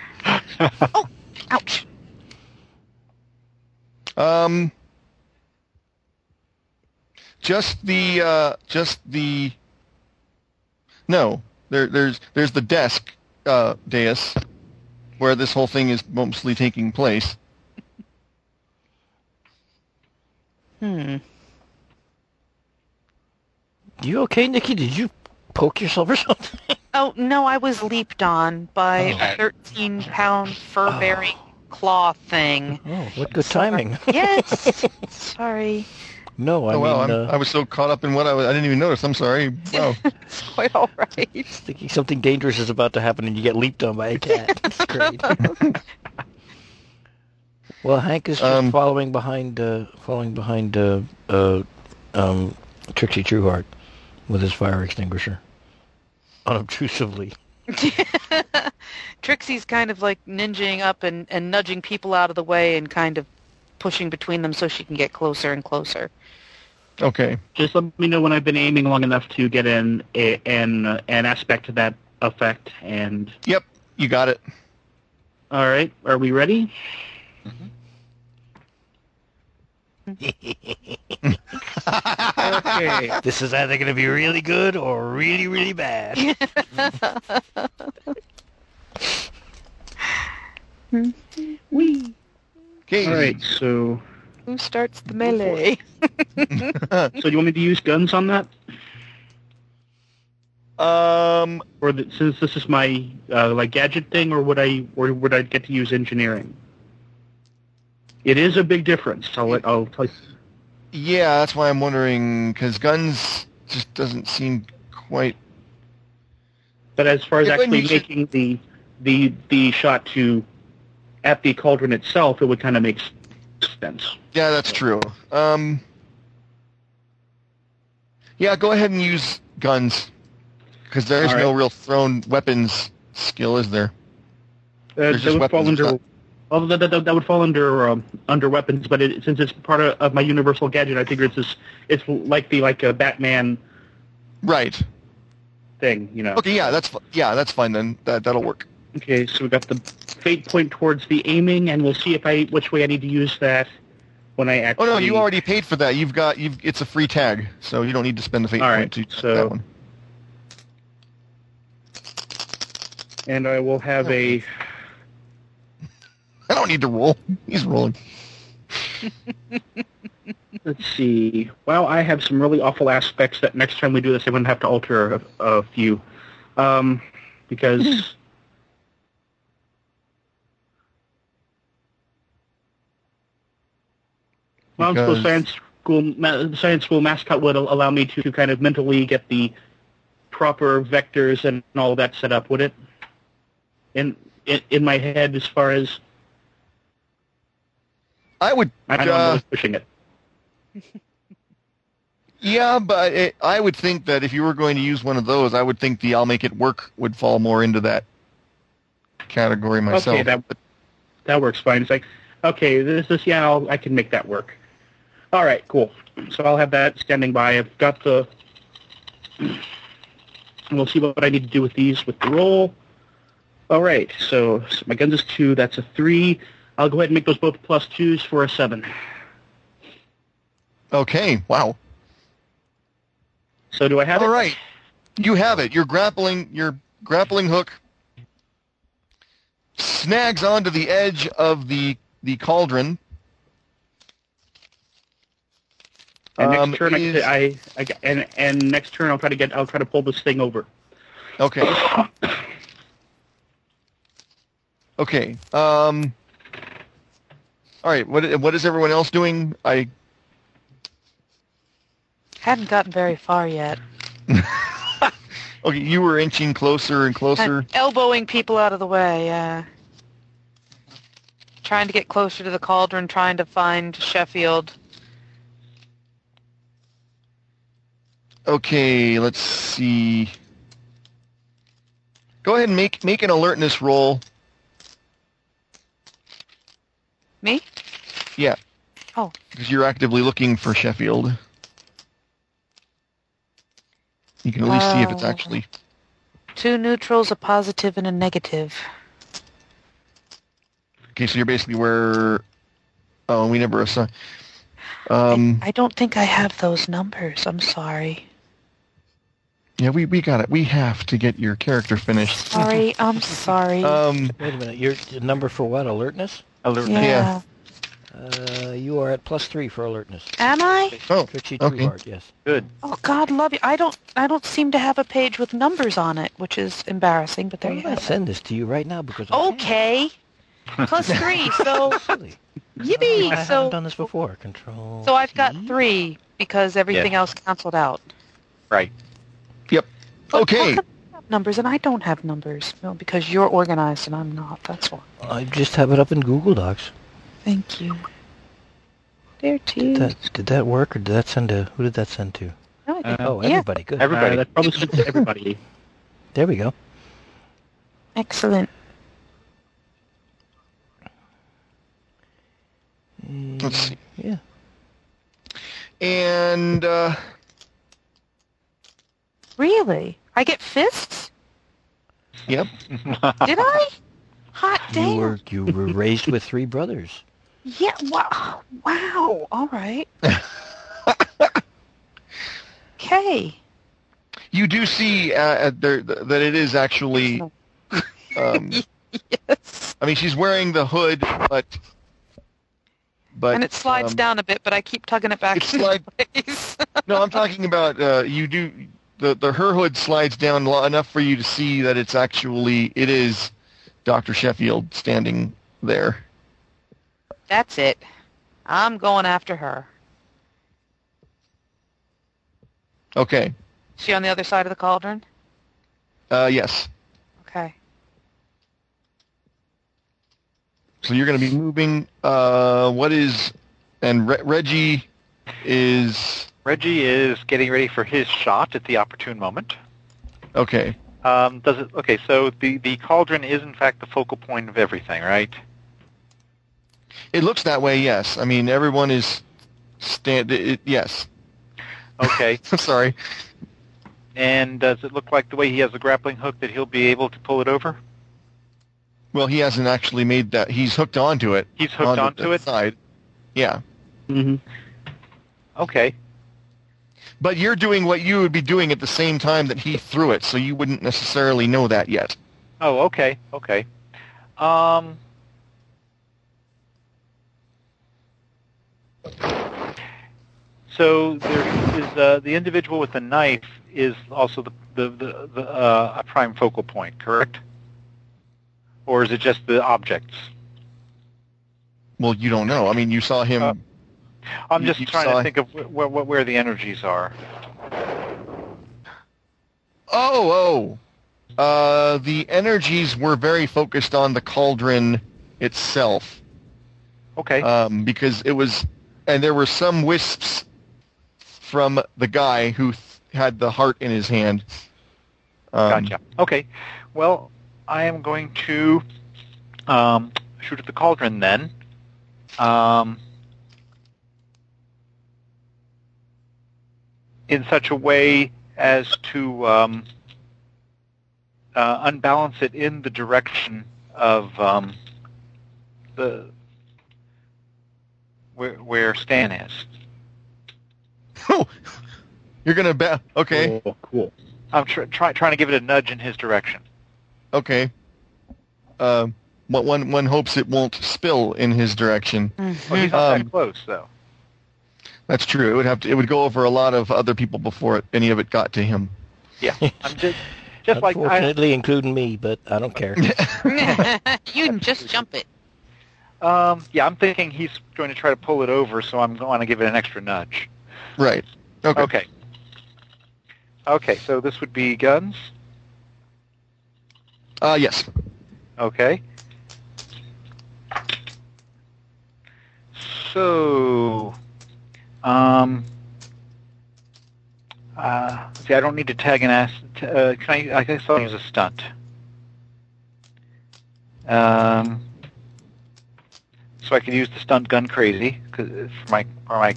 G: Oh, ouch.
E: Um, just the uh, just the. No, there, there's there's the desk uh, dais where this whole thing is mostly taking place.
J: You okay, Nikki? Did you poke yourself or something?
G: Oh, no, I was leaped on by a 13-pound fur-bearing claw thing.
J: Oh, what good timing.
G: Yes. Sorry.
J: No, I mean,
E: oh wow,
J: uh,
E: I'm, I was so caught up in what I was, I didn't even notice. I'm sorry. Wow.
G: It's quite all right.
J: thinking something dangerous is about to happen and you get leaped on by a cat. It's great. well, Hank is just
E: Um,
J: following behind, uh, following behind uh, uh, um, Trixie Trueheart with his fire extinguisher, unobtrusively.
G: Trixie's kind of like ninjing up and, and nudging people out of the way and kind of pushing between them so she can get closer and closer.
E: okay.
B: Just let me know when I've been aiming long enough to get an a, an uh, an aspect to that effect. And
E: Yep. You got it.
B: all right, are we ready? okay.
J: This is either going to be really good or really, really bad.
E: Okay.
B: All right. So,
G: Who starts the melee?
B: so do you want me to use guns on that,
E: Um.
B: or the, since this is my uh, like gadget thing, or would I or would I get to use engineering? It is a big difference. I'll let, I'll tell you.
E: Yeah, that's why I'm wondering because guns just doesn't seem quite.
B: But as far as
E: Yeah, but
B: actually
E: you should-
B: making the the the shot to at the cauldron itself, it would kind of make sense. Uh,
E: Yeah, that's true. Um. Yeah, go ahead and use guns because there's
B: All right.
E: no real thrown weapons skill, is there?
B: Uh,
E: There's
B: that
E: just
B: would fall
E: weapons, it's
B: under. Although that, that, that would fall under um, under weapons, but it, since it's part of, of my universal gadget, I figure it's this, it's like the like a Batman
E: Right.
B: thing, you know.
E: Okay. Yeah, that's fi- yeah, that's fine then. That that'll work.
B: Okay, so we got the fate point towards the aiming, and we'll see if I which way I need to use that when I
E: Oh
B: actually.
E: no, you already paid for that. You've got you've. It's a free tag, so you don't need to spend the fate
B: All
E: point
B: right,
E: to get
B: so-
E: that one.
B: And I will
E: Oh,
B: have a.
E: I don't need to roll. He's rolling.
B: Let's see. Wow, I have some really awful aspects that next time we do this, I'm going to have to alter a, a few. Um, because. Mount School
E: Because-
B: Science School ma- Science School mascot would al- allow me to, to kind of mentally get the proper vectors and all that set up, would it? In in, in my head, as far as
E: I would.
B: I don't know, I'm
E: uh,
B: really pushing it.
E: Yeah, but it, I would think that if you were going to use one of those, I would think the "I'll make it work" would fall more into that category myself.
B: Okay, that that works fine. It's like Okay, this is yeah, I'll, I can make that work. All right, cool. So I'll have that standing by. I've got the. We'll see what I need to do with these with the roll. All right, so, so my guns is two. That's a three. I'll go ahead and make those both plus twos for a seven.
E: Okay. Wow.
B: So do I have it?
E: All right. You have it. Your grappling your grappling hook snags onto the edge of the the cauldron.
B: And next
E: Um,
B: turn, I,
E: is-
B: I, I and and next turn I'll try to get I'll try to pull this thing over.
E: Okay. Okay. Um All right, what what is everyone else doing? I
C: Hadn't gotten very far yet.
E: Okay, you were inching closer and closer.
C: And elbowing people out of the way, yeah.
G: uh, Trying to get closer to the cauldron, trying to find Sheffield.
E: Okay, let's see. Go ahead and make make an alertness roll.
G: Me?
E: Yeah.
G: Oh.
E: Because you're actively looking for Sheffield. You can at least see if it's
C: Oh.
E: actually
C: Two neutrals, a positive and a negative.
E: okay. So you're basically where. Oh, we never assign. Um.
C: I don't think I have those numbers. I'm sorry.
E: Yeah, we we got it. We have to get your character finished.
C: Sorry, I'm sorry.
E: Um.
F: Wait a minute. Your the number for what? Alertness?
D: Alert.
C: yeah.
E: yeah.
F: Uh, you are at plus three for alertness.
C: Am I?
E: Oh.
F: Trichy
E: Okay.
F: Truehard, yes.
D: Good.
C: Oh God, love you. I don't. I don't seem to have a page with numbers on it, which is embarrassing. But there
F: Why
C: you
F: don't I
C: have it. Oh,
F: send this to you right now because I can't.
G: Okay. Plus three, so
F: Silly. I
G: yippee.
F: haven't
G: So
F: done this before. Control. E.
G: so I've got
F: T.
G: three because everything
D: Yeah.
G: else canceled out.
D: Right.
C: But
E: Okay.
C: how come you have Numbers and I don't have numbers. Well, because you're organized and I'm not. That's why.
F: I just have it up in Google Docs.
C: Thank you. There too.
F: Did that, did that work or did that send to who did that send to?
C: No, I think-
F: Oh,
C: yeah.
F: everybody. Good.
D: Uh, Everybody.
B: Uh, that probably should be everybody.
F: There we go.
C: Excellent.
E: Let's see.
F: Yeah.
E: And uh,
C: Really? I get fists?
E: yep.
C: Did I? Hot
F: You
C: damn.
F: were you were raised with three brothers.
C: Yeah. Wow. Wow. All right. okay.
E: You do see uh, at there, that it is actually. Um,
G: Yes.
E: I mean, she's wearing the hood, but but
G: and it slides
E: um,
G: down a bit, but I keep tugging it back
E: It
G: into
E: slide-
G: place.
E: No, I'm talking about uh, you do the the her hood slides down lo- enough for you to see that it's actually it is Doctor Sheffield standing there.
G: That's it. I'm going after her.
E: Okay.
G: She on the other side of the cauldron?
E: Uh, yes.
G: Okay.
E: So you're going to be moving. Uh, what is and Re- Reggie is
D: Reggie is getting ready for his shot at the opportune moment.
E: okay.
D: Um, does it? Okay, so the the cauldron is in fact the focal point of everything, right?
E: It looks that way. Yes. I mean, everyone is stand. It, it- yes.
D: Okay.
E: I'm sorry.
D: and does it look like the way he has the grappling hook that he'll be able to pull it over?
E: Well, he hasn't actually made that. He's hooked onto it.
D: He's hooked onto
E: the
D: it.
E: Side. Yeah.
B: hmm
D: Okay.
E: But you're doing what you would be doing at the same time that he threw it, so you wouldn't necessarily know that yet.
D: Oh, okay. Okay. Um. So there is uh, the individual with the knife is also the the, the, the uh, a prime focal point, correct? Or is it just the objects?
E: Well, you don't know. I mean, you saw him.
D: Uh, I'm
E: You-
D: just
E: you
D: trying
E: saw-
D: to think of wh- wh- wh- where the energies are.
E: oh, oh. Uh, the energies were very focused on the cauldron itself,
D: Okay.
E: um, because it was, and there were some wisps from the guy who th- had the heart in his hand. Um,
D: Gotcha. Okay. Well, I am going to um, shoot at the cauldron then, um, in such a way as to um, uh, unbalance it in the direction of um, the where, where Stan is.
E: You're gonna ba- okay,
B: Cool, cool.
D: I'm tr- try, trying to give it a nudge in his direction.
E: okay. Um, what one one hopes it won't spill in his direction.
D: Oh, he's not
E: Um,
D: that close though.
E: That's true. It would have to. It would go over a lot of other people before it, any of it got to him.
D: Yeah, I'm just just like I,
F: Unfortunately, including me, but I don't care.
H: you can just jump it.
D: um, yeah, I'm thinking he's going to try to pull it over, so I'm going to give it an extra nudge.
E: Right. Okay.
D: Okay. Okay, so this would be guns.
E: Uh, yes.
D: Okay. So, um, uh, see, I don't need to tag an ass. T- uh, can I? I guess I'll use a stunt. Um, so I could use the stunt gun crazy 'cause it's for my for my.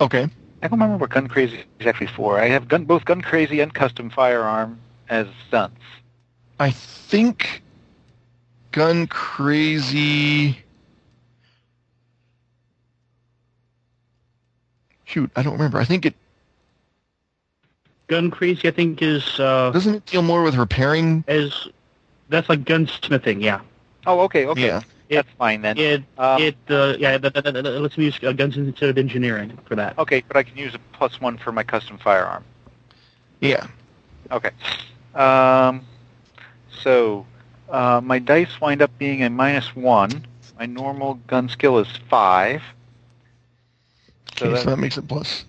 E: Okay.
D: I don't remember what gun crazy is actually for. I have gun both gun crazy and custom firearm as stunts.
E: I think Gun Crazy. Shoot, I don't remember. I think it
B: Gun crazy, I think, is uh,
E: doesn't it deal more with repairing.
B: as that's like gunsmithing. Yeah,
D: Oh, okay, okay.
E: Yeah.
D: That's fine then.
B: it
D: Um,
B: it uh, yeah. That, that, that, that, let's use uh, guns instead of engineering for that.
D: Okay, but I can use a plus one for my custom firearm.
E: Yeah.
D: Okay. Um, so uh, my dice wind up being a minus one. My normal gun skill is five. So,
E: okay, so
D: that,
E: that makes it plus.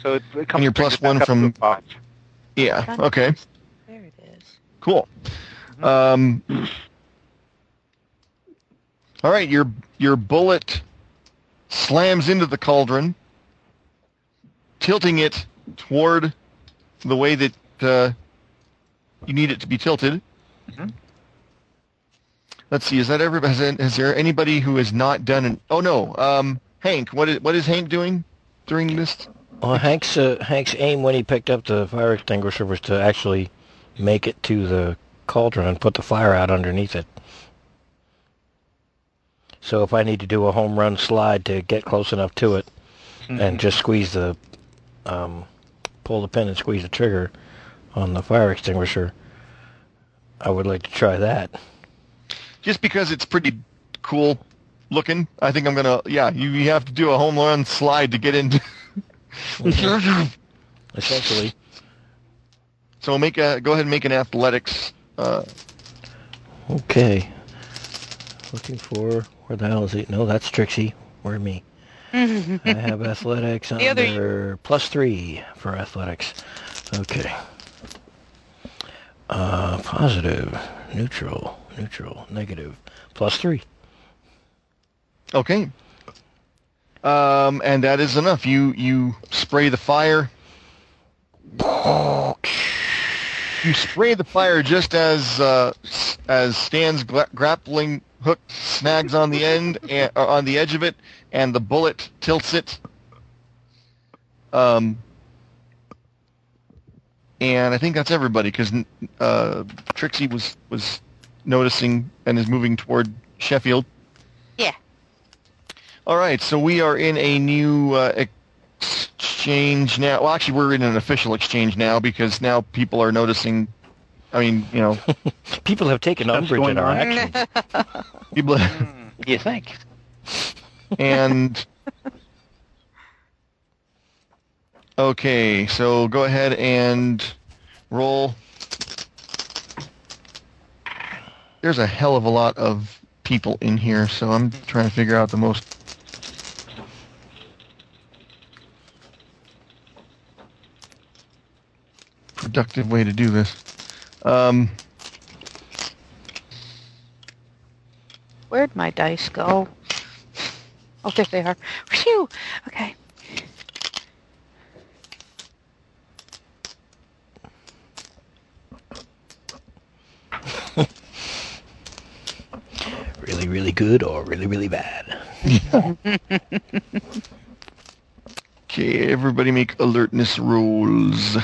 D: so it, it comes
E: and your
D: brings
E: plus
D: it back
E: one
D: up to
E: from-
D: five.
E: Yeah. Okay.
H: There it is. Mm-hmm.
E: Cool. Um, all right, your your bullet slams into the cauldron, tilting it toward the way that uh, you need it to be tilted.
H: Mm-hmm.
D: Mhm.
E: Let's see. Is that ever has, has there anybody who has not done an? Oh no, um, Hank. What is what is Hank doing during this?
F: Well, Hank's uh, Hank's aim when he picked up the fire extinguisher was to actually make it to the cauldron and put the fire out underneath it. So if I need to do a home run slide to get close enough to it, and just squeeze the, um, pull the pin and squeeze the trigger on the fire extinguisher, I would like to try that.
E: just because it's pretty cool looking, I think I'm gonna. Yeah, you, you have to do a home run slide to get into.
F: Essentially,
E: so make a go ahead and make an athletics. Uh,
F: okay. Looking for where the hell is he? No, that's Trixie. Where me? I have athletics
G: The other-
F: under plus three for athletics. Okay. Uh, positive, neutral, neutral, negative, plus three.
E: okay. Um, and that is enough. You you spray the fire. You spray the fire just as uh, s- as Stan's gla- grappling hook snags on the end and, uh, on the edge of it, and the bullet tilts it. Um, and I think that's everybody because uh, Trixie was was noticing and is moving toward Sheffield.
H: Yeah.
E: All right, so we are in a new uh, exchange now. Well, actually, we're in an official exchange now because now people are noticing. I mean, you know,
F: People have taken umbrage
B: going
F: at our
B: on.
F: actions.
E: people,
D: You think?
E: and okay, so go ahead and roll. There's a hell of a lot of people in here, so I'm trying to figure out the most. productive way to do this. Um,
G: Where'd my dice go? Oh, there they are. Phew. Okay.
F: Really, really good or really, really bad.
E: Okay, everybody make alertness rolls.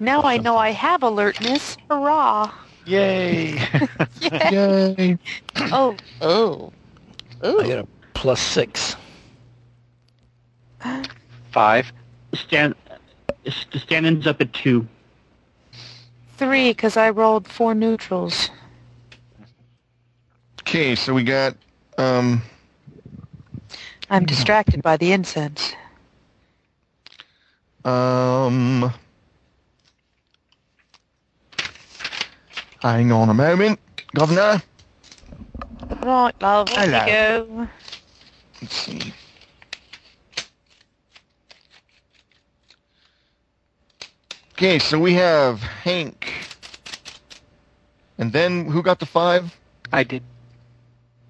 G: Now I know I have alertness. Hurrah!
D: Yay!
E: Yay.
G: Oh,
H: Oh.
F: I got a plus six.
D: Five.
B: Stan, Stan ends up at two.
G: three, because I rolled four neutrals.
E: Okay, so we got um
F: Hmm.
G: I'm distracted by the incense.
E: um Hang on a moment, Governor.
G: Right, love. off you go.
E: Let's see. Okay, so we have Hank. And then who got the five?
D: I did.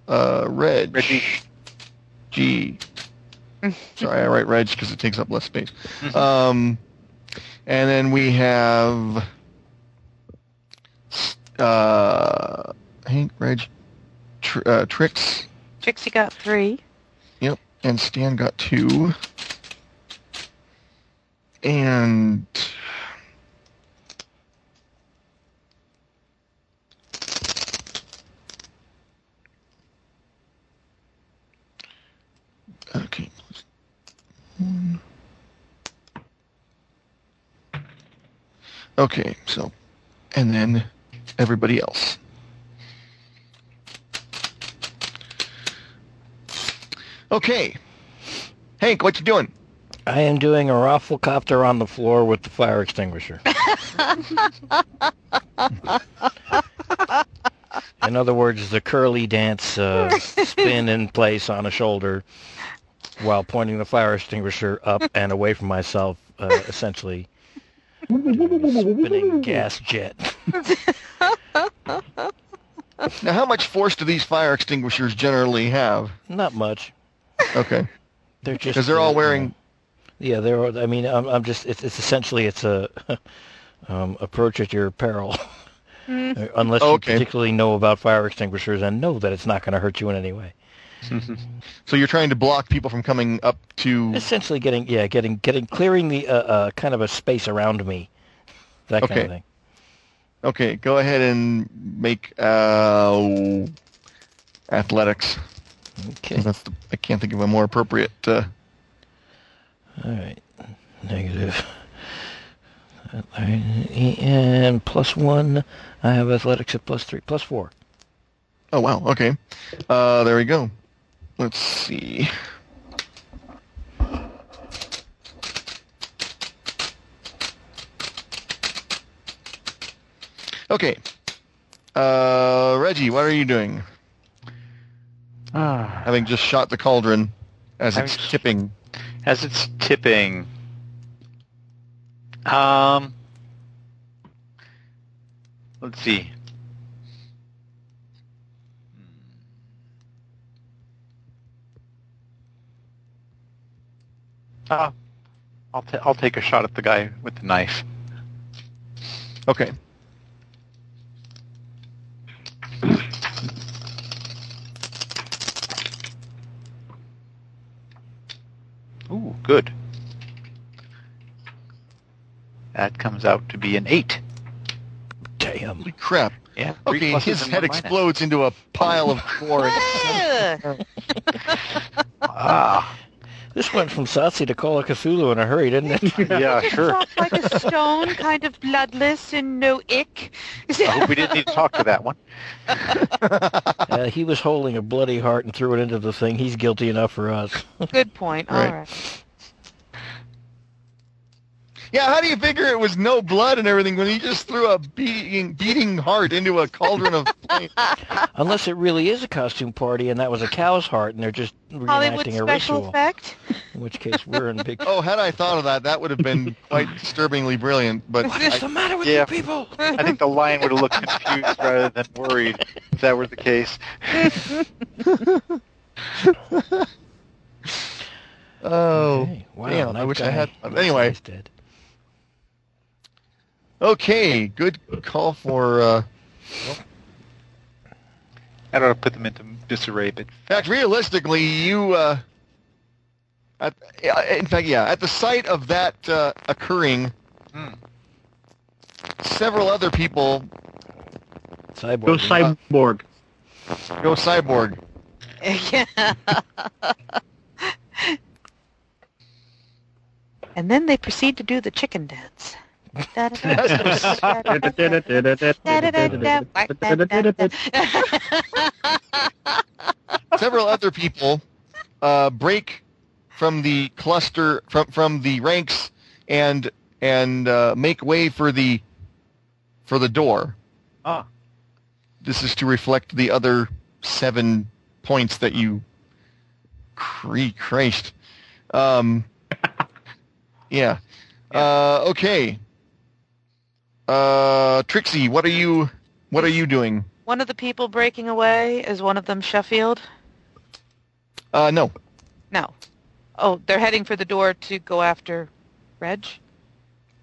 E: Uh, Reg.
D: Reggie.
E: G. Sorry, I write Reg because it takes up less space. Um, and then we have uh, Hank, Reg, tr- uh, Trix.
G: Trixie got three.
E: Yep, and Stan got two. And okay, plus one. Okay, so and then everybody else. Okay, Hank, what you doing?
F: I am doing a raffle copter on the floor with the fire extinguisher. In other words, the curly dance uh, spin in place on a shoulder while pointing the fire extinguisher up and away from myself, uh, essentially doing a spinning gas jet.
E: Now, how much force do these fire extinguishers generally have?
F: Not much.
E: Okay.
F: They're just uh,
E: Because they're all wearing.
F: Yeah, they're. all- I mean, I'm, I'm just. It's, it's essentially it's a um, approach at your peril, Uh, unless
E: Okay.
F: you particularly know about fire extinguishers and know that it's not going to hurt you in any way.
E: So you're trying to block people from coming up to.
F: Essentially, getting yeah, getting getting clearing the uh, uh, kind of a space around me, that kind
E: Okay.
F: of thing.
E: Okay, go ahead and make uh, athletics.
F: Okay.
E: That's the, I can't think of a more appropriate. Uh,
F: All right. Negative. And plus one. I have athletics at plus three, plus four.
E: oh wow. Okay. Uh, there we go. Let's see. Okay. Uh, Reggie, what are you doing?
D: Ah.
E: having just shot the cauldron as
D: Having
E: it's
D: sh-
E: tipping.
D: As it's tipping, um, let's see. Uh, I'll ta- I'll take a shot at the guy with the knife.
E: Okay.
D: Ooh, good. That comes out to be an eight.
F: Damn.
E: Holy crap.
D: Yeah. three
E: Okay,
D: pluses
E: his
D: and
E: head
D: one minus.
E: explodes into a pile of gore.
H: Ugh.
D: Ah,
F: This went from Satsi to Call of Cthulhu in a hurry, didn't it?
D: yeah,
G: Just
D: sure.
G: talk like a stone, kind of bloodless and no ick.
D: I hope we didn't need to talk to that one.
F: Uh, he was holding a bloody heart and threw it into the thing. He's guilty enough for us.
G: Good point. All
E: Right.
G: right.
E: yeah, how do you figure it was no blood and everything when he just threw a beating, beating heart into a cauldron of flame?
F: Unless it really is a costume party and that was a cow's heart and they're just
G: Hollywood
F: reenacting a
G: special
F: ritual.
G: effect.
F: In which case, we're in big...
E: Oh, had I thought of that, that would have been quite disturbingly brilliant. But
F: What is the matter with
D: Yeah.
F: you people?
D: I think the lion would have looked confused rather than worried if that were the case.
E: oh,
F: Hey, wow,
E: damn, I
F: that
E: wish I
F: guy-
E: had. um,
F: that
E: Anyway.
F: guy's dead.
E: okay, good call for. Uh,
D: I don't know, put them into disarray, but
E: In fact, realistically, you. Uh, at, yeah, in fact, yeah, at the site of that uh, occurring,
D: Hmm.
E: several other people
J: Cyborg.
B: Go cyborg.
E: go cyborg.
G: yeah. and then they proceed to do the chicken dance.
E: several other people uh, break from the cluster from from the ranks and and uh, make way for the for the door.
D: ah,
E: This is to reflect the other seven points that you. Cree Christ. Um, yeah. Uh, okay. Uh, Trixie, what are you what are you doing?
G: one of the people breaking away is one of them Sheffield.
E: Uh, no.
G: No. Oh, they're heading for the door to go after Reg.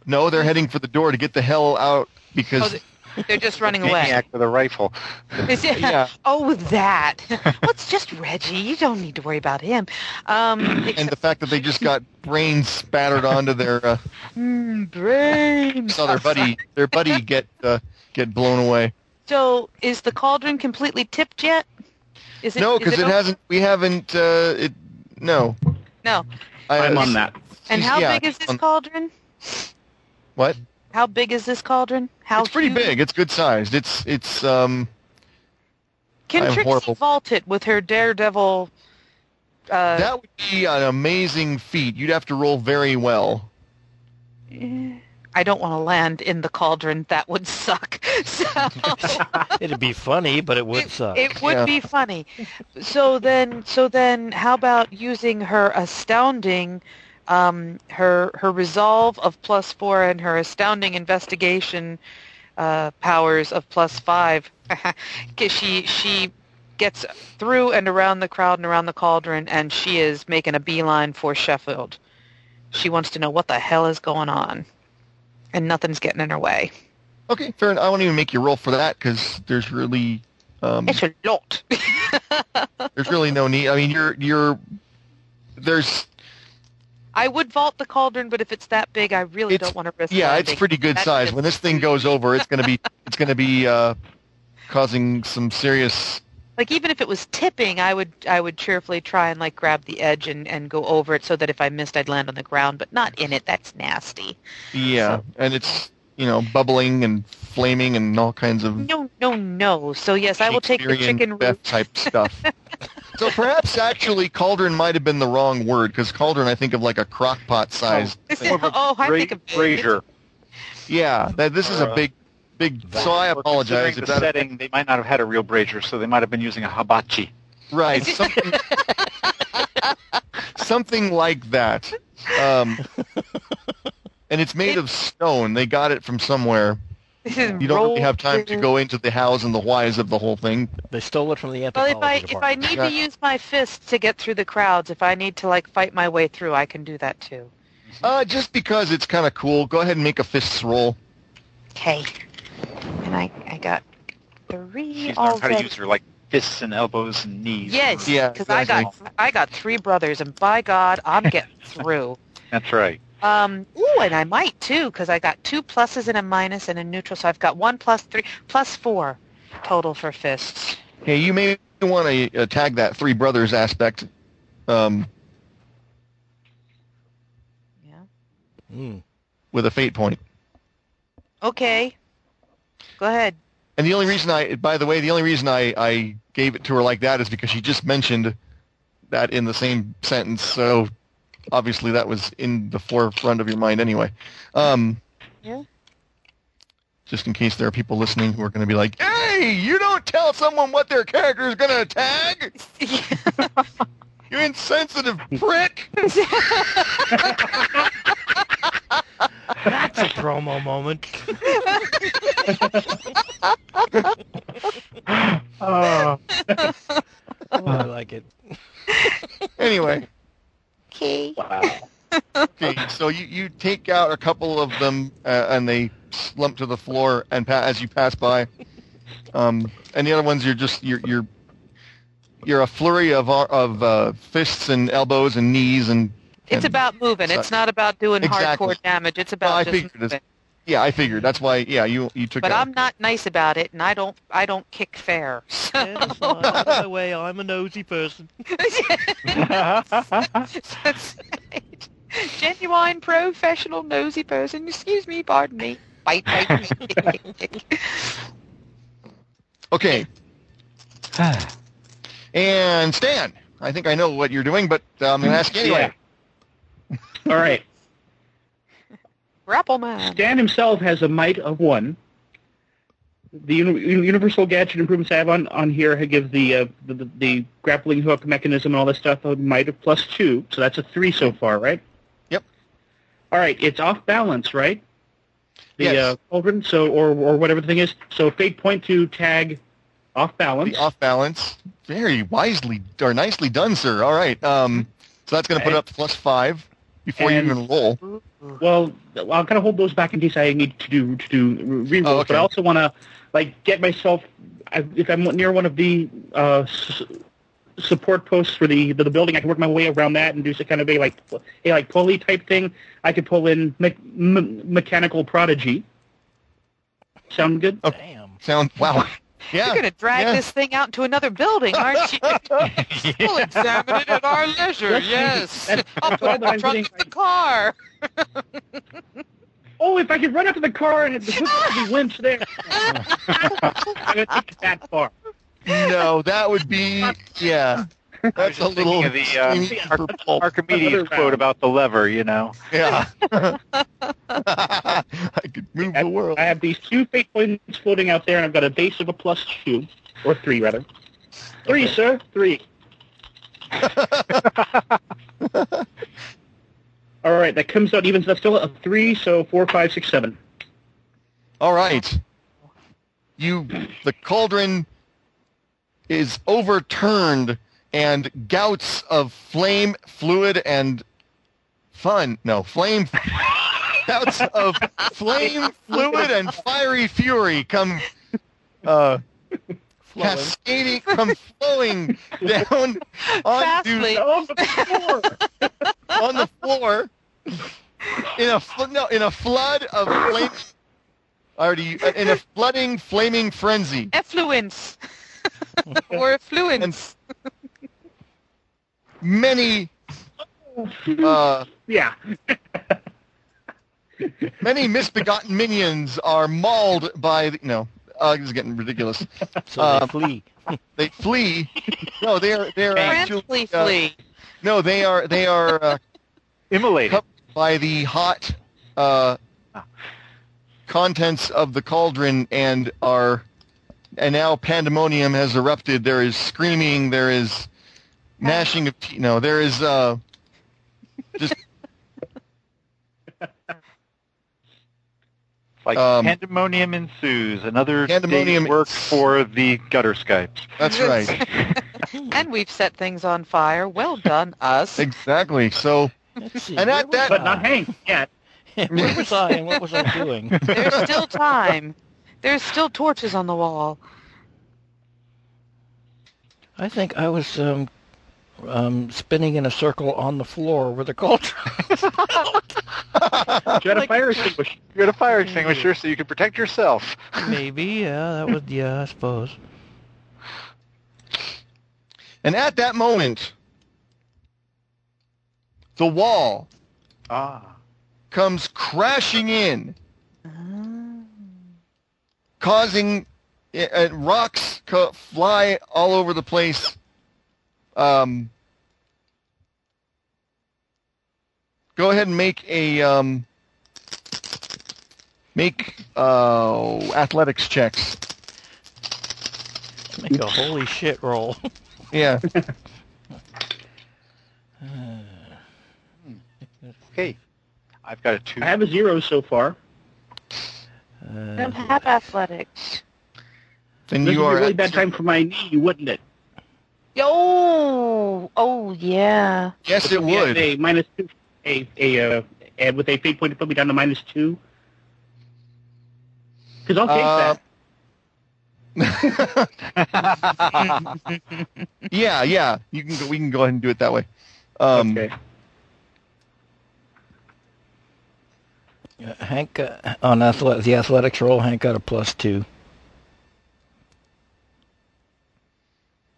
E: No, they're heading for the door to get the hell out because
G: Oh, they- they're just running away.
D: maniac with a rifle.
G: Is it-
E: Yeah.
G: Oh, that. What's just Reggie? You don't need to worry about him. Um,
E: and
G: except
E: the fact that they just got brains spattered onto their uh,
G: Mm, brains.
E: saw their buddy their buddy get uh, get blown away.
G: So, is the cauldron completely tipped yet? Is
E: No,
G: is
E: because it
G: open?
E: hasn't. We haven't. Uh, it no.
G: No.
E: I,
B: I'm on that.
G: And how
E: yeah,
G: big is this
E: um,
G: cauldron?
E: What?
G: How big is this cauldron? How
E: It's pretty
G: huge?
E: big. It's good sized. It's it's um
G: Can
E: I'm
G: Trixie
E: horrible.
G: vault it with her daredevil? Uh,
E: that would be an amazing feat. You'd have to roll very well.
G: I don't want to land in the cauldron. That would suck. So
J: It'd be funny, but it would
G: it,
J: suck.
G: it would
E: Yeah.
G: be funny. So then, so then, how about using her astounding, um, her her resolve of plus four and her astounding investigation uh, powers of plus five? Because she she gets through and around the crowd and around the cauldron, and she is making a beeline for Sheffield. She wants to know what the hell is going on, and nothing's getting in her way.
E: Okay, fair enough. I won't even make you roll for that because there's really um,
G: It's a lot.
E: there's really no need. I mean, you're you're there's
G: I would vault the cauldron, but if it's that big, I really
E: It's-
G: don't want to risk.
E: Yeah, it's
G: landing.
E: pretty good
G: That's
E: size.
G: just-
E: When this thing goes over, it's gonna be it's gonna be uh, causing some serious.
G: like even if it was tipping, I would I would cheerfully try and like grab the edge and and go over it so that if I missed, I'd land on the ground, but not in it. That's nasty.
E: Yeah, and it's you know bubbling and flaming and all kinds of.
G: No, no, no. So yes, I will take the
E: Shakespearean
G: chicken
E: Macbeth
G: root.
E: type stuff. so perhaps actually cauldron might have been the wrong word because cauldron I think of like a crock pot size.
G: oh, I
D: Bra-
G: think of
D: brazier.
E: Yeah, that, this is a big, big. So I
D: Or
E: apologize
D: Considering
E: if
D: the
E: that
D: setting, they might not have had a real brazier, so they might have been using a hibachi.
E: right something, something like that. Um, and it's made of stone. They got it from somewhere.
G: This is
E: You don't really
G: rolled
E: have time to
G: in.
E: go into the hows and the whys of the whole thing.
J: they stole it from the
G: Well,
J: anthropology
G: if I if I
J: department.
G: need
E: Yeah.
G: to use my fists to get through the crowds, if I need to like fight my way through, I can do that too.
E: Uh, just because it's kind of cool, go ahead and make a fists roll.
G: Okay. And I I got three
D: She's learned how
G: already.
D: to use her like fists and elbows and knees.
G: Yes,
E: Yeah,
G: because I got
E: exactly.
G: I got three brothers, and by God, I'm getting through.
D: that's right.
G: Um, ooh, and I might too, because I got two pluses and a minus and a neutral, so I've got one plus three, plus four total for fists.
E: Hey, you may want to uh, tag that three brothers aspect. Um,
G: Yeah.
J: Mm.
E: with a fate point.
G: Okay. Go ahead.
E: And the only reason I, by the way, the only reason I, I gave it to her like that is because she just mentioned that in the same sentence. So obviously that was in the forefront of your mind anyway. Um,
G: Yeah.
E: Just in case there are people listening who are going to be like, "Hey, you don't tell someone what their character is going to tag, you insensitive prick."
J: That's a promo moment.
B: Oh,
J: Oh, I like it.
E: anyway.
H: Okay.
E: Okay,
G: Uh-huh.
E: so you, you take out a couple of them uh, and they slump to the floor and pa- as you pass by, um, and the other ones you're just you're you're you're a flurry of ar- of uh, fists and elbows and knees and.
G: It's
E: and-
G: about moving. It's
E: Exactly.
G: not about doing
E: Exactly.
G: hardcore damage. It's
E: Well,
G: about
E: I
G: just
E: figured.
G: moving.
E: It's, yeah, I figured. That's why. Yeah, you you took.
G: But
E: out-
G: I'm not nice about it, and I don't. I don't kick fair. So
O: Yeah, it's not- by the way, I'm a nosy person.
G: that's right. Genuine professional nosy person. Excuse me. Pardon me. Bite, bite, bite, kick, kick, kick.
E: Okay. and Stan, I think I know what you're doing, but uh, I'm going to ask you anyway.
B: All right.
G: Grapple man.
B: Dan himself has a might of one. The uni- universal gadget improvements I have on, on here I give the, uh, the the- the grappling hook mechanism and all that stuff a might of plus two, so that's a three so far, right?
E: Yep.
B: All right, it's off balance, right? The
E: Yes.
B: uh, cauldron, so or or whatever the thing is. So fate point to tag off balance.
E: The off balance. Very wisely or nicely done, sir. All right. Um, so that's going to put up plus five before
B: And-
E: you even roll.
B: Well, I'll kind of hold those back in case I need to do to do rerolls.
E: Oh, okay.
B: But I also want to like get myself I, if I'm near one of the uh, s- support posts for the, the building, I can work my way around that and do some kind of a like a like pulley type thing. I could pull in me- me- mechanical prodigy. Sound good?
J: Damn.
E: Sound wow.
G: You're
E: Yeah.
G: gonna drag
E: yeah.
G: this thing out into another building, aren't you? We'll examine it at our leisure.
B: That's-
G: Yes.
B: that's-
G: I'll
B: that's
G: put it
B: all
G: in
B: that
G: the
B: I'm
G: trunk
B: getting
G: of the car.
B: Oh, if I could run up to the car and the hook would be winch there. I'm gonna take it that far.
E: No, that would be yeah.
D: I was
E: That's a
D: just thinking
E: little
D: of the uh,
E: extreme for pulp.
D: Archimedes
B: Another round.
D: quote about the lever. You know,
E: Yeah. I could move the world.
B: I have these two fate points floating out there, and I've got a base of a plus two, or three rather. Three, sir, three. All right, that comes out even. So that's still a three, so four, five, six, seven.
E: All right. You, the cauldron is overturned, and gouts of flame, fluid, and fun. No, flame. gouts of flame, fluid, and fiery fury come. Uh, cascading come flowing down onto
G: Fastly.
B: Oh, the floor.
E: on the floor in a fl- no in a flood of flame. Already in a flooding, flaming frenzy.
G: Effluence. or effluence.
E: Many, uh,
B: yeah.
E: many misbegotten minions are mauled by. The, no, uh, this is getting ridiculous.
J: So
E: Uh,
J: they flee.
E: They flee. No, they are. They are actually.
G: Friendly
E: uh,
G: flea.
E: no, they are. They are uh,
D: immolated.
E: cup- by the hot uh,
B: Ah.
E: contents of the cauldron and are and now pandemonium has erupted. There is screaming. There is gnashing of teeth. No, there is uh, just
D: Like
E: Um,
D: pandemonium ensues. Another
E: Pandemonium-
D: pandemonium work for the gutter Skypes.
E: that's right.
G: and we've set things on fire. Well done, us.
E: Exactly. So
J: Let's see.
E: And
J: where
E: at
J: was
E: that-
B: But not
J: I?
B: Hank yet.
J: where was I and what was I doing?
G: There's still time. There's still torches on the wall.
J: I think I was um, um, spinning in a circle on the floor with a cauldron.
B: Jet a fire extinguisher.
D: You had a fire extinguisher so you could protect yourself.
J: Maybe, yeah, that was yeah, I suppose.
E: and at that moment, the wall
D: Ah.
E: comes crashing in, causing uh, uh, rocks co- fly all over the place. Um, go ahead and make a um, make uh, athletics checks.
J: Make a holy shit roll.
E: Yeah,
D: Okay. I've got a two.
B: I have a zero so far.
J: Uh,
G: Have athletics.
E: then
B: This
E: you
B: would
E: are
B: be a really
E: at-
B: bad time for my knee, wouldn't it?
H: Oh, oh yeah.
E: Yes, it
B: Yeah,
E: would.
B: a minus two, a a uh, and with a fate point to put me down to minus two. Because I'll take
E: Uh,
B: that.
E: yeah, yeah. You can go, we can go ahead and do it that way. Um, okay.
F: Uh, Hank uh, on athle- the athletics roll. Hank got a plus two.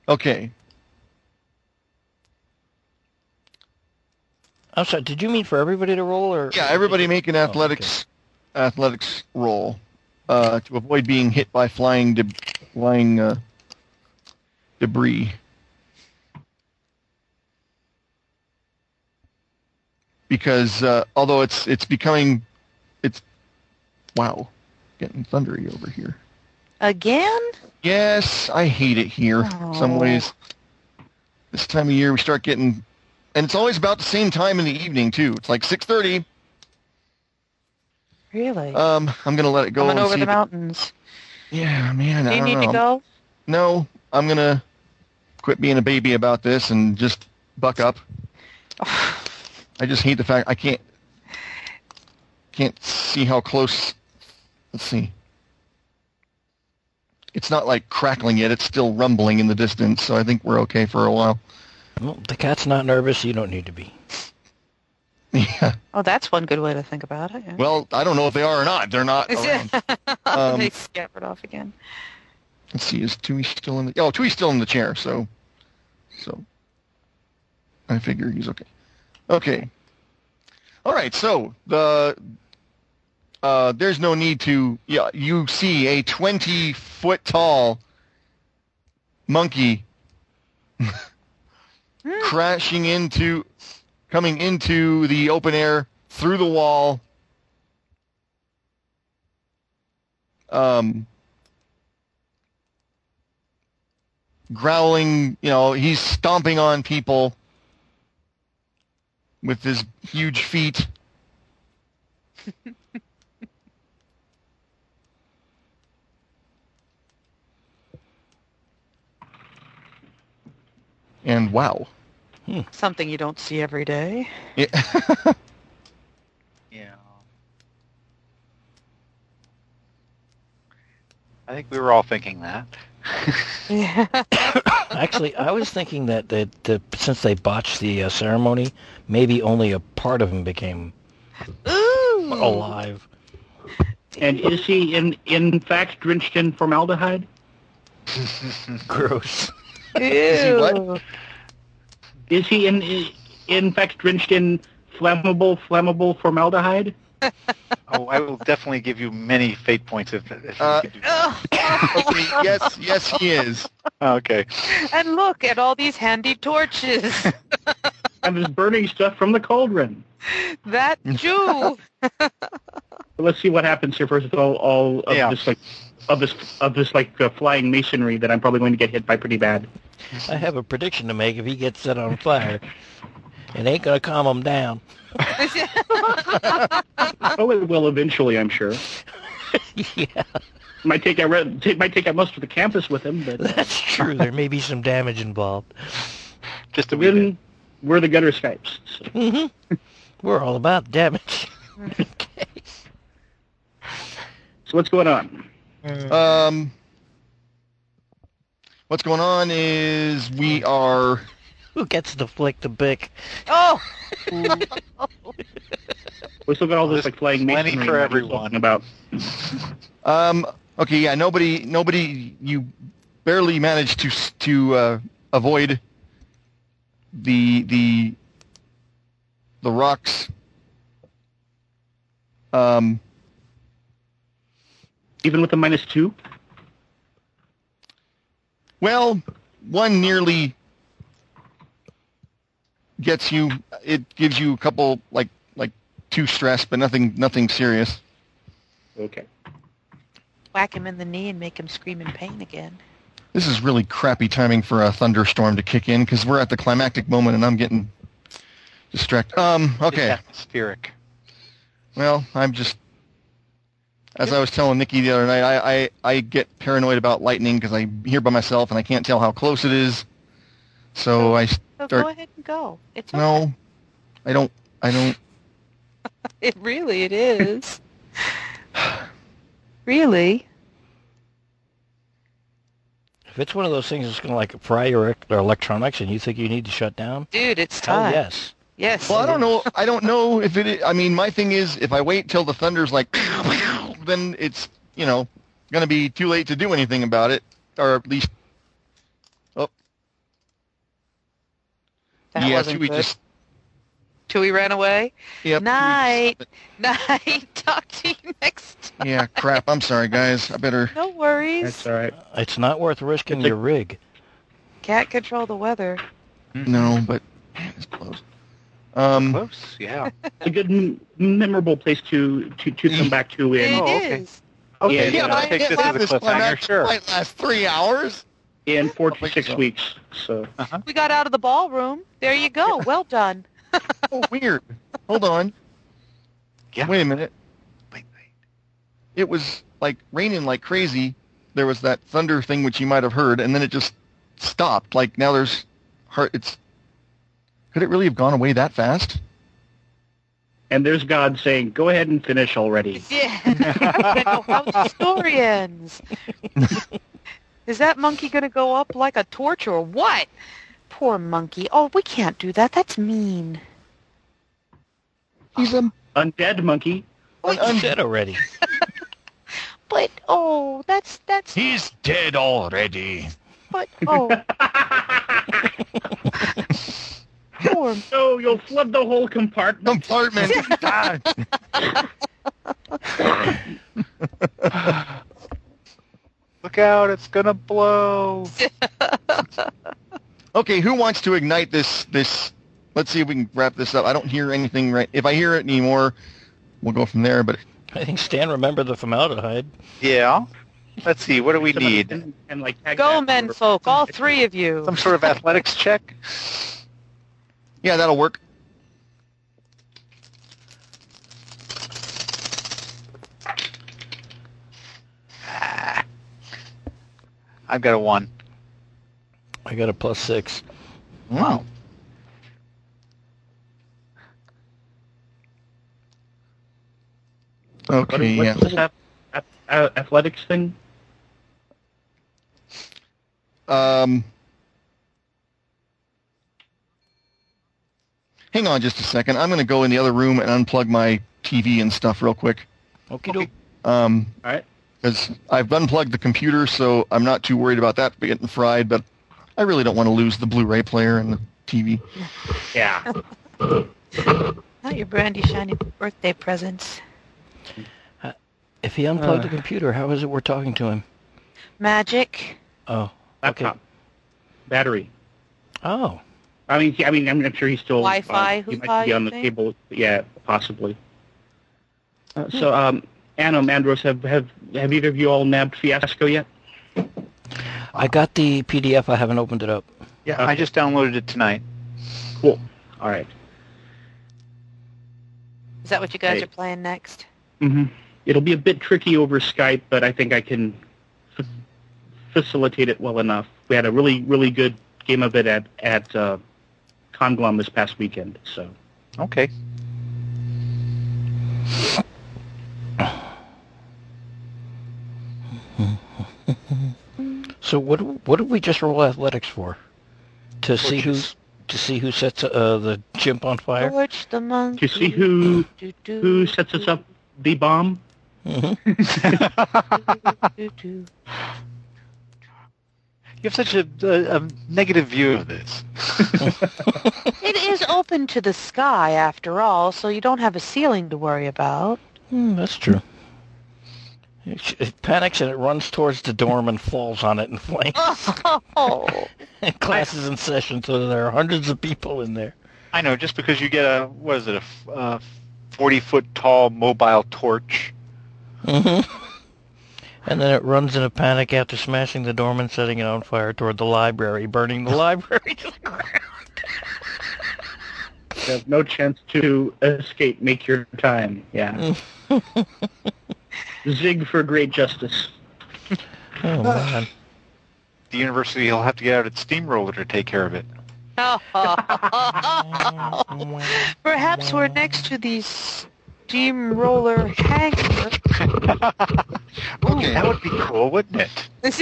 E: Okay.
F: I'm sorry. Did you mean for everybody to roll, or
E: Yeah, everybody make an athletics athletics roll uh, to avoid being hit by flying deb flying uh, debris. Because uh, although it's it's becoming it's wow, getting thundery over here.
P: Again?
E: Yes, I hate it here. in Some
P: Aw.
E: ways, this time of year we start getting, and it's always about the same time in the evening too. It's like six thirty.
G: Really?
E: Um, I'm gonna let it go.
G: Coming
E: and
G: over
E: see
G: the
E: if it-
G: mountains.
E: yeah, man.
G: Do
E: I
G: you
E: don't
G: need
E: know.
G: to go?
E: No, I'm gonna quit being a baby about this and just buck up. I just hate the fact I can't can't see how close. Let's see. It's not like crackling yet; it's still rumbling in the distance. So I think we're okay for a while.
F: Well, the cat's not nervous. You don't need to be.
E: Yeah.
G: Oh, that's one good way to think about it. Yeah.
E: Well, I don't know if they are or not. They're not. around. Um,
G: they scampered off again.
E: Let's see, is Tui still in the? Oh, Tui's still in the chair. So, so I figure he's okay. Okay. All right. So the uh, there's no need to. Yeah, you see a 20 foot tall monkey crashing into, coming into the open air through the wall. Um, growling, you know, he's stomping on people with his huge feet. and wow.
G: Something you don't see every day.
E: Yeah.
D: Yeah. I think we were all thinking that.
G: Yeah.
F: Actually, I was thinking that that the, since they botched the uh, ceremony, maybe only a part of him became
G: Ooh.
F: alive.
B: And is he in in fact drenched in formaldehyde?
F: Gross.
E: he what?
B: Is he in in fact drenched in flammable flammable formaldehyde?
D: Oh, I will definitely give you many fate points if, if you
E: Uh,
D: could do
E: Okay, yes, yes, he is.
D: Okay.
Q: And look at all these handy torches.
B: I was burning stuff from the cauldron.
Q: that Jew.
B: But let's see what happens here. First of all, all of
D: Yeah.
B: this like of this of this like uh, flying masonry that I'm probably going to get hit by pretty bad.
F: I have a prediction to make. If he gets set on fire, it ain't gonna calm him down.
D: Ah.
B: oh, it will eventually, I'm sure.
F: yeah,
B: Might take out re- take, might take out most of the campus with him, but
F: that's true. There may be some damage involved.
D: Just a wee bit.
B: then we're the gutter skypes. So.
F: We're all about damage.
B: so what's going on?
E: Um, what's going on is we are.
F: Who gets to flick the bick?
Q: oh,
B: We still got all this
D: There's
B: like flying
D: plenty
B: masonry
D: for
B: that we're
D: everyone.
B: talking about.
E: Um, okay, yeah, nobody, nobody, you barely managed to s- to uh, avoid the the the rocks. Um,
B: Even with the minus two,
E: well, one nearly gets you. It gives you a couple like like two stress, but nothing nothing serious.
B: okay.
G: Whack him in the knee and make him scream in pain again.
E: This is really crappy timing for a thunderstorm to kick in because we're at the climactic moment and I'm getting distracted. Um, okay.
D: It's atmospheric.
E: Well, I'm just as I was telling Nikki the other night, I I, I get paranoid about lightning because I'm here by myself and I can't tell how close it is. So I
G: So
E: Dirt.
G: go ahead and go. It's okay.
E: no, I don't I don't.
G: It really it is. really?
F: If it's one of those things that's going to like fry your ec- or electronics and you think you need to shut down,
G: Dude, it's
F: oh
G: time.
F: yes.
G: Yes.
E: Well, I don't know. I don't know if it. i- I mean, my thing is, if I wait till the thunder's like, then it's you know going to be too late to do anything about it, or at least. Oh.
G: That
E: yeah,
G: wasn't
E: Chewie
G: good.
E: just.
G: Till we ran away.
E: Yep, Chewie just-
G: Night. Night. Talk to you next time.
E: yeah, crap. I'm sorry, guys. I better.
G: No worries.
B: That's all right.
F: It's not worth risking your rig.
G: Can't control the weather.
E: No, but it's close. Um,
D: Close, yeah.
B: It's a good, m- memorable place to, to, to come back to
G: It is.
B: in,
D: Oh, okay. Okay,
B: Yeah,
D: yeah,
B: but
D: I'll take this as a cliffhanger. Sure.
E: Might last three hours.
B: in four to
E: think
B: six
E: so.
B: weeks. So
G: We got out of the ballroom. There you go. Well done.
E: Oh, weird. Hold on.
D: Yeah.
E: Wait a minute. It was like raining like crazy. There was that thunder thing which you might have heard, and then it just stopped. Like now there's, har- it's. Could it really have gone away that fast?
B: and there's God saying, "Go ahead and finish already."
G: Yeah. I don't know how the story ends. Is that monkey going to go up like a torch or what? Poor monkey. Oh, we can't do that. That's mean.
E: He's a
B: Undead monkey.
F: I'm dead already.
G: But oh, that's that's
E: he's dead already.
G: but oh, poor
B: No, you'll flood the whole compartment.
E: Compartment. Ah.
D: Look out, it's gonna blow.
E: okay, who wants to ignite this? This. Let's see if we can wrap this up. I don't hear anything right. If I hear it anymore, we'll go from there. But
F: I think Stan remembered the formaldehyde.
D: Yeah. Let's see, what do we
B: Somebody
D: need?
B: can- can, like, tag
G: go
B: that
G: men
B: number.
G: folk, all three of you.
D: Some sort of athletics check?
E: yeah, that'll work.
D: I've got a one.
F: I got a plus six.
E: Wow.
B: What,
E: Okay, yeah.
B: what's this ath- ath- uh, athletics thing?
E: Um, hang on just a second. I'm going to go in the other room and unplug my TV and stuff real quick.
F: Okie doke.
E: Um,
B: All right.
E: because I've unplugged the computer, so I'm not too worried about that getting fried. But I really don't want to lose the Blu-ray player and the TV.
B: Yeah.
G: Not your brandy shiny birthday presents.
F: If he unplugged the computer, how is it we're talking to him?
G: Magic.
F: Oh, okay.
B: Laptop. Battery.
F: Oh,
B: I mean, he- I mean, I'm, I'm sure he's still
G: Wi-Fi,
B: Uh, he
G: Wi-Fi,
B: might be on
G: you
B: the
G: think?
B: cable. Yeah, possibly. Uh,
G: Hmm.
B: so, um, Anno Mandros, have, have have either of you all nabbed Fiasco yet?
F: I got the PDF. I haven't opened it up.
D: Yeah, I just downloaded it tonight.
B: Cool. All right.
G: Is that what you guys
B: Hey.
G: are playing next?
B: Mm-hmm. It'll be a bit tricky over Skype, but I think I can f- facilitate it well enough. We had a really, really good game of it at at uh, Conglom this past weekend. So,
D: Okay.
F: So what? What did we just roll athletics for? To see who?
D: Torches.
F: To see who sets uh, the chimp on fire?
G: Torch the monkey.
B: to see who
G: Do, do,
B: who sets us up the bomb.
G: do, do.
D: You have such a, a, a negative view of this.
G: It is open to the sky after all, so you don't have a ceiling to worry about.
F: Hmm, that's true. It, it panics and it runs towards the dorm and falls on it in flames.
G: Oh,
F: Classes in session, so there are hundreds of people in there.
D: I know, just because you get a, what is it, a f- a 40-foot tall mobile torch.
F: And then it runs in a panic after smashing the dorm and setting it on fire toward the library, burning the library to the ground.
B: You have no chance to escape. Make your time. Yeah. Zig for great justice.
F: Oh man.
D: The university will have to get out its steamroller to take care of it.
G: perhaps we're next to these steamroller hangar.
D: that would be cool, wouldn't it?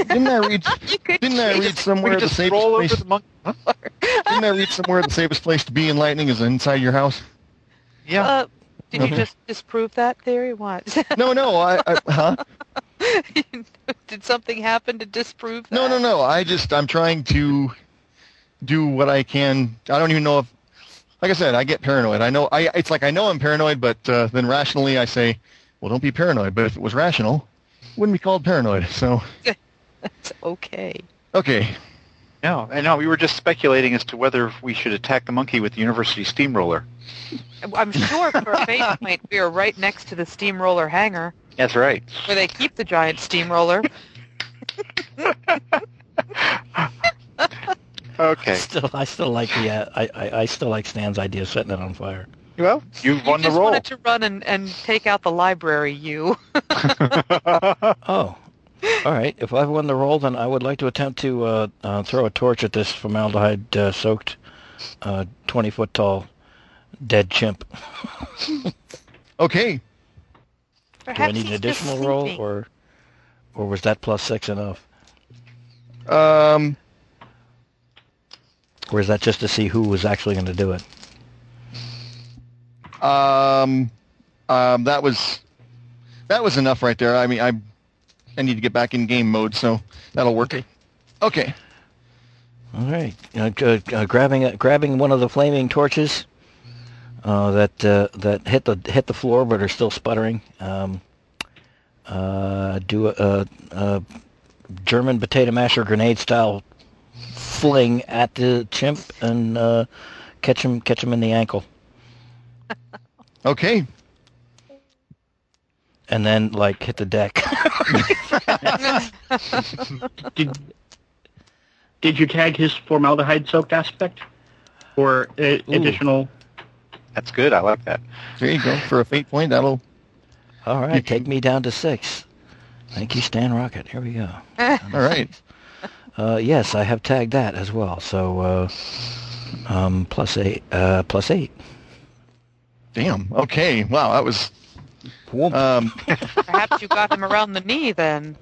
E: Didn't I read? didn't I read somewhere
D: we
E: the
D: just
E: safest
D: roll over
E: place?
D: the monkey.
E: didn't I read somewhere the safest place to be in lightning is inside your house?
D: Yeah.
G: Uh, did you
E: Mhm.
G: just disprove that theory? What?
E: No, no, I, I huh?
G: did something happen to disprove that?
E: No, no, no. I just I'm trying to do what I can. I don't even know if, like I said, I get paranoid. I know I. It's like I know I'm paranoid, but uh, then rationally I say, well, don't be paranoid. But if it was rational, it wouldn't be called paranoid. So
G: That's okay.
E: okay,
D: No, and no, we were just speculating as to whether we should attack the monkey with the university steamroller.
G: I'm sure for a base point we are right next to the steamroller hangar
D: That's right.
G: where they keep the giant steamroller.
D: Okay.
F: Still, I still like the. Uh, I, I I still like Stan's idea of setting it on fire.
D: Well, you've
G: You
D: won the
G: just
D: roll.
G: wanted to run and, and take out the library, you.
F: Oh, all right. If I've won the roll, then I would like to attempt to uh, uh, throw a torch at this formaldehyde-soaked, uh, twenty-foot-tall, dead chimp.
E: okay.
F: Do I need an additional roll, or or was that plus six enough?
E: Um,
F: Or is that just to see who was actually going to do it?
E: um, um, that was that was enough right there. I mean, I I need to get back in game mode, so that'll work. Okay. Okay.
F: All right, uh, g- uh, grabbing uh, grabbing one of the flaming torches uh, that uh, that hit the hit the floor, but are still sputtering. Um, uh, do a, a, a German potato masher grenade style fling at the chimp and uh, catch him catch him in the ankle,
E: Okay.
F: and then like hit the deck.
B: Did did you tag his formaldehyde soaked aspect or uh, additional?
D: That's good. I like that.
E: There you go. For a fate point, that'll
F: All right, take me down to six. Thank you, Stan Rocket. Here we go.
E: all right.
F: Uh, yes, I have tagged that as well. So uh, um, plus eight, uh, plus eight.
E: Damn. Okay. Wow. That was. Um,
G: Perhaps you got him around the knee then.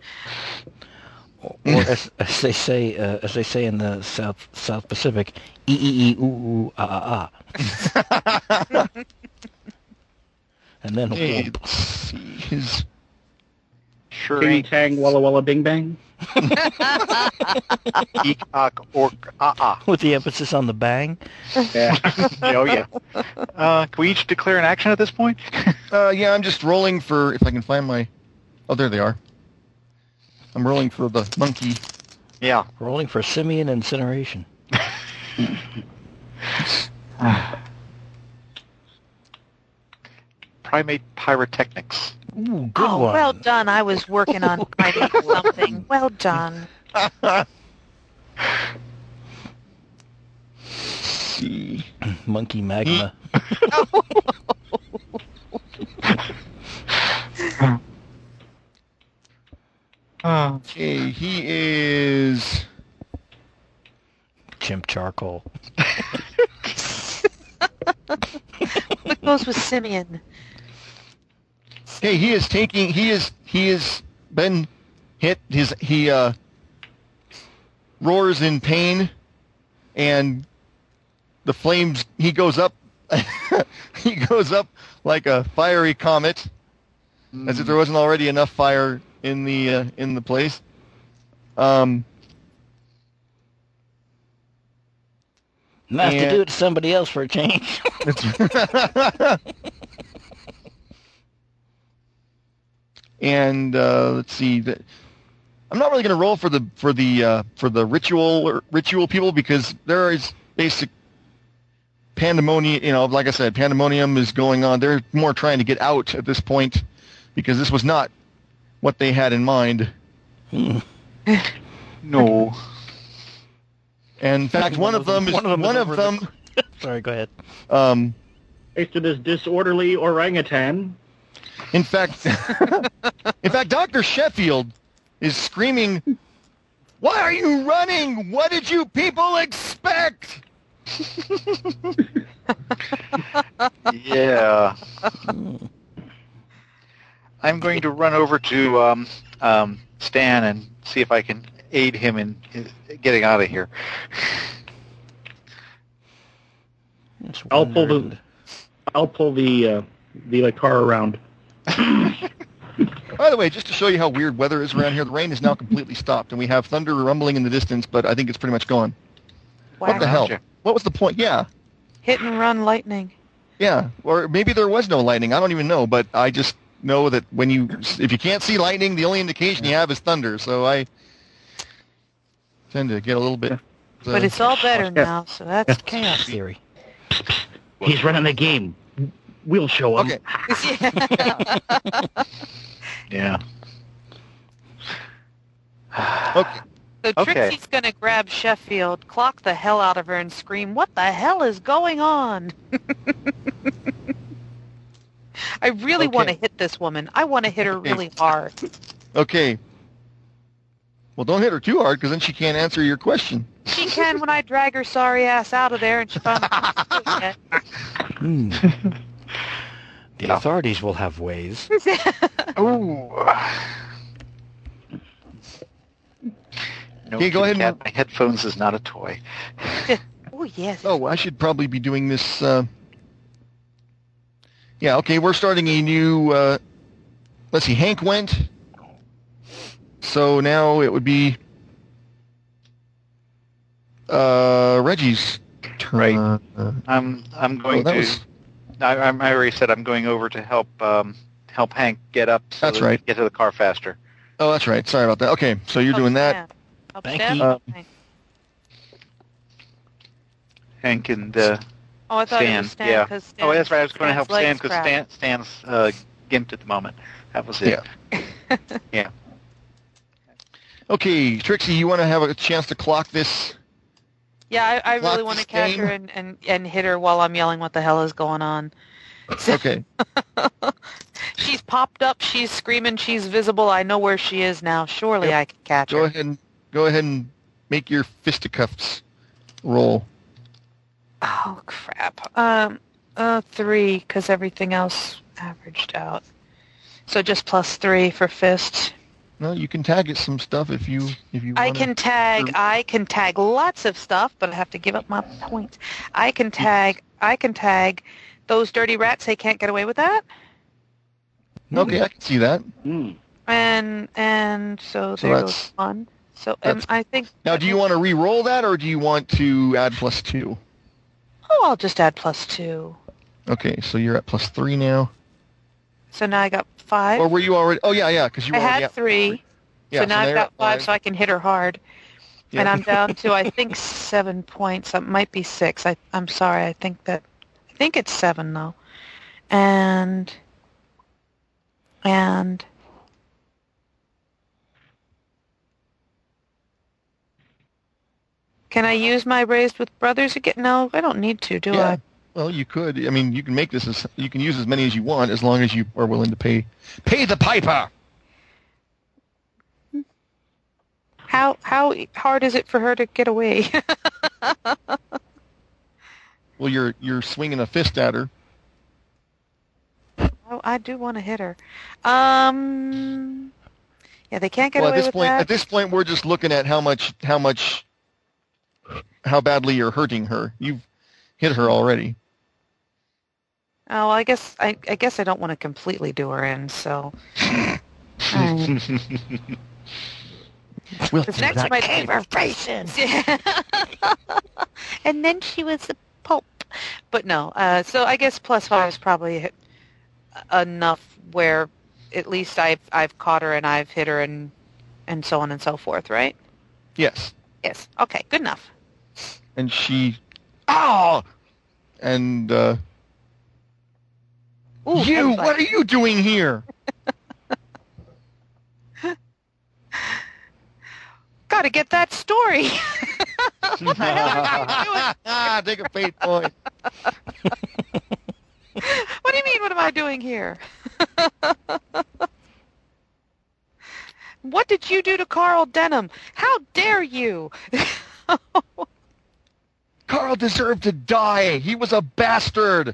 F: Or as, as they say, uh, as they say in the South South Pacific, e e e ooh ooh ah ah ah. and then
E: hey,
F: whoop.
E: let's see. His
D: Sure
B: Tang
D: ain't
B: tang walla walla bing bang.
D: eek, ock, ork, ah, ah.
F: with the emphasis on the bang.
D: Oh, yeah. Uh, can we each declare an action at this point?
E: Uh, yeah, I'm just rolling for if I can find my. Oh, there they are. I'm rolling for the monkey.
D: yeah.
F: Rolling for simian incineration.
D: Primate pyrotechnics.
F: Ooh, good
G: Oh,
F: one.
G: well done. I was working on finding something. Well done.
F: Monkey magma.
D: Uh,
E: Okay, he is.
F: Chimp charcoal.
G: What goes with Simeon?
E: Okay, he is taking. He is. He is been hit. His he uh. Roars in pain, and the flames. He goes up. he goes up like a fiery comet, as if there wasn't already enough fire in the uh, in the place. Um.
F: Nice
E: Yeah.
F: to do it to somebody else for a change.
E: and uh, let's see. The, I'm not really going to roll for the for the uh, for the ritual or ritual people because there is basic pandemonium. You know, like I said, pandemonium is going on. They're more trying to get out at this point because this was not what they had in mind.
D: no.
E: And in fact, one of them is
F: One of them is
E: one of
F: over the-
E: them.
F: Sorry, go ahead.
E: Um,
B: After this disorderly orangutan.
E: In fact, in fact, Doctor Sheffield is screaming, "Why are you running? What did you people expect?"
D: Yeah. I'm going to run over to um, um, Stan and see if I can aid him in his, getting out of here.
B: I'll pull the I'll pull the uh, the like car around.
E: By the way, just to show you how weird weather is around here, the rain is now completely stopped, and we have thunder rumbling in the distance, but I think it's pretty much gone. What the hell? What was the point? Yeah,
G: Hit and run lightning.
E: yeah. Or maybe there was no lightning. I don't even know, but I just know that when you, if you can't see lightning, the only indication you have is thunder. So I tend to get a little bit. uh,
G: but it's all better
E: Yeah.
G: now, so that's
E: Yeah.
G: chaos
J: theory.
B: He's running the game. We'll show him.
D: Yeah.
E: okay.
G: So
D: Okay.
G: Trixie's gonna grab Sheffield, clock the hell out of her, and scream, "What the hell is going on?" I really want to
E: Okay.
G: hit this woman. I want to hit her
E: Okay.
G: really hard.
E: Okay. Well, don't hit her too hard, because then she can't answer your question.
G: She can when I drag her sorry ass out of there, and she finally.
J: Hmm. the authorities will have ways.
D: Ooh. No,
E: Okay, go ahead
D: Cat, my headphones is not a toy.
G: oh yes.
E: Oh, I should probably be doing this. Uh... Yeah, okay, we're starting a new. Uh... Let's see, Hank went. So now it would be uh, Reggie's turn. Right. Uh,
D: I'm I'm
E: Oh,
D: going
E: that
D: to.
E: was-
D: I, I'm- I already said I'm going over to help um, help Hank get up. So
E: That's
D: that we
E: right.
D: can Get to the car faster.
E: oh, that's right. Sorry about that. Okay, so
G: Oh,
E: you're doing that.
G: Up
J: Thank
G: down.
J: you.
F: Um,
D: Uh,
G: Fine.
D: Hank and uh,
G: oh, I thought it
D: Stan.
G: was Stan.
D: yeah.
G: 'cause Stan
D: oh, that's right. I was going to
G: Stan's
D: help Stan
G: legs
D: because
G: cracked.
D: Stan, Stan's uh, gimped at the moment. That was it.
E: Yeah. Okay, Trixie, you want to have a chance to clock this?
G: Yeah, I, I
E: Lock
G: really want to
E: this
G: catch
E: game.
G: her and, and, and hit her while I'm yelling, "What the hell is going on?"
E: Okay.
G: She's popped up. She's screaming. She's visible. I know where she is now. Surely I can catch
E: Go
G: her.
E: ahead and go ahead and make your fisticuffs roll.
G: Oh crap. Um, uh, three because everything else averaged out. So just plus three for fist.
E: No, you can tag it some stuff if you if you.
G: I
E: wanna.
G: can tag. I can tag lots of stuff, but I have to give up my points. I
E: Hmm.
G: can tag. I can tag. Those dirty rats. They can't get away with that.
E: Okay, I can see that.
G: And and so,
E: So
G: there
E: that's-
G: goes one. So um,
E: that's-
G: I think.
E: Now, do you want to re-roll that, or do you want to add plus two?
G: Oh, I'll just add plus two.
E: Okay, so you're at plus three now.
G: So now I got five.
E: Or were you already? Oh yeah, yeah, because you
G: I
E: were already
G: had
E: at,
G: three.
E: yeah,
G: so now I've
E: you're
G: got
E: at
G: five, so I can hit her hard.
E: Yeah.
G: And I'm down to I think seven points. That might be six. I I'm sorry. I think that I think it's seven though. And and can I use my raised with brothers again? No, I don't need to, do
E: yeah.
G: I?
E: Well, you could. I mean, you can make this as you can use as many as you want, as long as you are willing to pay pay the piper.
G: How how hard is it for her to get away?
E: Well, you're you're swinging a fist at her.
G: Oh, I do want to hit her. Um, yeah, they can't get
E: well,
G: away
E: at this
G: with
E: point,
G: that.
E: at this point, we're just looking at how much how much how badly you're hurting her. You've hit her already.
G: oh, well, I guess I, I guess I don't want to completely do her in. So,
J: We'll
G: 'Cause
J: do
G: next
J: that.
G: might be and then she was a pope. But no, uh, so I guess plus five is probably hit- enough where at least I've I've caught her and I've hit her and and so on and so forth, right?
E: Yes,
G: Yes. Okay. Good enough.
E: and she ah and uh,
G: Ooh,
E: you.
G: headbutt.
E: What are you doing here?
G: Gotta get that story.
E: ah, take a fate point.
G: What do you mean? What am I doing here? what did you do to Carl Denham? How dare you?
E: Carl deserved to die. He was a bastard.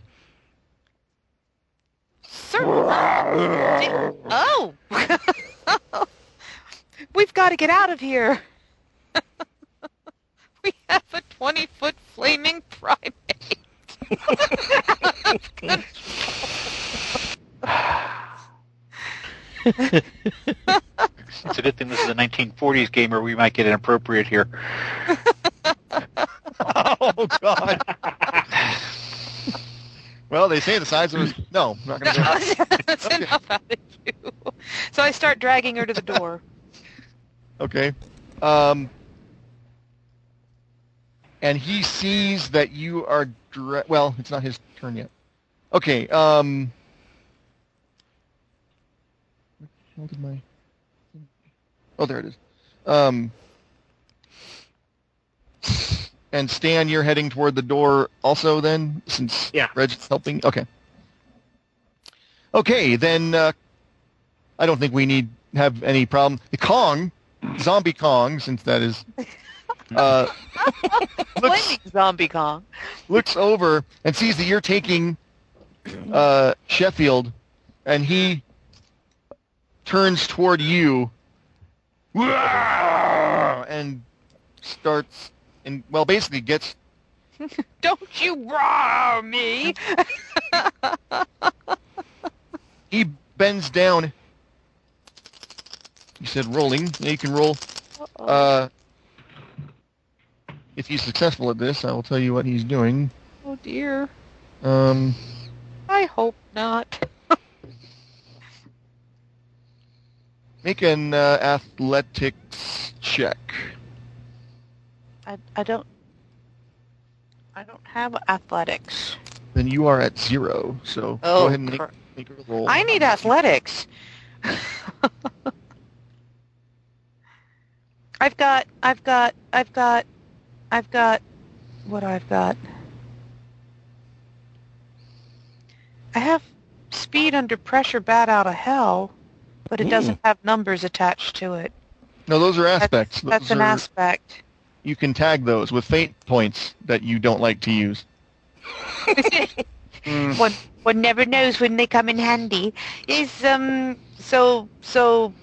G: Sir. oh. We've got to get out of here. we have a 20 foot flaming primate. Out of
D: It's a good thing this is a 1940s game, or we might get inappropriate here.
E: oh God. well, they say the size of his. No, I'm not gonna. Go.
G: control. That's enough out of you. So I start dragging her to the door.
E: Okay. Um, and he sees that you are. Dra- well, it's not his turn yet. Okay. Um, what did my? Oh, there it is. Um, and Stan, you're heading toward the door also then, since
B: Yeah.
E: Reggie's helping. Okay. Okay, then uh, I don't think we need have any problem. The Kong, Zombie Kong, since that is, uh,
G: Flaming zombie Kong.
E: looks over and sees that you're taking uh, Sheffield, and he turns toward you, "Wah!" and starts and well, basically gets
G: Don't you roar me.
E: he bends down. You said rolling. Yeah, you can roll. Uh, if he's successful at this, I will tell you what he's doing.
G: Oh dear.
E: Um,
G: I hope not.
E: make an uh, athletics check.
G: I, I don't I don't have athletics.
E: Then you are at zero. So go
G: Oh,
E: ahead and make,
G: cr-
E: make a roll.
G: I need athletics. I've got, I've got, I've got, I've got, what do I've got? I have speed under pressure bat out of hell, but it doesn't have numbers attached to it.
E: no, those are
G: That's-
E: aspects.
G: That's,
E: Those
G: an
E: are-
G: aspect.
E: You can tag those with fate points that you don't like to use.
H: One one never knows when they come in handy.
G: Is, um, so, so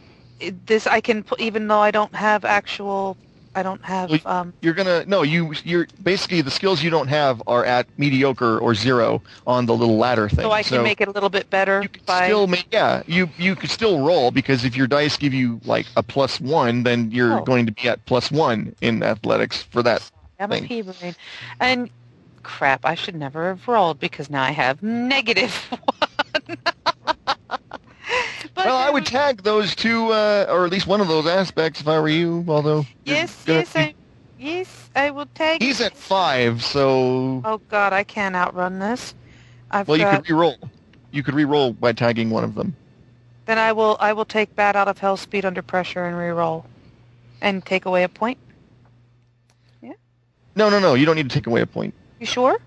G: i- this I can, pu- even though I don't have actual, I don't
E: Well,
G: have, um,
E: You're gonna no. You you're basically the skills you don't have are at mediocre or zero on the little ladder thing.
G: so I can make it a little bit better
E: you could
G: by...
E: still make yeah you you could still roll because if your dice give you like a plus one then you're
G: Oh.
E: going to be at plus one in athletics for that
G: I'm
E: thing.
G: a pea brain. And crap, I should never have rolled because now I have negative one. but
E: well i would
G: um,
E: tag those two uh, or at least one of those aspects if i were you although you're
G: yes,
E: gonna
G: yes,
E: be-
G: I, yes, I will take.
E: he's at five so
G: Oh God, I can't outrun this. I've
E: well you
G: got.
E: could re-roll you could re-roll by tagging one of them
G: Then I will. I will take bat out of hell, speed under pressure, and re-roll, and take away a point.
E: no no no you don't need to take away a point
G: You sure?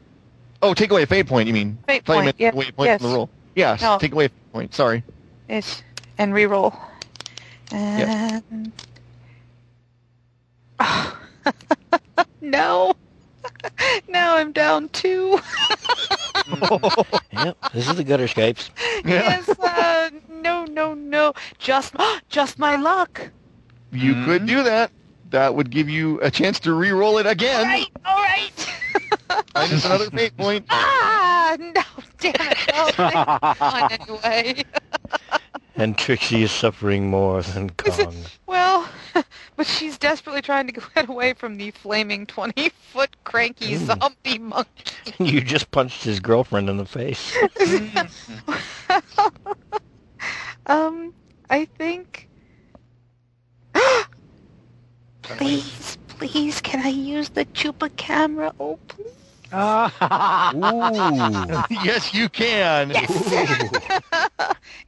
E: oh take away a fate point you mean
G: Fate
E: Thought you
G: point,
E: meant
G: yeah,
E: take away a point from the
G: yes.
E: roll yes
G: No.
E: take away a fate point sorry
G: Yes, and re-roll. And no, now I'm down two.
J: Yep, this is the gutter escapes.
G: yes, uh, no, no, no. Just, just my luck.
E: you could do that that would give you a chance to re-roll it
G: All
E: again
G: right, all right.
E: minus another fate point
G: ah, no, damn it. No, thanks. Fine anyway.
J: And Trixie is suffering more than Kong.
G: Well, but she's desperately trying to get away from the flaming twenty-foot cranky zombie monkey.
J: you just punched his girlfriend in the face.
G: um, I think. please, please, can I use the chupa camera? Oh, please.
J: Ooh.
E: yes, you can.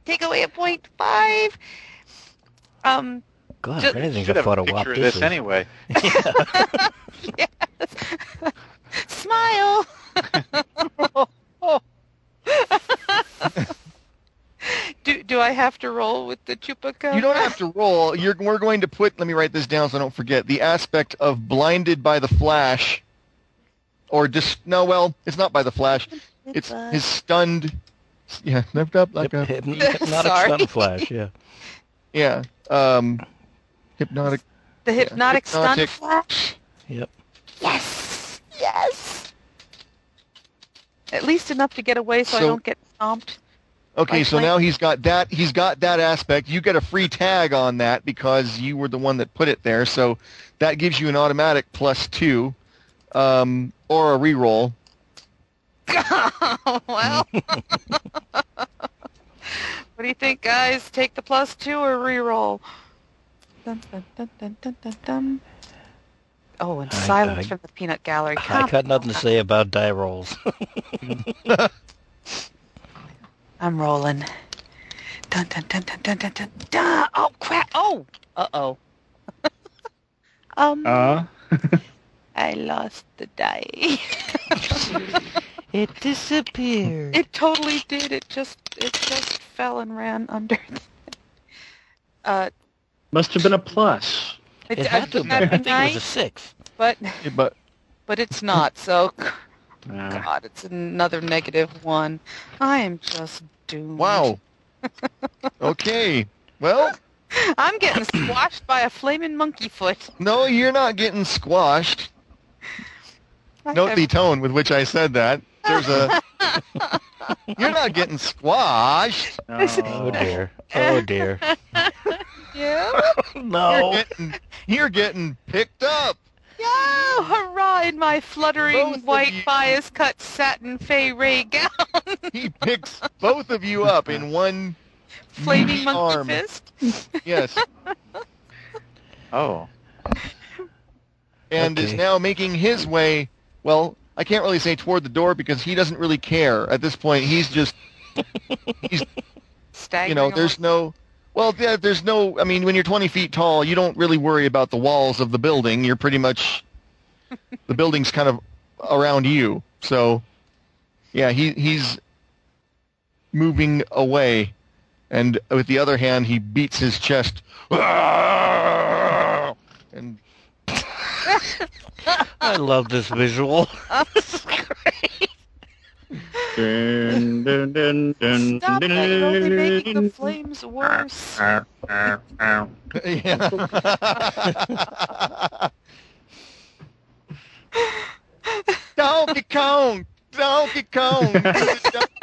G: Take away a point five. Um,
J: God,
G: Just-
J: if anything's a
D: Should have
J: photo
D: a
J: op,
D: picture of
J: this
D: this
J: is.
D: anyway.
G: smile. do do I have to roll with the chupa camera?
E: You don't have to roll. You're, we're going to put. Let me write this down so I don't forget. The aspect of blinded by the flash, or just no. Well, it's not by the flash. It's his stunned Yeah, never up like a
G: hypnotic Sorry. stun flash,
E: Yeah, yeah. Um, hypnotic.
G: The hypnotic
E: Hypnotic.
G: stun flash?
F: Yep.
G: Yes. Yes. At least enough to get away so, I
E: So-
G: don't get stomped.
E: Okay,
G: Like
E: so
G: my-
E: now he's got that. He's got that aspect. You get a free tag on that because you were the one that put it there. So that gives you an automatic plus two, um, or a reroll.
G: well. what do you think, guys? Take the plus two or reroll? Dun, dun, dun, dun, dun, dun, dun. Oh, and
F: I-
G: silence
F: I-
G: from the peanut gallery.
F: I
G: Come
F: got nothing to say about die rolls.
G: I'm rolling. Dun dun dun dun dun dun dun. dun. Oh crap! Oh, uh oh. um,
B: Uh,
G: I lost the die.
R: It disappeared.
G: it totally did. It just it just fell and ran under. Uh,
B: must have been a plus.
G: it,
F: It had to
G: wouldn't
F: be.
G: that
F: I
G: be
F: think it was a
G: nice?
F: six.
G: but
E: Yeah, But
G: but it's not. So
E: Ah.
B: Uh,
G: God, it's another negative one. I am just doomed.
E: wow. Okay. Well,
G: I'm getting squashed by a flaming monkey foot.
E: no, you're not getting squashed. Note the tone with which I said that. There's a. You're not getting squashed.
F: Oh
B: no.
F: dear. Oh dear.
G: Yeah.
E: You're
F: No.
E: getting, you're getting picked up.
G: Yo, Oh, hurrah in my fluttering
E: Both of you.
G: white bias cut satin fey ray gown,
E: He picks both of you up in one.
G: flaming monkey
E: Arm.
G: fist.
E: Yes.
D: Oh.
E: and is
F: Okay.
E: now making his way. Well, I can't really say toward the door because he doesn't really care at this point. He's just,
G: Staggering
E: you know, there's
G: along.
E: no. Well, there, there's no. I mean, when you're 20 feet tall, you don't really worry about the walls of the building. You're pretty much, the building's kind of around you. So, yeah, he he's moving away, and with the other hand, he beats his chest. And
F: I love this visual.
B: Dun, dun, dun, dun,
G: Stop
B: dun,
G: that, you're only making the
B: dun.
G: flames worse.
E: Yeah. Donkey Kong! Donkey Kong! Do the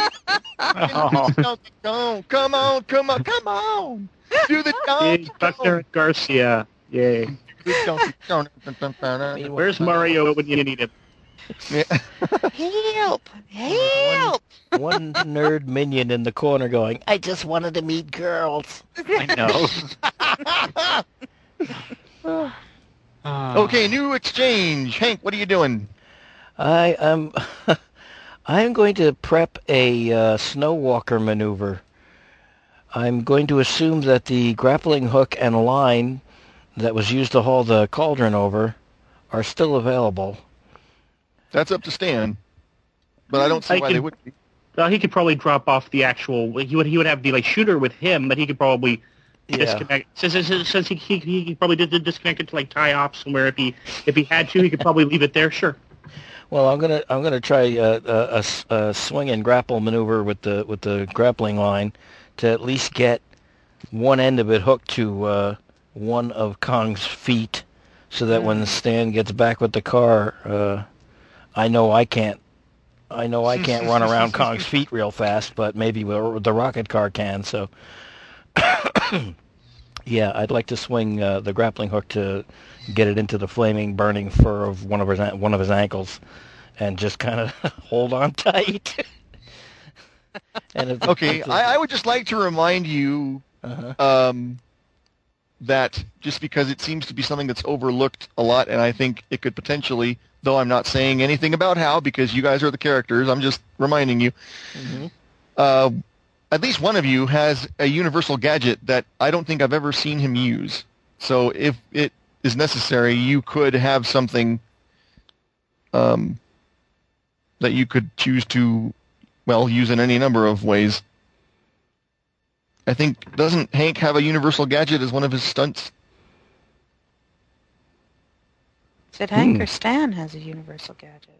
E: Donkey Donkey Kong! Come on, come on, come on! Do the
B: Yay,
E: Donkey Kong!
B: Dr. Garcia. Yay.
E: Do the Donkey Kong.
B: Where's Mario when you need him?
E: Yeah.
G: Help! Help!
F: One nerd minion in the corner going, I just wanted to meet girls.
D: I know.
E: Uh, Okay, new exchange. Hank, what are you doing?
F: I am I am going to prep a uh, snow walker maneuver. I'm going to assume that the grappling hook and line that was used to haul the cauldron over are still available.
E: That's up to Stan. But I don't see
B: I
E: why
B: can-
E: they would be.
B: Well, he could probably drop off the actual. He would he would have the like shooter with him, but he could probably disconnect. Since, since, since he, he he could probably did disconnect it to like tie off somewhere if he if he had to, he could probably leave it there. Sure.
F: Well, I'm gonna I'm gonna try a, a, s- a swing and grapple maneuver with the with the grappling line to at least get one end of it hooked to uh, one of Kong's feet, so that when Stan gets back with the car, uh, I know I can't I know I can't run around Kong's feet real fast, but maybe the the rocket car can. So, yeah, I'd like to swing uh, the grappling hook to get it into the flaming, burning fur of one of his an- one of his ankles, and just kind of hold on tight. and if the-
E: Okay,
F: if the-
E: I, I would just like to remind you
F: uh-huh.
E: um, that just because it seems to be something that's overlooked a lot, and I think it could potentially, though I'm not saying anything about how because you guys are the characters, I'm just reminding you. Uh, at least one of you has a universal gadget that I don't think I've ever seen him use. So if it is necessary, you could have something um, that you could choose to, well, use in any number of ways. I think doesn't Hank have a universal gadget as one of his stunts?
G: Hmm.
E: Hmm.
G: Said Hank or Stan has a universal gadget.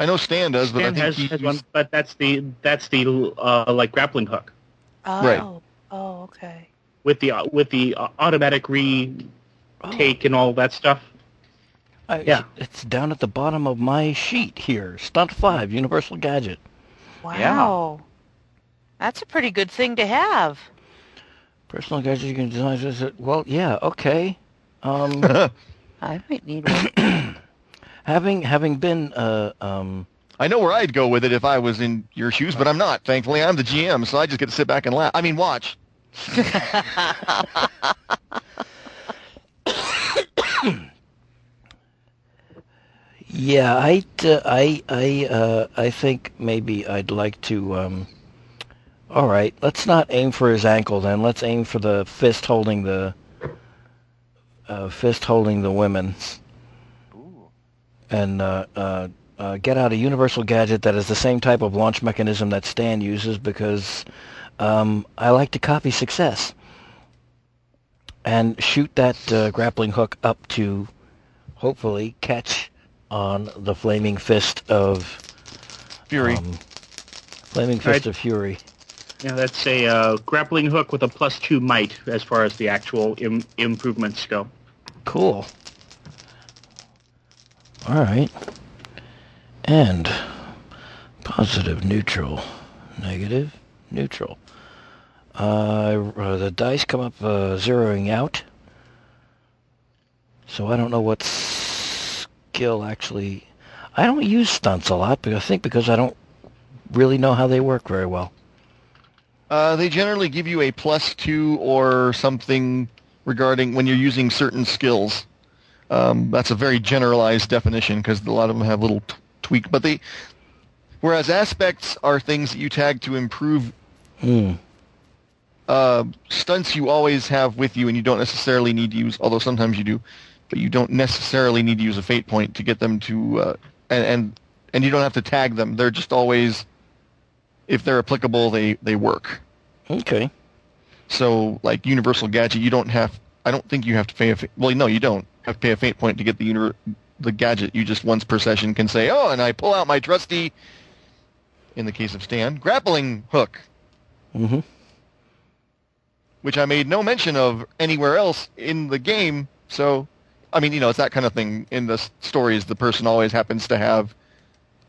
E: I know Stan does, but I
B: Stan
E: think
B: has,
E: he
B: has
E: used-
B: one, but that's the that's the uh, like grappling hook
G: Oh.
E: Right.
G: Oh, okay.
B: with the with the uh, automatic re take and all that stuff.
F: I,
B: Yeah.
F: It's down at the bottom of my sheet here. Stunt 5, Universal Gadget.
G: Wow. That's a pretty good thing to have.
F: Personal gadgets you can design. so- so- Well, yeah, okay. Um,
H: I might need one.
F: having having been uh, um,
E: I know where I'd go with it if I was in your shoes, but I'm not. Thankfully, I'm the GM, so I just get to sit back and laugh. I mean, watch.
F: Yeah, I, uh, I, I, uh, I think maybe I'd like to. Um, all right, let's not aim for his ankle then. Let's aim for the fist holding the uh, fist holding the women, and uh, uh, uh, get out a universal gadget that is the same type of launch mechanism that Stan uses because um, I like to copy success and shoot that uh, grappling hook up to hopefully catch on the flaming fist of
E: fury.
F: flaming fist
B: Right.
F: of fury.
B: Yeah, that's a uh, grappling hook with a plus two might as far as the actual Im- improvements go.
F: Cool. All right. And positive, neutral, negative, neutral. Uh, uh, the dice come up uh, zeroing out. So I don't know what skill actually. I don't use stunts a lot, but I think because I don't really know how they work very well.
E: Uh, they generally give you a plus two or something regarding when you're using certain skills. Um, that's a very generalized definition because a lot of them have little t- tweak. But they, whereas aspects are things that you tag to improve
F: Hmm.
E: uh, stunts you always have with you, and you don't necessarily need to use. Although sometimes you do, but you don't necessarily need to use a fate point to get them to. Uh, and, and and you don't have to tag them. They're just always, if they're applicable, they they work.
F: Okay.
E: So like universal gadget, you don't have. I don't think you have to pay a. fa- Well, no, you don't have to pay a fate point to get the univer- the gadget. You just once per session can say, oh, and I pull out my trusty. In the case of Stan, grappling hook
F: Mm-hmm.
E: which I made no mention of anywhere else in the game. So, I mean, you know, it's that kind of thing in the s- stories. The person always happens to have.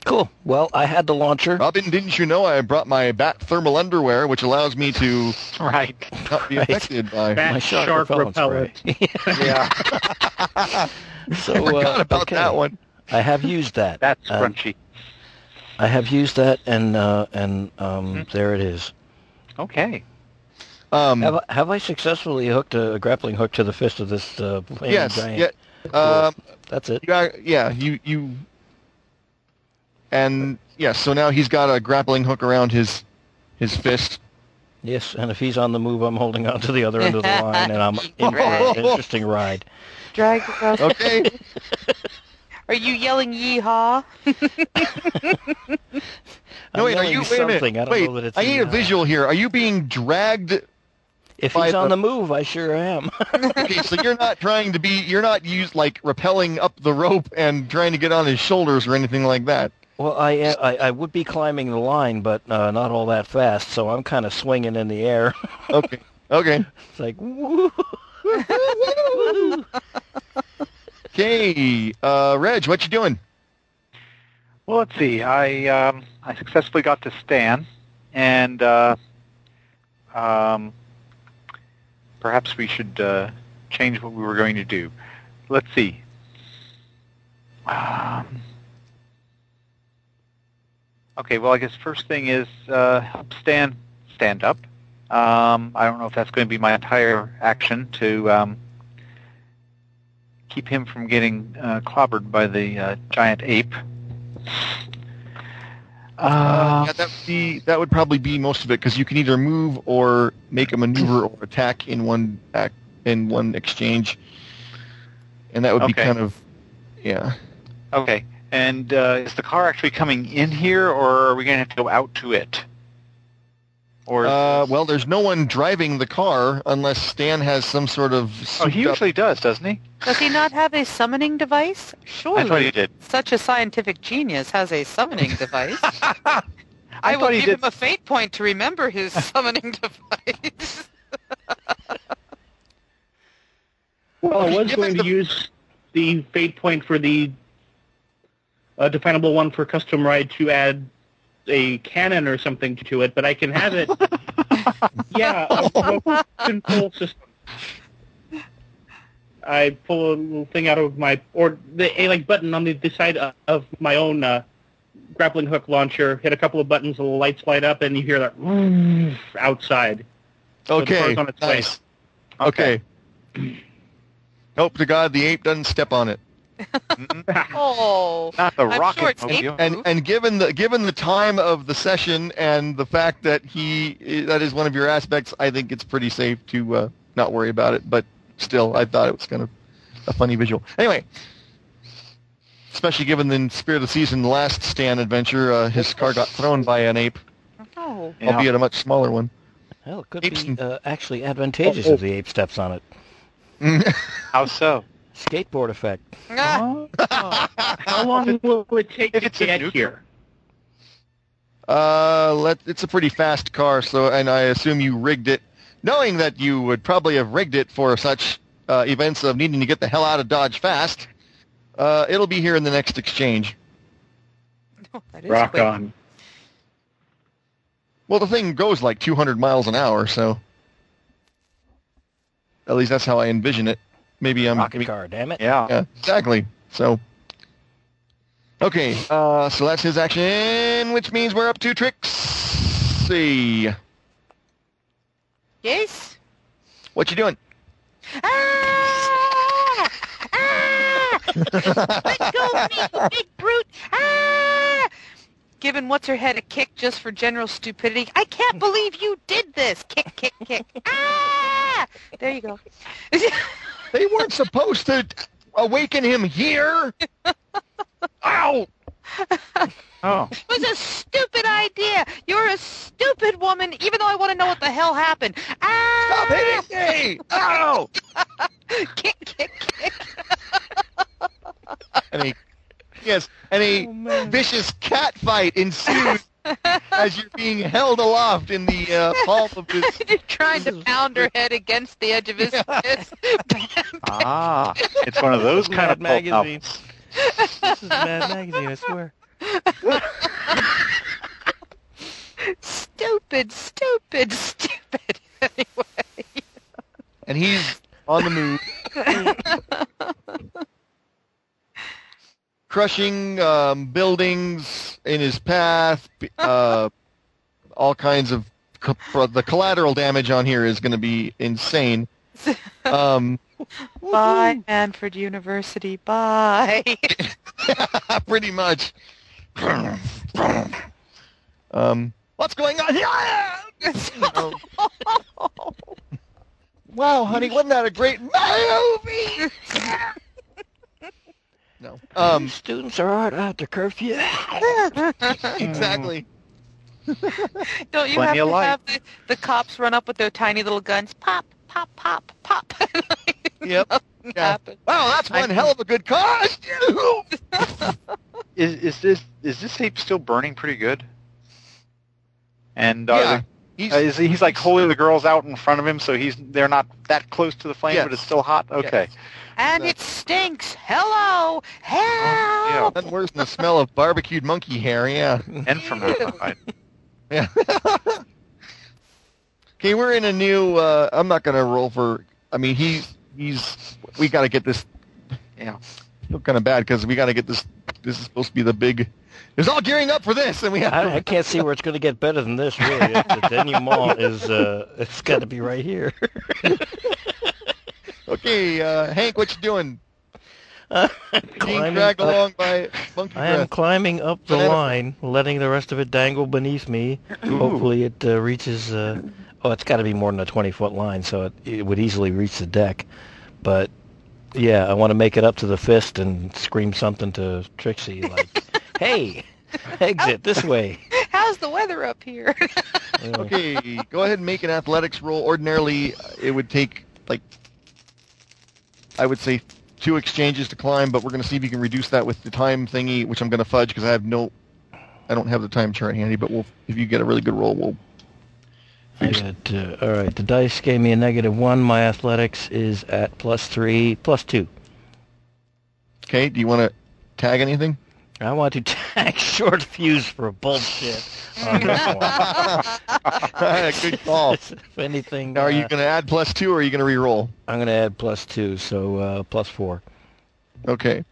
F: Cool. Well, I had the launcher.
E: Robin, didn't you know I brought my bat thermal underwear, which allows me to
D: Right.
E: not be
F: Right.
E: affected by.
B: Bat
F: My shark
B: shark
F: repellent spray.
B: repellent.
D: Yeah.
F: So
E: I forgot
F: uh,
E: about
F: okay.
E: that one.
F: I have used that.
D: That's
J: uh,
F: Um,
D: crunchy.
F: I have used that, and uh, and um,
E: Mm-hmm.
F: there it is.
D: Okay.
E: Um,
F: Have I, have I successfully hooked a, grappling hook to the fist of this uh, flaming
E: yes.
F: giant?
E: Yeah. Um,
F: That's it.
E: you are- yeah. You you. And yes, so now he's got a grappling hook around his his fist.
F: Yes, and if he's on the move, I'm holding on to the other end of the line, and I'm in for an
E: Right.
F: interesting ride.
G: Drag yourself.
E: Okay.
G: Are you yelling yeehaw?
F: I'm yelling something. I don't
E: wait,
F: know that it's
E: I need a
F: uh,
E: visual here. Are you being dragged
F: If
E: by
F: he's on
E: the-
F: the move, I sure am.
E: okay, so you're not trying to be, you're not used like rappelling up the rope and trying to get on his shoulders or anything like that.
F: well, I, uh, I I would be climbing the line, but uh, not all that fast, so I'm kind of swinging in the air.
E: Okay, okay,
F: it's like woo.
E: okay. Uh, Reg, what you doing?
D: Well, let's see. I um, I successfully got to Stan, and uh, um, perhaps we should uh, change what we were going to do. Let's see. Um, okay. Well, I guess first thing is uh, help Stan stand up. Um, I don't know if that's going to be my entire action to um, keep him from getting uh, clobbered by the uh, giant ape.
E: Uh,
D: Uh,
E: yeah, that would be that would probably be most of it because you can either move or make a maneuver or attack in one act in one exchange, and that would be
D: Okay.
E: kind of yeah.
D: okay. And uh, is the car actually coming in here, or are we going to have to go out to it? Or
E: uh, well, there's no one driving the car unless Stan has some sort
D: oh,
E: of.
D: he
E: souped up-
D: usually does, doesn't he?
G: Does he not have a summoning device? Surely.
D: I thought he did.
G: Such a scientific genius has a summoning device. I, will
D: thought he
G: give
D: did-
G: him a fate point to remember his summoning device.
B: Well, I was going to use the fate point for the uh, definable one for custom ride to add a cannon or something to it, but I can have it. yeah, a remote control system. I pull a little thing out of my or the a like button on the, the side of, of my own uh, grappling hook launcher. Hit a couple of buttons, the lights light up, and you hear that "Woof" outside. So the
E: Okay,
B: car's on its way.
E: nice. Okay. Hope to God the ape doesn't step on it.
G: oh.
D: Not the
G: I'm
D: rocket
G: sure it's
D: mobile.
G: ape
E: And and given the given the time of the session and the fact that he that is one of your aspects, I think it's pretty safe to uh, not worry about it. But still, I thought it was kind of a funny visual. Anyway, especially given the spirit of the season last Stan adventure, uh, his car got thrown by an ape,
G: Oh.
D: Yeah.
E: albeit a much smaller one.
J: Well, it could
E: Apes
J: be
E: and-
J: uh, actually advantageous if the ape steps on it.
D: How so?
J: Skateboard effect.
G: Ah,
B: How long will it take
D: If
B: to
D: it's a
B: get
D: nuke-
B: here?
E: Uh, let, it's a pretty fast car, so and I assume you rigged it, knowing that you would probably have rigged it for such uh, events of needing to get the hell out of Dodge fast. Uh, it'll be here in the next exchange.
G: that is
B: Rock
G: quick.
B: on.
E: Well, the thing goes like 200 miles an hour, so at least that's how I envision it. Maybe I'm
J: Rocket car, damn it.
D: Yeah.
E: yeah, exactly. So okay, uh, so that's his action, which means we're up to Trixie.
G: Yes.
E: What you doing?
H: Ah! Ah! Let go of me, you big brute!
G: Ah! Giving what's her head a kick just for general stupidity. I can't believe you did this. Kick, kick, kick. Ah! There you go.
E: They weren't supposed to awaken him here. Ow!
D: Oh.
G: It was a stupid idea. You're a stupid woman, even though I want to know what the hell happened.
E: Stop
G: Ah!
E: hitting me! Ow!
G: Kick, kick, kick.
E: And he, yes, and a vicious cat fight ensues as you're being held aloft in the uh, palm of his.
G: You're trying to pound her head against the edge of his fist.
D: Ah. It's one of those kind of
J: Mad
D: pulp
J: magazine.
D: novels.
O: This is Mad Magazine, I swear.
G: stupid, stupid, stupid.
E: and he's on the move. Crushing um, buildings in his path, b- uh, all kinds of co- pro- the collateral damage on here is going to be insane. Um,
G: Bye, Manford University. Bye.
E: pretty much. um, what's going on here? Oh. wow, honey, wasn't that a great movie? no. Um,
J: Students are out after curfew.
E: exactly.
G: Don't you
D: Plenty
G: have
D: of
G: to
D: light.
G: have the, the cops run up with their tiny little guns? Pop, pop, pop, pop.
E: Yep.
G: Nothing
E: Yeah.
G: happened.
E: Wow, that's one hell of a good cause.
D: Is is this is this ape still burning pretty good? And are
E: Yeah,
D: the-
E: He's,
D: uh, is he, he's like holding the girls out in front of him, so he's they're not that close to the flame,
E: Yes.
D: but it's still hot. Okay.
G: And it stinks. Hello.
J: Uh-huh.
G: Help.
E: nothing worse than the smell of barbecued monkey hair. Yeah.
D: And from that,
E: Yeah. okay, we're in a new. Uh, I'm not gonna roll for. I mean, he's he's. We gotta get this.
D: Yeah.
E: Feel kind of bad because we gotta get this. This is supposed to be the big. It's all gearing up for this, and we have.
J: I, I can't see where it's going to get better than this, really. If the denouement is, uh, it's got to be right here.
E: Okay, uh, Hank, what you doing? Being
J: Climbing
E: dragged
J: up-
E: along by monkey
J: I am
E: breath.
J: climbing up the
E: Banana-
J: line, letting the rest of it dangle beneath me. Hopefully it uh, reaches, uh, oh, it's got to be more than a 20-foot line, so it, it would easily reach the deck. But, yeah, I want to make it up to the fist and scream something to Trixie, like, hey, Exit this way.
G: How's the weather up here?
E: Okay, go ahead and make an athletics roll. Ordinarily, uh, it would take like I would say two exchanges to climb, but we're going to see if you can reduce that with the time thingy, which I'm going to fudge because I have no, I don't have the time chart handy. But we'll if you get a really good roll, we'll.
J: I got, uh, all right, the dice gave me a negative one. My athletics is at plus three, plus two.
E: Okay, do you want to tag anything?
J: I want to tag short fuse for bullshit. on this one.
E: Good call.
J: if anything,
E: Now, are you
J: uh,
E: going to add plus two, or are you going to re-roll?
J: I'm going to add plus two, so uh, plus four.
E: Okay.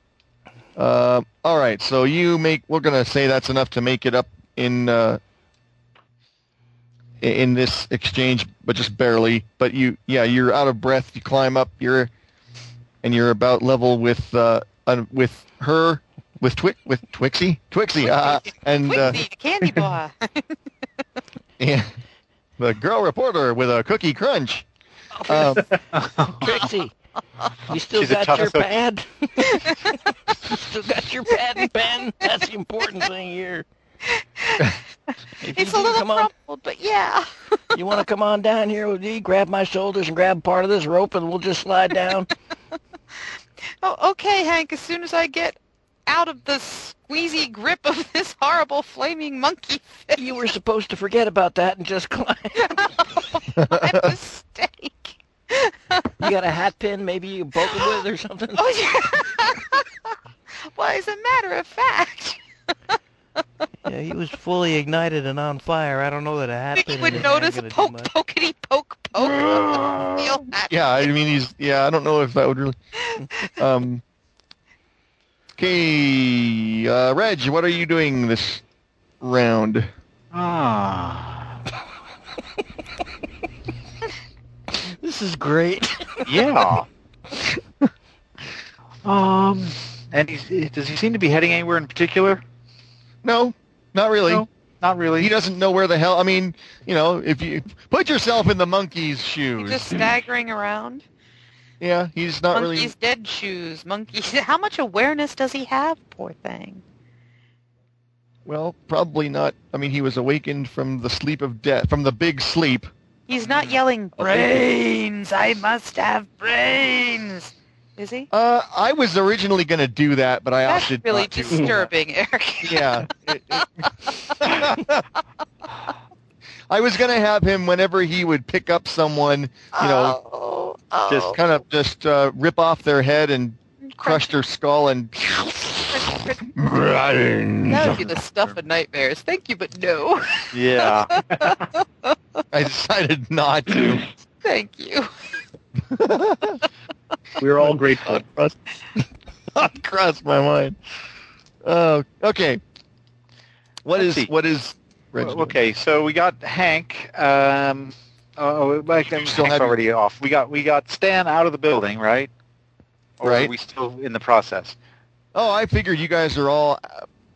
E: Uh, all right. So you make. We're gonna say that's enough to make it up in uh, i- in this exchange, but just barely. But you, yeah, you're out of breath. You climb up. You're and you're about level with uh, un, with her, with Twi- with Twixie, Twixie, uh, and uh,
G: Quincy, the candy bar.
E: yeah, the girl reporter with a cookie crunch. Um,
J: Trixie, you still
D: She's a
J: got
D: tough
J: your
D: cookie.
J: pad? still got your pad and pen? That's the important thing here. If
G: it's a
J: you do
G: little
J: come on,
G: crumpled, but yeah.
J: you want to come on down here with me? Grab my shoulders and grab part of this rope, and we'll just slide down.
G: Oh, okay, Hank. As soon as I get out of the squeezy grip of this horrible flaming monkey fish,
J: you were supposed to forget about that and just climb.
G: my mistake.
J: You got a hat pin? Maybe you poke it with or something.
G: Oh yeah. well, as a matter of fact,
O: Yeah, he was fully ignited and on fire. I don't know that a hat
G: you
O: pin in
G: would
O: his hand
G: notice a
O: gonna do
G: poke,
O: much.
G: pokety, poke, poke. You'll have-
E: yeah, I mean he's yeah, I don't know if that would really um Okay, uh, Reg, what are you doing this round?
D: Ah,
J: This is great.
D: yeah. um, and he's, does he seem to be heading anywhere in particular?
E: No, not really.
D: No, not really.
E: He doesn't know where the hell. I mean, you know, if you put yourself in the monkey's shoes,
G: just staggering around.
E: yeah, he's not
G: Monkey's
E: really.
G: dead shoes. Monkey's. How much awareness does he have? Poor thing.
E: Well, probably not. I mean, he was awakened from the sleep of death, from the big sleep.
G: He's not yelling brains. I must have brains. Is he?
E: Uh, I was originally going to do that, but I
G: That's
E: opted
G: really
E: not to.
G: disturbing, Eric.
E: yeah. It- it- I was gonna have him whenever he would pick up someone, you know,
G: oh, oh,
E: just kind of just uh, rip off their head and crush
G: crunch,
E: their skull and.
G: crunch, crunch. That would be the stuff of nightmares. Thank you, but no.
D: Yeah.
E: I decided not to.
G: Thank you.
B: We're all grateful.
E: Not crossed my mind. Oh, okay. What
D: Let's
E: is
D: see.
E: what is? Reg
D: Well,
E: doing?
D: okay, so we got Hank. Um, oh, oh, I can,
E: still
D: Hank's
E: have your-
D: already off. We got we got Stan out of the building, right? Or
E: Right.
D: Are we still in the process?
E: Oh, I figured you guys are all.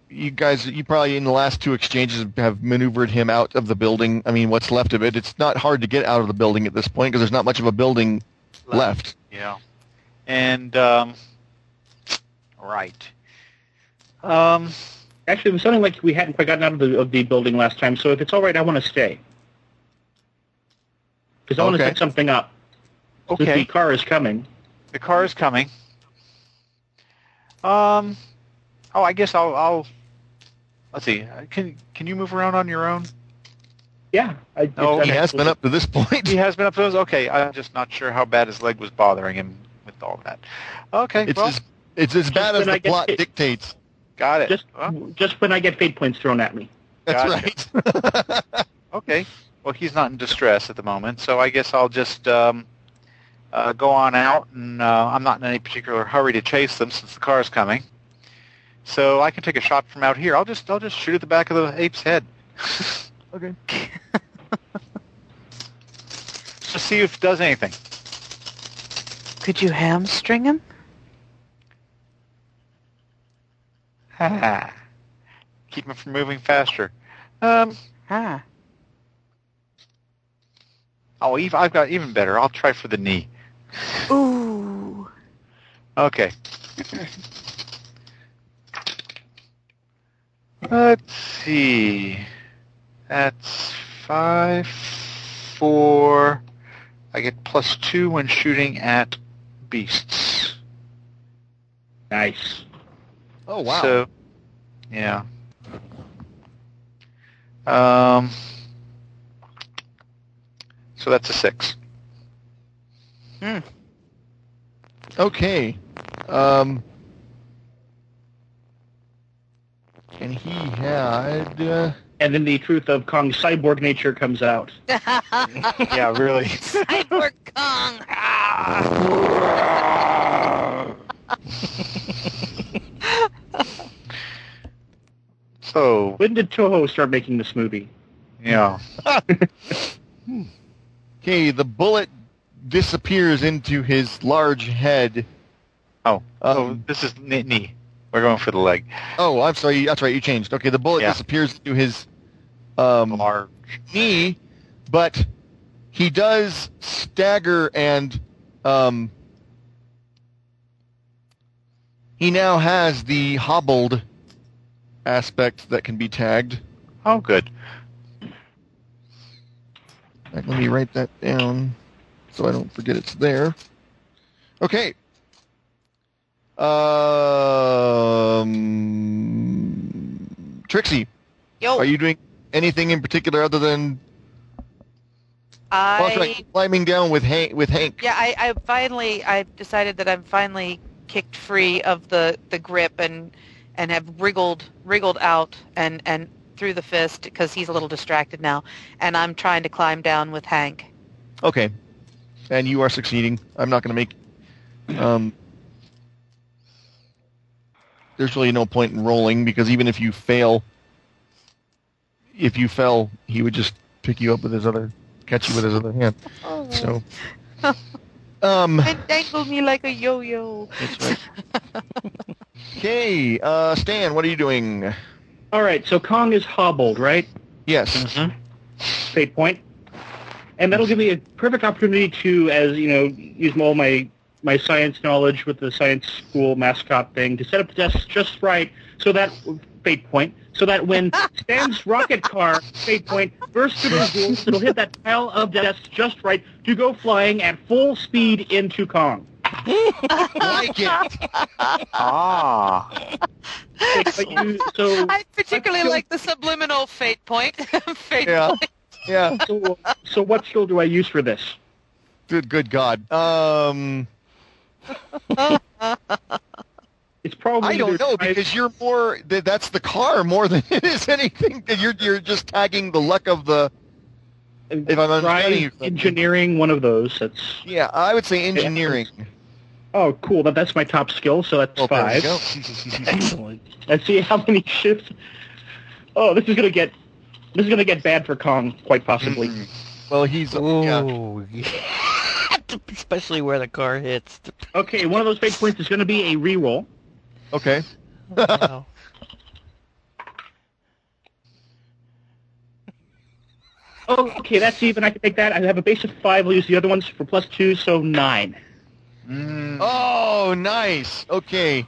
E: You guys, you probably in the last two exchanges have maneuvered him out of the building. I mean, what's left of it. It's not hard to get out of the building at this point because there's not much of a building left.
D: Yeah. And um, right. Um,
B: Actually, it was sounding like we hadn't quite gotten out of the, of the building last time, so if it's all right, I want to stay. Because I want
E: Okay.
B: to set something up. Since the
D: okay.
B: car is coming.
D: The car is coming. Um. Oh, I guess I'll. I'll let's see. Uh, Can Can you move around on your own?
B: Yeah. I,
D: Oh,
B: it's-
E: He has been up to this point.
D: He has been up to those. Okay, I'm just not sure how bad his leg was bothering him with all that. Okay,
E: It's
D: well,
E: as it's as bad as
B: when I
E: the
B: get
E: plot
B: hit.
E: dictates.
D: got it.
B: Just,
D: Well,
B: just when I get fate points thrown at me.
E: That's
D: Gotcha.
E: right.
D: okay. Well, he's not in distress at the moment, so I guess I'll just um, uh, go on out, and uh, I'm not in any particular hurry to chase them since the car's coming. So I can take a shot from out here. I'll just I'll just shoot at the back of the ape's head. okay. just see if it does anything.
C: Could you hamstring him?
D: Ah. Keep him from moving faster. Um,
C: Ah.
D: oh, Eve, I've got even better. I'll try for the knee.
C: Ooh.
D: Okay. Let's see. That's five, four. I get plus two when shooting at beasts.
B: Nice.
E: Oh wow.
D: So, yeah. Um. So that's a six.
E: Okay. Um, and he had. Uh,
B: And then the truth of Kong's cyborg nature comes out.
D: Yeah, really.
H: Cyborg Kong.
D: So,
B: When did Toho start making this movie?
D: yeah.
E: okay, the bullet disappears into his large head.
D: Oh, oh,
E: Um,
D: this is knee- knee. We're going for the leg.
E: Oh, I'm sorry. That's right. You changed. Okay, the bullet
D: Yeah.
E: disappears into his um,
D: Large.
E: knee, but he does stagger and um, he now has the hobbled aspect that can be tagged.
D: Oh, good.
E: Right, let me write that down so I don't forget it's there. Okay. Um, Trixie,
G: Yo,
E: are you doing anything in particular other than Well, that's
G: I
E: right, climbing down with Hank? With Hank,
G: yeah, I, I finally I decided that I'm finally kicked free of the, the grip and and have wriggled wriggled out and and through the fist because he's a little distracted now, and I'm trying to climb down with Hank.
E: okay, and you are succeeding. I'm not going to make. Um, there's really no point in rolling because even if you fail, if you fell, he would just pick you up with his other, catch you with his other hand.
G: Oh,
E: So, um,
G: and dangled me like a yo-yo.
E: that's right. Okay, uh, Stan, what are you doing?
B: All right, so Kong is hobbled, right?
E: Yes.
B: Fate point. And that'll give me a perfect opportunity to, as you know, use all my my science knowledge with the science school mascot thing to set up the desk just right, so that fate point, so that when Stan's rocket car fate point bursts through those walls, it'll hit that pile of desks just right to go flying at full speed into Kong.
E: like it.
D: Ah.
B: But you- so
G: I particularly
B: Let's go.
G: like the subliminal fate point. fate
E: Yeah.
G: point.
E: Yeah.
B: so, so what skill do I use for this?
E: Good. Good God. Um,
B: It's probably
E: I don't
B: either
E: know
B: drive-
E: because you're more. th- That's the car more than it is anything. You're you're just tagging the luck of the. If I'm understanding you
B: drive,
E: correctly.
B: engineering, one of those. That's
E: Yeah, I would say engineering.
B: Oh, cool. That, that's my top skill, so that's
E: Well, Oh, there we
B: five.
E: go.
J: Excellent.
B: Let's see how many shifts. Oh, this is gonna get this is gonna get bad for Kong, quite possibly.
E: Well, he's yeah.
J: Ooh, yeah. especially where the car hits.
B: Okay, one of those fate points is gonna be a reroll.
E: okay.
J: Wow.
B: Oh, okay, that's even. I can take that. I have a base of five. I'll use the other ones for plus two, so nine.
D: Mm.
E: Oh, nice. Okay.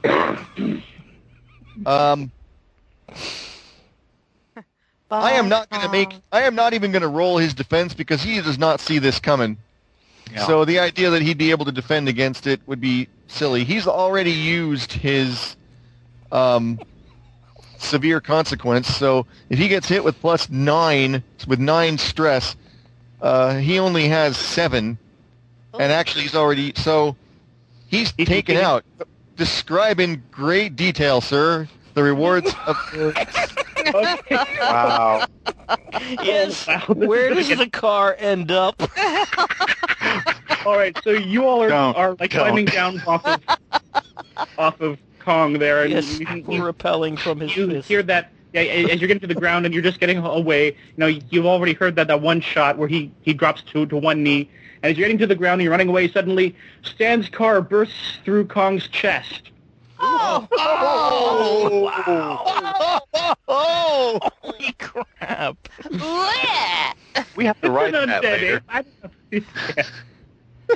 E: Um, I am not going to make. I am not even going to roll his defense because he does not see this coming.
D: Yeah.
E: So the idea that he'd be able to defend against it would be silly. He's already used his um, severe consequence. So if he gets hit with plus nine with nine stress, uh, he only has seven, and actually he's already so he's
B: He's
E: taken
B: taken-
E: out. Describe in great detail, sir, the rewards of your
B: Okay.
D: Wow.
J: yes.
B: Wow, this
J: Where
B: is
J: does
B: gonna
J: the car end up?
B: get- All right, so you all are,
D: Don't,
B: are like
D: don't.
B: climbing down off of off of Kong there, and
J: Yes,
B: you, can- you
J: repelling from his
B: you
J: fist.
B: hear that yeah, as you're getting to the ground and you're just getting away. You know, you've already heard that that one shot where he he drops to to one knee, and as you're getting to the ground and you're running away, suddenly Stan's car bursts through Kong's chest.
J: Holy crap!
H: Bleh!
D: We have to write
B: It's an
D: that
B: undead
D: later.
B: ape. I don't know.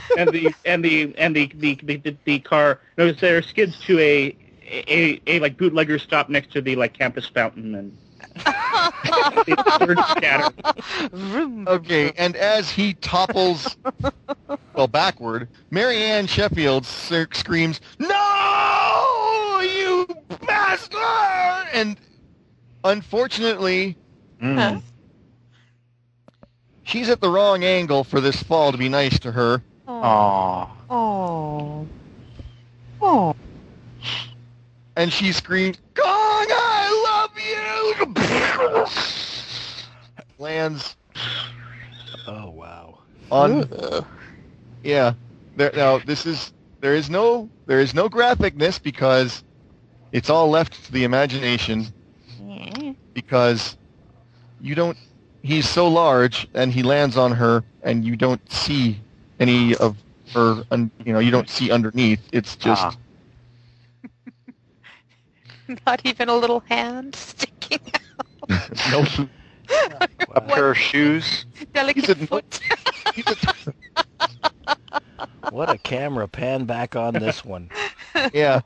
B: and the and the and the the the, the, the car no, there skids to a a, a like bootlegger stopped next to the like campus fountain and the birds scatter.
E: Okay, and as he topples, well, backward, Marianne Sheffield sir- screams, "No, you bastard!" And unfortunately,
D: Hmm.
E: she's at the wrong angle for this fall to be nice to her.
D: Aww.
G: Oh.
D: Oh.
E: And she screams, "Gong, I love you!" Lands.
F: Oh wow.
E: on uh, yeah there, now this is there is no there is no graphicness because it's all left to the imagination because you don't he's so large and he lands on her and you don't see any of her un, you know you don't see underneath it's just
D: Ah.
G: Not even a little hand sticking
E: no
D: A pair of shoes.
G: delicate foot.
F: What a camera pan back on this one.
E: yeah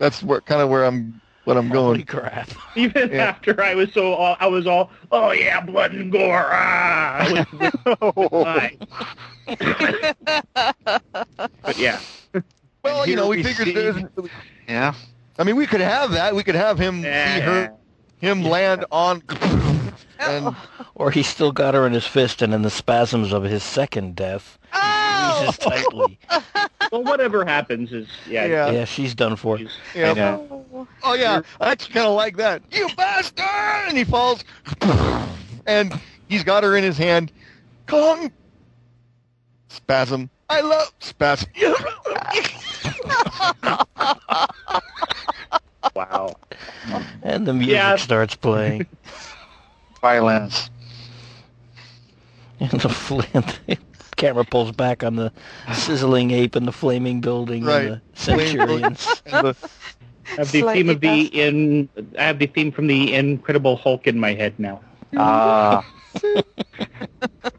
E: that's where kind of where i'm what i'm
F: Holy
E: going
F: crap.
B: Even
E: Yeah.
B: after I was so all, I was all oh yeah blood and gore ah I was fine. but yeah
E: well you know we
D: Here we
E: figured
D: see-
E: there's really
D: Yeah.
E: I mean, we could have that. We could have him see her, him land on, and
F: Or he still got her in his fist, and in the spasms of his second death,
B: Oh!
F: he squeezes tightly.
B: well whatever happens is yeah
E: yeah, yeah.
F: Yeah, she's done for.
D: Yeah.
E: Oh yeah, I actually kind of like that. You bastard! And he falls, and he's got her in his hand. Kong. Spasm. I love spasm.
B: wow
F: And the music
B: Yeah.
F: starts playing.
D: Violence.
F: and the flint. camera pulls back on the sizzling ape and the flaming building
E: Right.
F: and the
E: Flame
F: centurions.
E: And the-
B: I have the
G: Slightly
B: theme of the in I have the theme from the Incredible Hulk in my head now
D: Ah.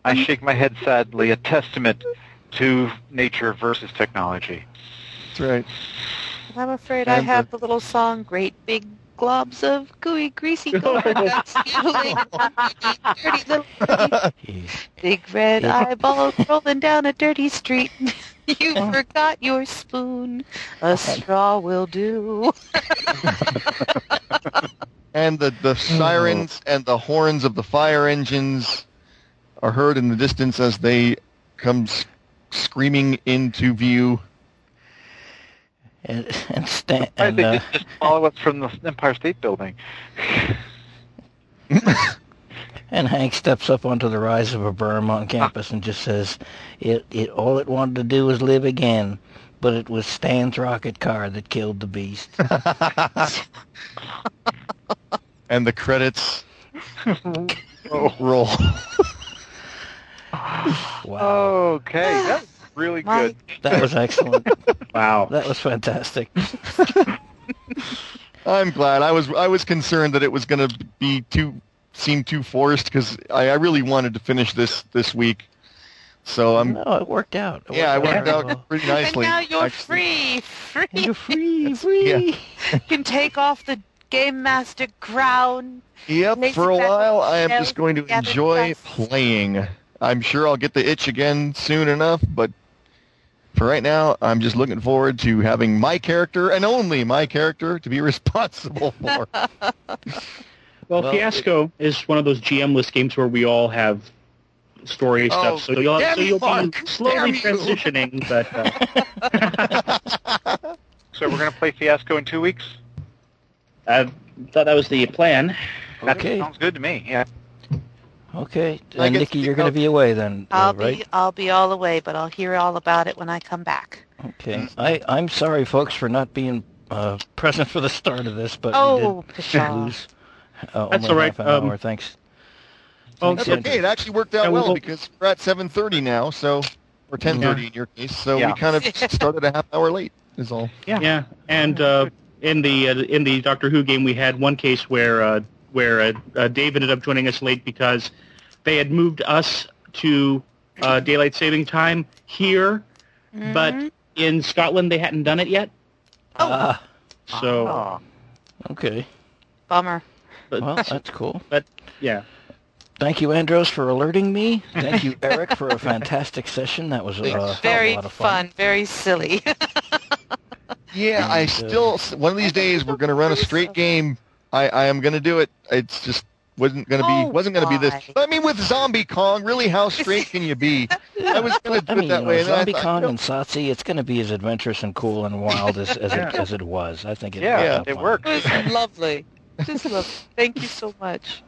D: I shake my head sadly, a testament to nature versus technology.
E: That's right.
G: I'm afraid I
E: And the-
G: have the little song, Great Big Globs of Gooey Greasy Gore. That's you, dirty little
F: Jeez.
G: big red
F: Yeah.
G: eyeball rolling down a dirty street. You forgot your spoon. A straw will do.
E: And the the sirens and the horns of the fire engines are heard in the distance as they come s- screaming into view.
F: And, and, Stan,
D: I
F: and
D: think
F: uh,
D: it's just follow us from the Empire State Building.
F: And Hank steps up onto the rise of a berm on campus and just says, "It, it, all it wanted to do was live again, but it was Stan's rocket car that killed the beast."
E: and the credits roll.
F: Wow,
D: Okay, that was really
G: My-
D: good.
F: that was excellent.
B: wow
F: that was fantastic.
E: I'm glad. I was I was concerned that it was going to be too seem too forced because I, I really wanted to finish this this week. So I'm
F: No, it worked out. It
E: Um, yeah, I
F: worked
E: worked
F: very well.
E: out pretty
G: and
E: nicely.
G: now you're
E: actually.
G: free. Free.
F: And You're free,
E: yeah.
F: free.
G: can take off the Game Master crown.
E: Yep.
G: Lazy
E: For a
G: back
E: while, I am
G: window,
E: just going to
G: gathered
E: enjoy
G: dust.
E: playing. I'm sure I'll get the itch again soon enough, but for right now, I'm just looking forward to having my character and only my character to be responsible for.
B: well,
F: Well,
B: Fiasco is one of those GM-less games where we all have story
E: Oh,
B: stuff so you'll
E: damn
B: so
E: you,
B: you'll
E: Mark.
B: be slowly
E: Damn you.
B: transitioning but uh,
D: So we're going to play Fiasco in two weeks?
B: I thought that was the plan.
D: That
F: Okay,
D: sounds good to me, yeah.
F: okay.
E: I
F: And
E: get to
F: Nikki, you're going to
E: pick
F: be away then, uh,
G: I'll
F: right?
G: be I'll be all away, but I'll hear all about it when I come back.
F: Okay. I, I'm sorry, folks, for not being uh, present for the start of this, but
G: Oh,
F: we did
G: pshaw.
F: lose uh,
B: That's
F: only
B: all right,
F: half an
B: um,
F: hour. Thanks.
B: Oh,
E: That's
F: Andrew.
E: okay. It actually worked out
B: Yeah,
E: well
B: we'll-
E: because we're at 7:30 now, so or 10:30 in your case. So
D: Yeah.
E: we kind of started a half hour late. Is all.
B: yeah. And uh, in the uh, in the Doctor Who game, we had one case where uh, where uh, uh, Dave ended up joining us late because they had moved us to uh, daylight saving time
G: Mm-hmm.
B: here, but in Scotland they hadn't done it yet.
G: Oh.
F: Ah,
B: So
G: Ah.
F: Okay.
G: Bummer.
F: Well, that's cool.
B: But yeah.
F: Thank you, Andros, for alerting me. Thank you, Eric, for a fantastic session. That was uh, a hell of
G: very
F: a lot of
G: fun, very silly.
E: Yeah,
F: uh,
E: I still one of these days we're gonna run a straight game. I, I am gonna do it. It's just wasn't gonna be
G: Oh,
E: wasn't gonna be
G: why?
E: this. But I mean, with Zombie Kong, really, how straight can you be? I was gonna do
F: I
E: it
F: mean,
E: that way. and then I
F: Zombie
E: thought,
F: Kong
E: no.
F: and Satsi, it's going to be as adventurous and cool and wild as, as, it,
G: Yeah.
F: as it was. I think it
D: Yeah,
F: worked out
D: it
F: fine.
D: worked.
G: It was lovely. Just lovely. Thank you so much.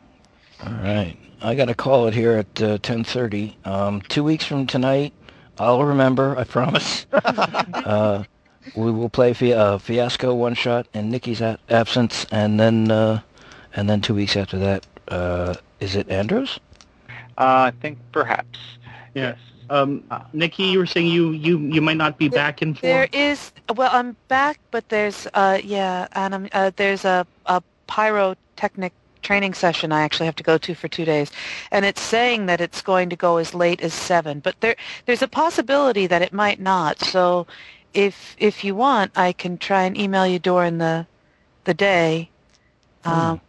F: All right. I got to call it here at uh, 10.30. Um, two weeks from tonight, I'll remember, I promise. uh, we will play fi- uh, Fiasco One Shot in Nikki's a- absence, and then uh, and then two weeks after that, uh, is it Andrews?
D: Uh, I think perhaps.
B: Yeah. Um, Nikki, you were saying you, you, you might not be back in form.
G: There is well, I'm back, but there's uh yeah, and I'm uh, there's a a pyrotechnic training session I actually have to go to for two days, and it's saying that it's going to go as late as seven, but there there's a possibility that it might not. So, if if you want, I can try and email you during the the day. Um,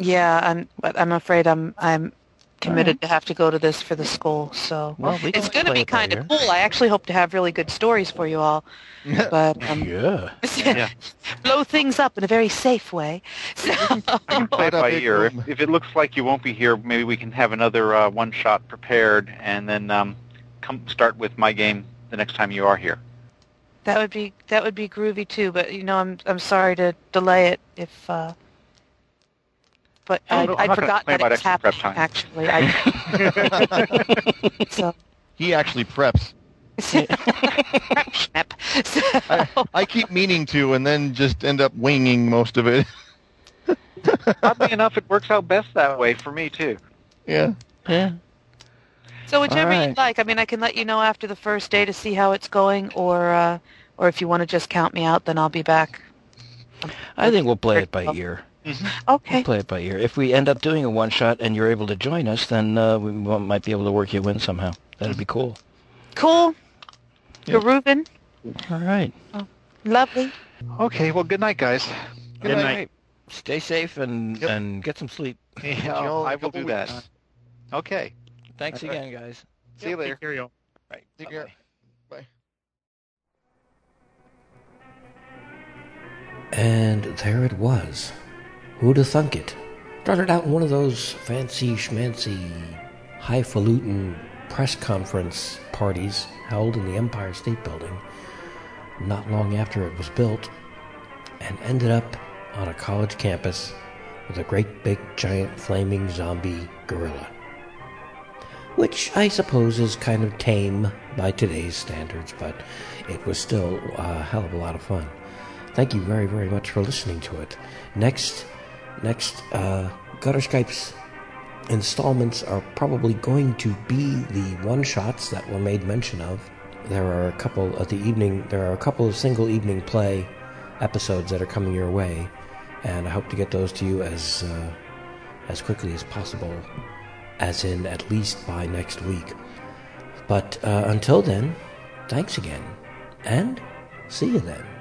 G: yeah, I'm, but I'm afraid I'm I'm committed to have to go to this for the school. So
F: Well, we
G: it's
F: can
G: going to
F: play
G: be
F: it by
G: kind
F: ear.
G: of cool. I actually hope to have really good stories for you all, but um,
F: Yeah.
D: Yeah.
G: blow things up in a very safe way. So,
D: Play it
E: Right up
D: by
E: it,
D: ear.
E: boom.
D: If, if it looks like you won't be here, maybe we can have another uh, one shot prepared, and then um, come start with my game the next time you are here.
G: that would be that would be groovy too. But you know, I'm I'm sorry to delay it if. Uh, but
D: Oh,
G: I,
D: no, I'm
G: I'd
D: not gonna complain
G: forgotten that it was
D: about
G: happening.
D: extra prep
G: Actually, I, so
E: He actually preps.
G: snap. So,
E: I keep meaning to, and then just end up winging most of it.
D: Oddly enough, it works out best that way for me too.
E: Yeah.
F: Yeah.
G: so whichever
F: All right.
G: you'd like. I mean, I can let you know after the first day to see how it's going, or uh, or if you want to just count me out, then I'll be back.
F: I think we'll play it by ear.
G: Okay.
F: Play it by ear. If we end up doing a one shot and you're able to join us, then uh, we m- might be able to work you in somehow. That'd be cool.
G: Cool.
F: Yep.
G: Reuben,
F: All right.
G: lovely.
D: Okay, well, good night, guys.
B: Good night.
F: Stay safe and
E: Yep.
F: and get some sleep.
D: Yeah,
E: y'all in a
D: I will
E: couple
D: do
E: weeks.
D: that. Okay.
F: Thanks
D: All right.
F: again, guys.
D: See you
B: Take
D: later.
B: care, y'all.
F: Right.
E: Take care.
A: And there it was. Who'da thunk it? Started out in one of those fancy schmancy, highfalutin press conference parties held in the Empire State Building not long after it was built, and ended up on a college campus with a great big giant flaming zombie gorilla. Which I suppose is kind of tame by today's standards, but it was still a hell of a lot of fun thank you very very much for listening to it next next uh, gutter skypes installments are probably going to be the one shots that were made mention of there are a couple of the evening there are a couple of single evening play episodes that are coming your way and i hope to get those to you as uh, as quickly as possible as in at least by next week but uh, until then thanks again and see you then